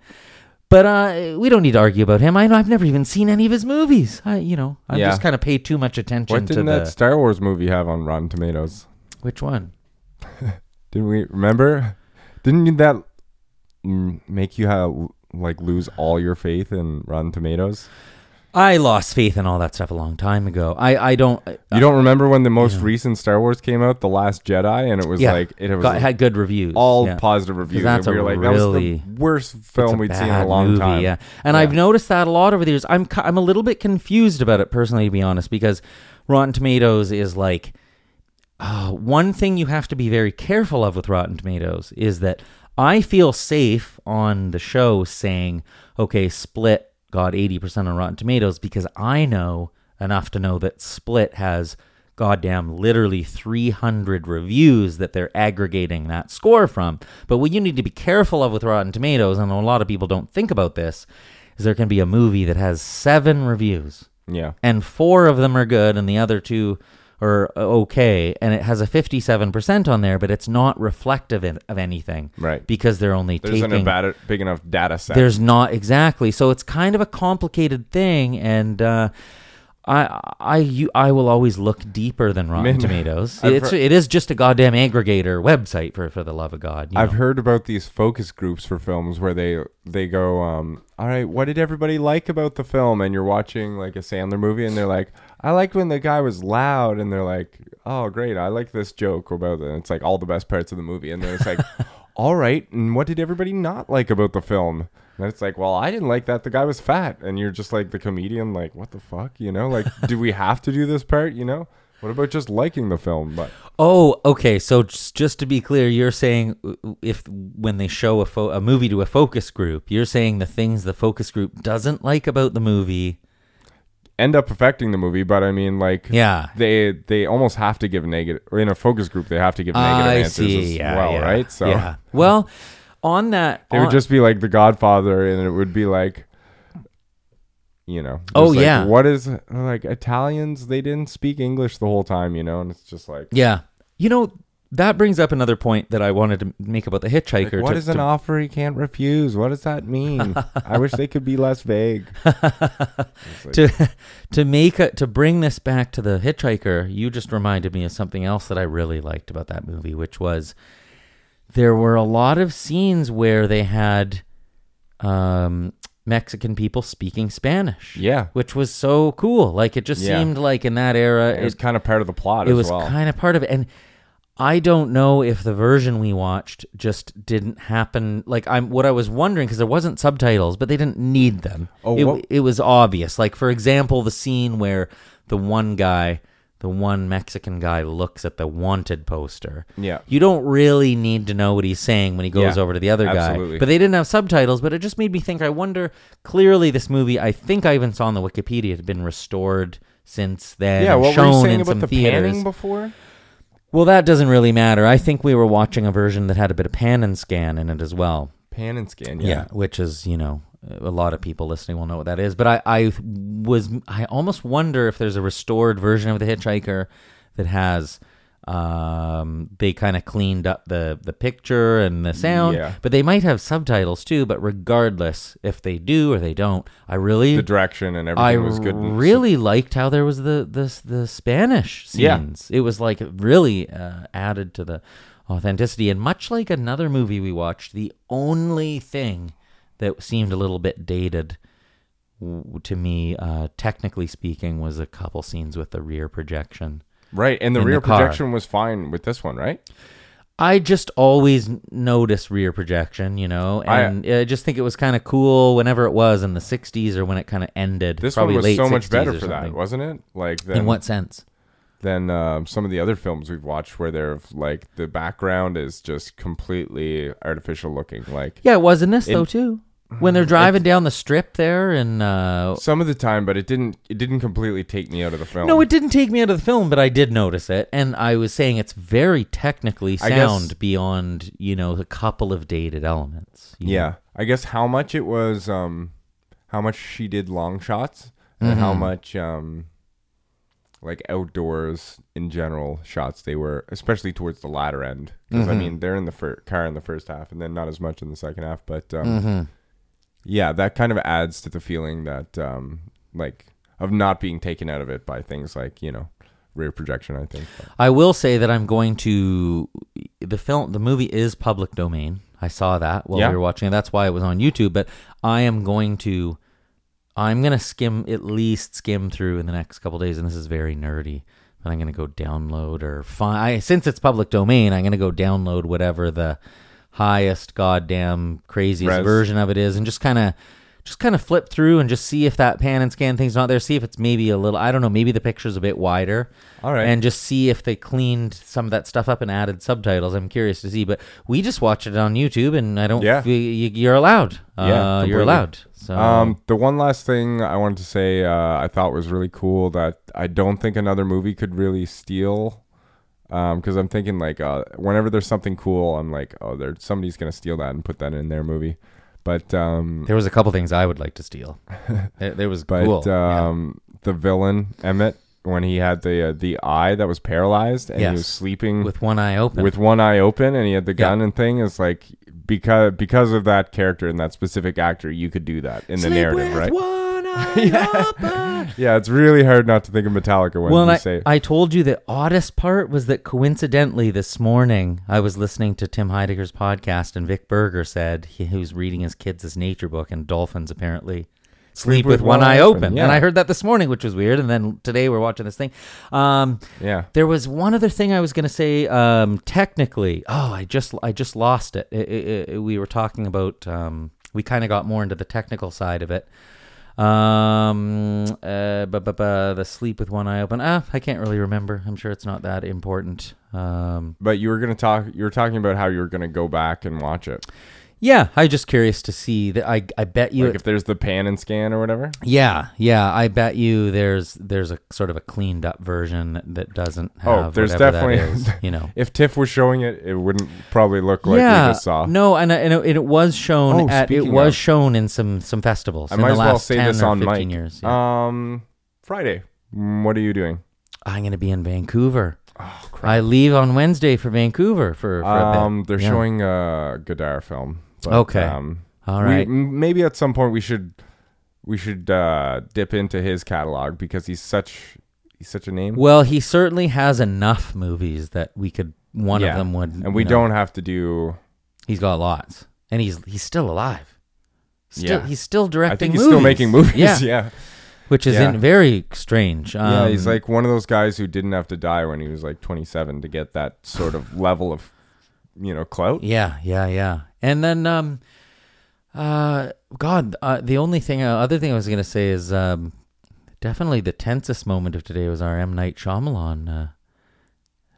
[SPEAKER 5] but uh, we don't need to argue about him I, i've never even seen any of his movies i you know i
[SPEAKER 6] Yeah.
[SPEAKER 5] just kind of pay too much attention
[SPEAKER 6] What
[SPEAKER 5] to
[SPEAKER 6] didn't that
[SPEAKER 5] the
[SPEAKER 6] Star Wars movie have on Rotten Tomatoes?
[SPEAKER 5] which one
[SPEAKER 6] Didn't we remember? Didn't that mm, make you have like lose all your faith in Rotten Tomatoes?
[SPEAKER 5] I lost faith in all that stuff a long time ago. I, I don't. uh,
[SPEAKER 6] You don't remember when the most recent Star Wars came out, The Last Jedi, and it was
[SPEAKER 5] yeah,
[SPEAKER 6] like it was
[SPEAKER 5] got,
[SPEAKER 6] like
[SPEAKER 5] had good reviews.
[SPEAKER 6] all
[SPEAKER 5] yeah.
[SPEAKER 6] positive reviews.
[SPEAKER 5] that's
[SPEAKER 6] and we
[SPEAKER 5] a
[SPEAKER 6] were like,
[SPEAKER 5] really-
[SPEAKER 6] that was the worst
[SPEAKER 5] It's
[SPEAKER 6] film
[SPEAKER 5] a
[SPEAKER 6] we'd seen in a
[SPEAKER 5] bad
[SPEAKER 6] long
[SPEAKER 5] movie,
[SPEAKER 6] time.
[SPEAKER 5] Yeah, and I've noticed that a lot over the years. I'm ki- I'm a little bit confused about it personally, to be honest, because Rotten Tomatoes is like uh, one thing you have to be very careful of with Rotten Tomatoes is that I feel safe on the show saying, okay, Split got eighty percent on Rotten Tomatoes because I know enough to know that Split has goddamn literally 300 reviews that they're aggregating that score from. But what you need to be careful of with Rotten Tomatoes, and a lot of people don't think about this, is there can be a movie that has seven reviews,
[SPEAKER 6] yeah,
[SPEAKER 5] and four of them are good, and the other two are okay, and it has a 57% on there, but it's not reflective in- of anything.
[SPEAKER 6] Right.
[SPEAKER 5] Because they're only
[SPEAKER 6] there isn't
[SPEAKER 5] taking.
[SPEAKER 6] a bad, big enough data set.
[SPEAKER 5] There's not exactly. So it's kind of a complicated thing, and uh, I I you, I will always look deeper than Rotten
[SPEAKER 6] Man,
[SPEAKER 5] Tomatoes.
[SPEAKER 6] I've
[SPEAKER 5] It's
[SPEAKER 6] heard-
[SPEAKER 5] it is just a goddamn aggregator website for for the love of God. you
[SPEAKER 6] I've
[SPEAKER 5] know.
[SPEAKER 6] heard about these focus groups for films where they they go, um, all right, what did everybody like about the film? And you're watching like a Sandler movie, and they're like, I liked when the guy was loud, and they're like, oh great, I like this joke about it. And it's like all the best parts of the movie, and then it's like, all right, and what did everybody not like about the film? And it's like, well, I didn't like that the guy was fat, and you're just like the comedian, like what the fuck, you know? Like, do we have to do this part? You know? What about just liking the film? But
[SPEAKER 5] Oh, okay. So just, just to be clear, you're saying if when they show a fo- a movie to a focus group, you're saying the things the focus group doesn't like about the movie.
[SPEAKER 6] end up affecting the movie, but I mean, like,
[SPEAKER 5] Yeah.
[SPEAKER 6] they they almost have to give negative. Or in a focus group, they have to give negative
[SPEAKER 5] I
[SPEAKER 6] answers
[SPEAKER 5] see.
[SPEAKER 6] as
[SPEAKER 5] yeah,
[SPEAKER 6] well,
[SPEAKER 5] yeah,
[SPEAKER 6] right? So
[SPEAKER 5] yeah. Well, on that,
[SPEAKER 6] they would
[SPEAKER 5] on-
[SPEAKER 6] just be like The Godfather, and it would be like, you know, just
[SPEAKER 5] Oh,
[SPEAKER 6] like,
[SPEAKER 5] yeah.
[SPEAKER 6] what is like Italians? They didn't speak English the whole time, you know, and it's just like,
[SPEAKER 5] Yeah. You know, that brings up another point that I wanted to make about the
[SPEAKER 6] like,
[SPEAKER 5] hitchhiker.
[SPEAKER 6] what
[SPEAKER 5] to-
[SPEAKER 6] is an
[SPEAKER 5] to-
[SPEAKER 6] offer he can't refuse? What does that mean? I wish they could be less vague.
[SPEAKER 5] to to make a, to bring this back to the hitchhiker you just reminded me of something else that i really liked about that movie which was there were a lot of scenes where they had um mexican people speaking spanish
[SPEAKER 6] Yeah.
[SPEAKER 5] which was so cool like it just
[SPEAKER 6] Yeah.
[SPEAKER 5] seemed like in that era
[SPEAKER 6] It was
[SPEAKER 5] it-
[SPEAKER 6] kind of part of the plot
[SPEAKER 5] it
[SPEAKER 6] as
[SPEAKER 5] was
[SPEAKER 6] well.
[SPEAKER 5] kind of part of it and i don't know if the version we watched just didn't happen like i'm what i was wondering because there wasn't subtitles but they didn't need them
[SPEAKER 6] Oh,
[SPEAKER 5] it,
[SPEAKER 6] what-
[SPEAKER 5] it was obvious like for example the scene where the one guy the one mexican guy looks at the wanted poster
[SPEAKER 6] Yeah.
[SPEAKER 5] you don't really need to know what he's saying when he goes
[SPEAKER 6] Yeah,
[SPEAKER 5] over to the other guy
[SPEAKER 6] absolutely.
[SPEAKER 5] but they didn't have subtitles but it just made me think i wonder clearly this movie i think i even saw on the wikipedia it had been restored since then
[SPEAKER 6] yeah,
[SPEAKER 5] and
[SPEAKER 6] what
[SPEAKER 5] shown
[SPEAKER 6] were you saying
[SPEAKER 5] in
[SPEAKER 6] about
[SPEAKER 5] some
[SPEAKER 6] the
[SPEAKER 5] theaters
[SPEAKER 6] panning before?
[SPEAKER 5] well, that doesn't really matter. I think we were watching a version that had a bit of pan and scan in it as well.
[SPEAKER 6] Pan and scan,
[SPEAKER 5] Which is, you know, a lot of people listening will know what that is. But I, I was, I almost wonder if there's a restored version of The Hitchhiker that has, um, they kind of cleaned up the, the picture and the sound.
[SPEAKER 6] Yeah.
[SPEAKER 5] But they might have subtitles too. But regardless if they do or they don't, I really.
[SPEAKER 6] the direction and everything
[SPEAKER 5] I
[SPEAKER 6] was good. and
[SPEAKER 5] really liked how there was the the the Spanish
[SPEAKER 6] Yeah.
[SPEAKER 5] scenes. It was like really uh, added to the authenticity. And much like another movie we watched, the only thing that seemed a little bit dated w- to me, uh, technically speaking, was a couple scenes with the rear projection.
[SPEAKER 6] Right, and the
[SPEAKER 5] in the
[SPEAKER 6] rear
[SPEAKER 5] car.
[SPEAKER 6] projection was fine with this one, right?
[SPEAKER 5] I just always n- notice rear projection, you know,
[SPEAKER 6] I-
[SPEAKER 5] and I, just think it was kind of cool whenever it was in the '60s or when it kind of ended.
[SPEAKER 6] This
[SPEAKER 5] probably
[SPEAKER 6] one was
[SPEAKER 5] late
[SPEAKER 6] so
[SPEAKER 5] 60s
[SPEAKER 6] much better
[SPEAKER 5] or
[SPEAKER 6] for that,
[SPEAKER 5] something.
[SPEAKER 6] wasn't it? Like than,
[SPEAKER 5] In what sense?
[SPEAKER 6] than um, some of the other films we've watched where they're like the background is just completely artificial looking. Like
[SPEAKER 5] Yeah, it was in this
[SPEAKER 6] In-
[SPEAKER 5] though too.
[SPEAKER 6] Uh,
[SPEAKER 5] When they're driving down the strip there, and uh,
[SPEAKER 6] some of the time, but it didn't. It didn't completely take me out of the film.
[SPEAKER 5] no, it didn't take me out of the film, but I did notice it, and I was saying it's very technically
[SPEAKER 6] I guess-
[SPEAKER 5] sound beyond you know a couple of dated elements. you know?
[SPEAKER 6] Yeah, I guess how much it was, um, how much she did long shots, and how much um, like outdoors in general shots they were, especially towards the latter end. Because I mean, they're in the fir- car in the first half, and then not as much in the second half. But um, yeah, that kind of adds to the feeling that um, like of not being taken out of it by things like you know rear projection. I think. But-
[SPEAKER 5] I will say that I'm going to the film. The movie is public domain. I saw that while
[SPEAKER 6] Yeah.
[SPEAKER 5] we were watching it. That's why it was on YouTube. But I am going to I'm gonna skim at least skim through in the next couple days, and this is very nerdy. But I'm gonna go download or find I, since it's public domain. I'm gonna go download whatever the highest goddamn craziest
[SPEAKER 6] Res.
[SPEAKER 5] version of it is, and just kind of just kind of flip through and just see if that pan and scan thing's not there. See if it's maybe a little I don't know. Maybe the picture's a bit wider.
[SPEAKER 6] All right.
[SPEAKER 5] and just see if they cleaned some of that stuff up and added subtitles. I'm curious to see, but we just watch it on YouTube, and I don't.
[SPEAKER 6] Yeah.
[SPEAKER 5] feel- you, you're allowed.
[SPEAKER 6] Yeah,
[SPEAKER 5] uh, you're
[SPEAKER 6] completely.
[SPEAKER 5] allowed. So
[SPEAKER 6] Um, the one last thing I wanted to say, uh, I thought was really cool that I don't think another movie could really steal. Because I'm thinking like, uh, whenever there's something cool, I'm like, oh, there somebody's gonna steal that and put that in their movie. But um,
[SPEAKER 5] There was a couple things I would like to steal. There, there was
[SPEAKER 6] but
[SPEAKER 5] cool. yeah.
[SPEAKER 6] um, the villain Emmett, when he had the uh, the eye that was paralyzed and
[SPEAKER 5] Yes.
[SPEAKER 6] he was sleeping
[SPEAKER 5] with one eye open.
[SPEAKER 6] um, with one eye open and he had the gun and thing is like because because of that character and that specific actor you could do that in the narrative right
[SPEAKER 5] one eye open.
[SPEAKER 6] yeah it's really hard not to think of metallica when
[SPEAKER 5] Well,
[SPEAKER 6] you
[SPEAKER 5] and
[SPEAKER 6] say
[SPEAKER 5] I, I told you the oddest part was that coincidentally this morning I was listening to Tim Heidegger's podcast and Vic Berger said he, he was reading his kids his nature book and dolphins apparently sleep, with, one, eye open.
[SPEAKER 6] yeah.
[SPEAKER 5] And I heard that this morning, which was weird. And then today we're watching this thing. Um,
[SPEAKER 6] yeah
[SPEAKER 5] There was one other thing I was going to say. Um, technically, oh, I just I just lost it. It- it- it- we were talking about. Um, we kind of got more into the technical side of it. Um, uh, bu- bu- bu- the sleep with one eye open. Ah, I can't really remember. I'm sure it's not that important. Um,
[SPEAKER 6] but you were gonna talk you were talking about how you were gonna go back and watch it
[SPEAKER 5] yeah, I'm just curious to see that. I I bet you
[SPEAKER 6] like if there's the pan and scan or whatever
[SPEAKER 5] Yeah, yeah. I bet you there's there's a sort of a cleaned up version that, that doesn't have.
[SPEAKER 6] oh there's
[SPEAKER 5] whatever
[SPEAKER 6] definitely
[SPEAKER 5] that is, you know.
[SPEAKER 6] if tiff was showing it it wouldn't probably look like we just saw
[SPEAKER 5] no, and, uh, and it, it was shown
[SPEAKER 6] Oh,
[SPEAKER 5] at it
[SPEAKER 6] speaking
[SPEAKER 5] was
[SPEAKER 6] of-
[SPEAKER 5] shown in some some festivals.
[SPEAKER 6] i
[SPEAKER 5] in
[SPEAKER 6] might
[SPEAKER 5] the
[SPEAKER 6] as
[SPEAKER 5] last
[SPEAKER 6] well say
[SPEAKER 5] 10
[SPEAKER 6] this
[SPEAKER 5] or
[SPEAKER 6] on
[SPEAKER 5] 15
[SPEAKER 6] mic
[SPEAKER 5] years. yeah.
[SPEAKER 6] um friday Mm, what are you doing
[SPEAKER 5] I'm gonna be in Vancouver. I leave on Wednesday for Vancouver for, for
[SPEAKER 6] Oh, Um,
[SPEAKER 5] a bit.
[SPEAKER 6] they're
[SPEAKER 5] Yeah.
[SPEAKER 6] showing a Godard film. but,
[SPEAKER 5] Okay.
[SPEAKER 6] Um,
[SPEAKER 5] All
[SPEAKER 6] we-
[SPEAKER 5] right.
[SPEAKER 6] m- maybe at some point we should we should uh, dip into his catalog because he's such he's such a name.
[SPEAKER 5] Well, he certainly has enough movies that we could. One
[SPEAKER 6] Yeah.
[SPEAKER 5] of them would.
[SPEAKER 6] and we
[SPEAKER 5] you know,
[SPEAKER 6] don't have to do.
[SPEAKER 5] He's got lots, and he's he's still alive. Still,
[SPEAKER 6] Yeah.
[SPEAKER 5] he's still directing.
[SPEAKER 6] I think he's still making movies. Yeah. yeah.
[SPEAKER 5] which is
[SPEAKER 6] Yeah.
[SPEAKER 5] in very strange. Um,
[SPEAKER 6] he's like one of those guys who didn't have to die when he was like 27 to get that sort of level of you know clout.
[SPEAKER 5] Yeah, yeah, yeah. And then, um, uh, God, uh, the only thing, uh, other thing I was gonna say is, um, definitely the tensest moment of today was our M Night Shyamalan uh,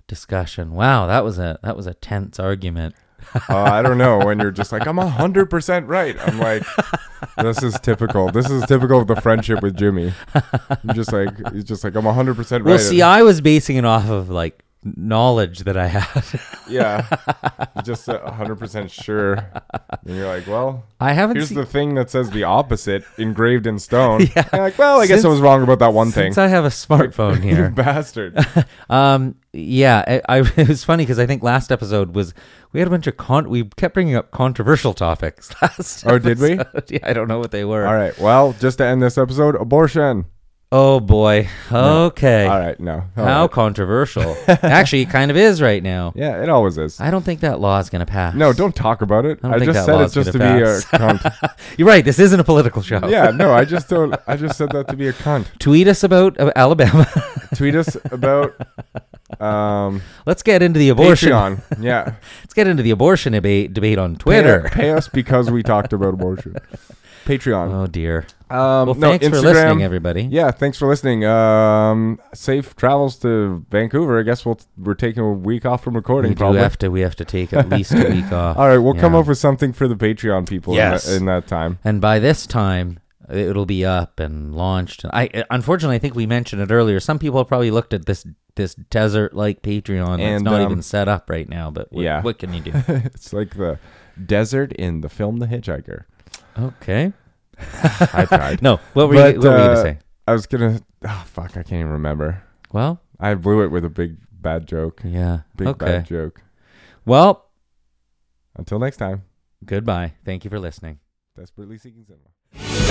[SPEAKER 5] discussion. Wow, that was a that was a tense argument.
[SPEAKER 6] Uh, I don't know when you're just like I'm 100% right. I'm like this is typical. This is typical of the friendship with Jimmy. I'm just like he's just like I'm 100% right.
[SPEAKER 5] Well, see, I was basing it off of like knowledge that I had.
[SPEAKER 6] Yeah. You're just uh, a 100% sure. And you're like, well,
[SPEAKER 5] I haven't
[SPEAKER 6] here's
[SPEAKER 5] seen-
[SPEAKER 6] the thing that says the opposite engraved in stone.
[SPEAKER 5] Yeah.
[SPEAKER 6] And you're like, well, I guess I
[SPEAKER 5] Since-
[SPEAKER 6] was wrong about that one thing.
[SPEAKER 5] since I have a smartphone
[SPEAKER 6] you
[SPEAKER 5] here.
[SPEAKER 6] bastard.
[SPEAKER 5] Um. Yeah. I, I it was funny because I think last episode was we had a bunch of con. We kept bringing up controversial topics last.
[SPEAKER 6] Oh, did we?
[SPEAKER 5] episode. Yeah, I don't know what they were.
[SPEAKER 6] All right. Well, just to end this episode, abortion.
[SPEAKER 5] Oh boy. Okay.
[SPEAKER 6] All right. No. All
[SPEAKER 5] How
[SPEAKER 6] right.
[SPEAKER 5] controversial? Actually, it kind of is right now.
[SPEAKER 6] Yeah, it always is.
[SPEAKER 5] I don't think that law is going to pass.
[SPEAKER 6] No, don't talk about it.
[SPEAKER 5] don't
[SPEAKER 6] I,
[SPEAKER 5] think
[SPEAKER 6] just
[SPEAKER 5] that
[SPEAKER 6] said it
[SPEAKER 5] law's
[SPEAKER 6] just to
[SPEAKER 5] gonna
[SPEAKER 6] be a cunt.
[SPEAKER 5] You're right. This isn't a political show.
[SPEAKER 6] yeah, no, I just don't. I just said that to be a cunt.
[SPEAKER 5] Tweet us about uh, Alabama.
[SPEAKER 6] Tweet us about um,
[SPEAKER 5] Let's get into the abortion.
[SPEAKER 6] Patreon. Yeah.
[SPEAKER 5] Let's get into the abortion debate debate on
[SPEAKER 6] Pay-
[SPEAKER 5] Twitter.
[SPEAKER 6] Pay us because we talked about abortion. Patreon.
[SPEAKER 5] Oh dear.
[SPEAKER 6] Um, no,
[SPEAKER 5] Well, thanks for
[SPEAKER 6] Instagram-
[SPEAKER 5] listening, everybody.
[SPEAKER 6] Yeah, thanks for listening. Um, safe travels to Vancouver. I guess we'll we're taking a week off from recording.
[SPEAKER 5] We do
[SPEAKER 6] probably.
[SPEAKER 5] have to. We have to take at least a week off.
[SPEAKER 6] All right, we'll come
[SPEAKER 5] Yeah.
[SPEAKER 6] up with something for the Patreon people.
[SPEAKER 5] Yes.
[SPEAKER 6] In, that, in that time.
[SPEAKER 5] and by this time it'll be up and launched i uh, unfortunately i think we mentioned it earlier some people have probably looked at this this desert like patreon that's
[SPEAKER 6] And,
[SPEAKER 5] not
[SPEAKER 6] um,
[SPEAKER 5] even set up right now but what,
[SPEAKER 6] yeah.
[SPEAKER 5] what can you do
[SPEAKER 6] It's like the desert in the film The Hitchhiker.
[SPEAKER 5] okay
[SPEAKER 6] I tried.
[SPEAKER 5] no what were,
[SPEAKER 6] But,
[SPEAKER 5] you, what were you
[SPEAKER 6] uh,
[SPEAKER 5] gonna say
[SPEAKER 6] I was gonna. Oh, fuck! I can't even remember.
[SPEAKER 5] well
[SPEAKER 6] I blew it with a big bad joke.
[SPEAKER 5] yeah
[SPEAKER 6] Big
[SPEAKER 5] okay
[SPEAKER 6] bad joke.
[SPEAKER 5] well
[SPEAKER 6] Until next time.
[SPEAKER 5] goodbye thank you for listening
[SPEAKER 6] Desperately seeking cinema.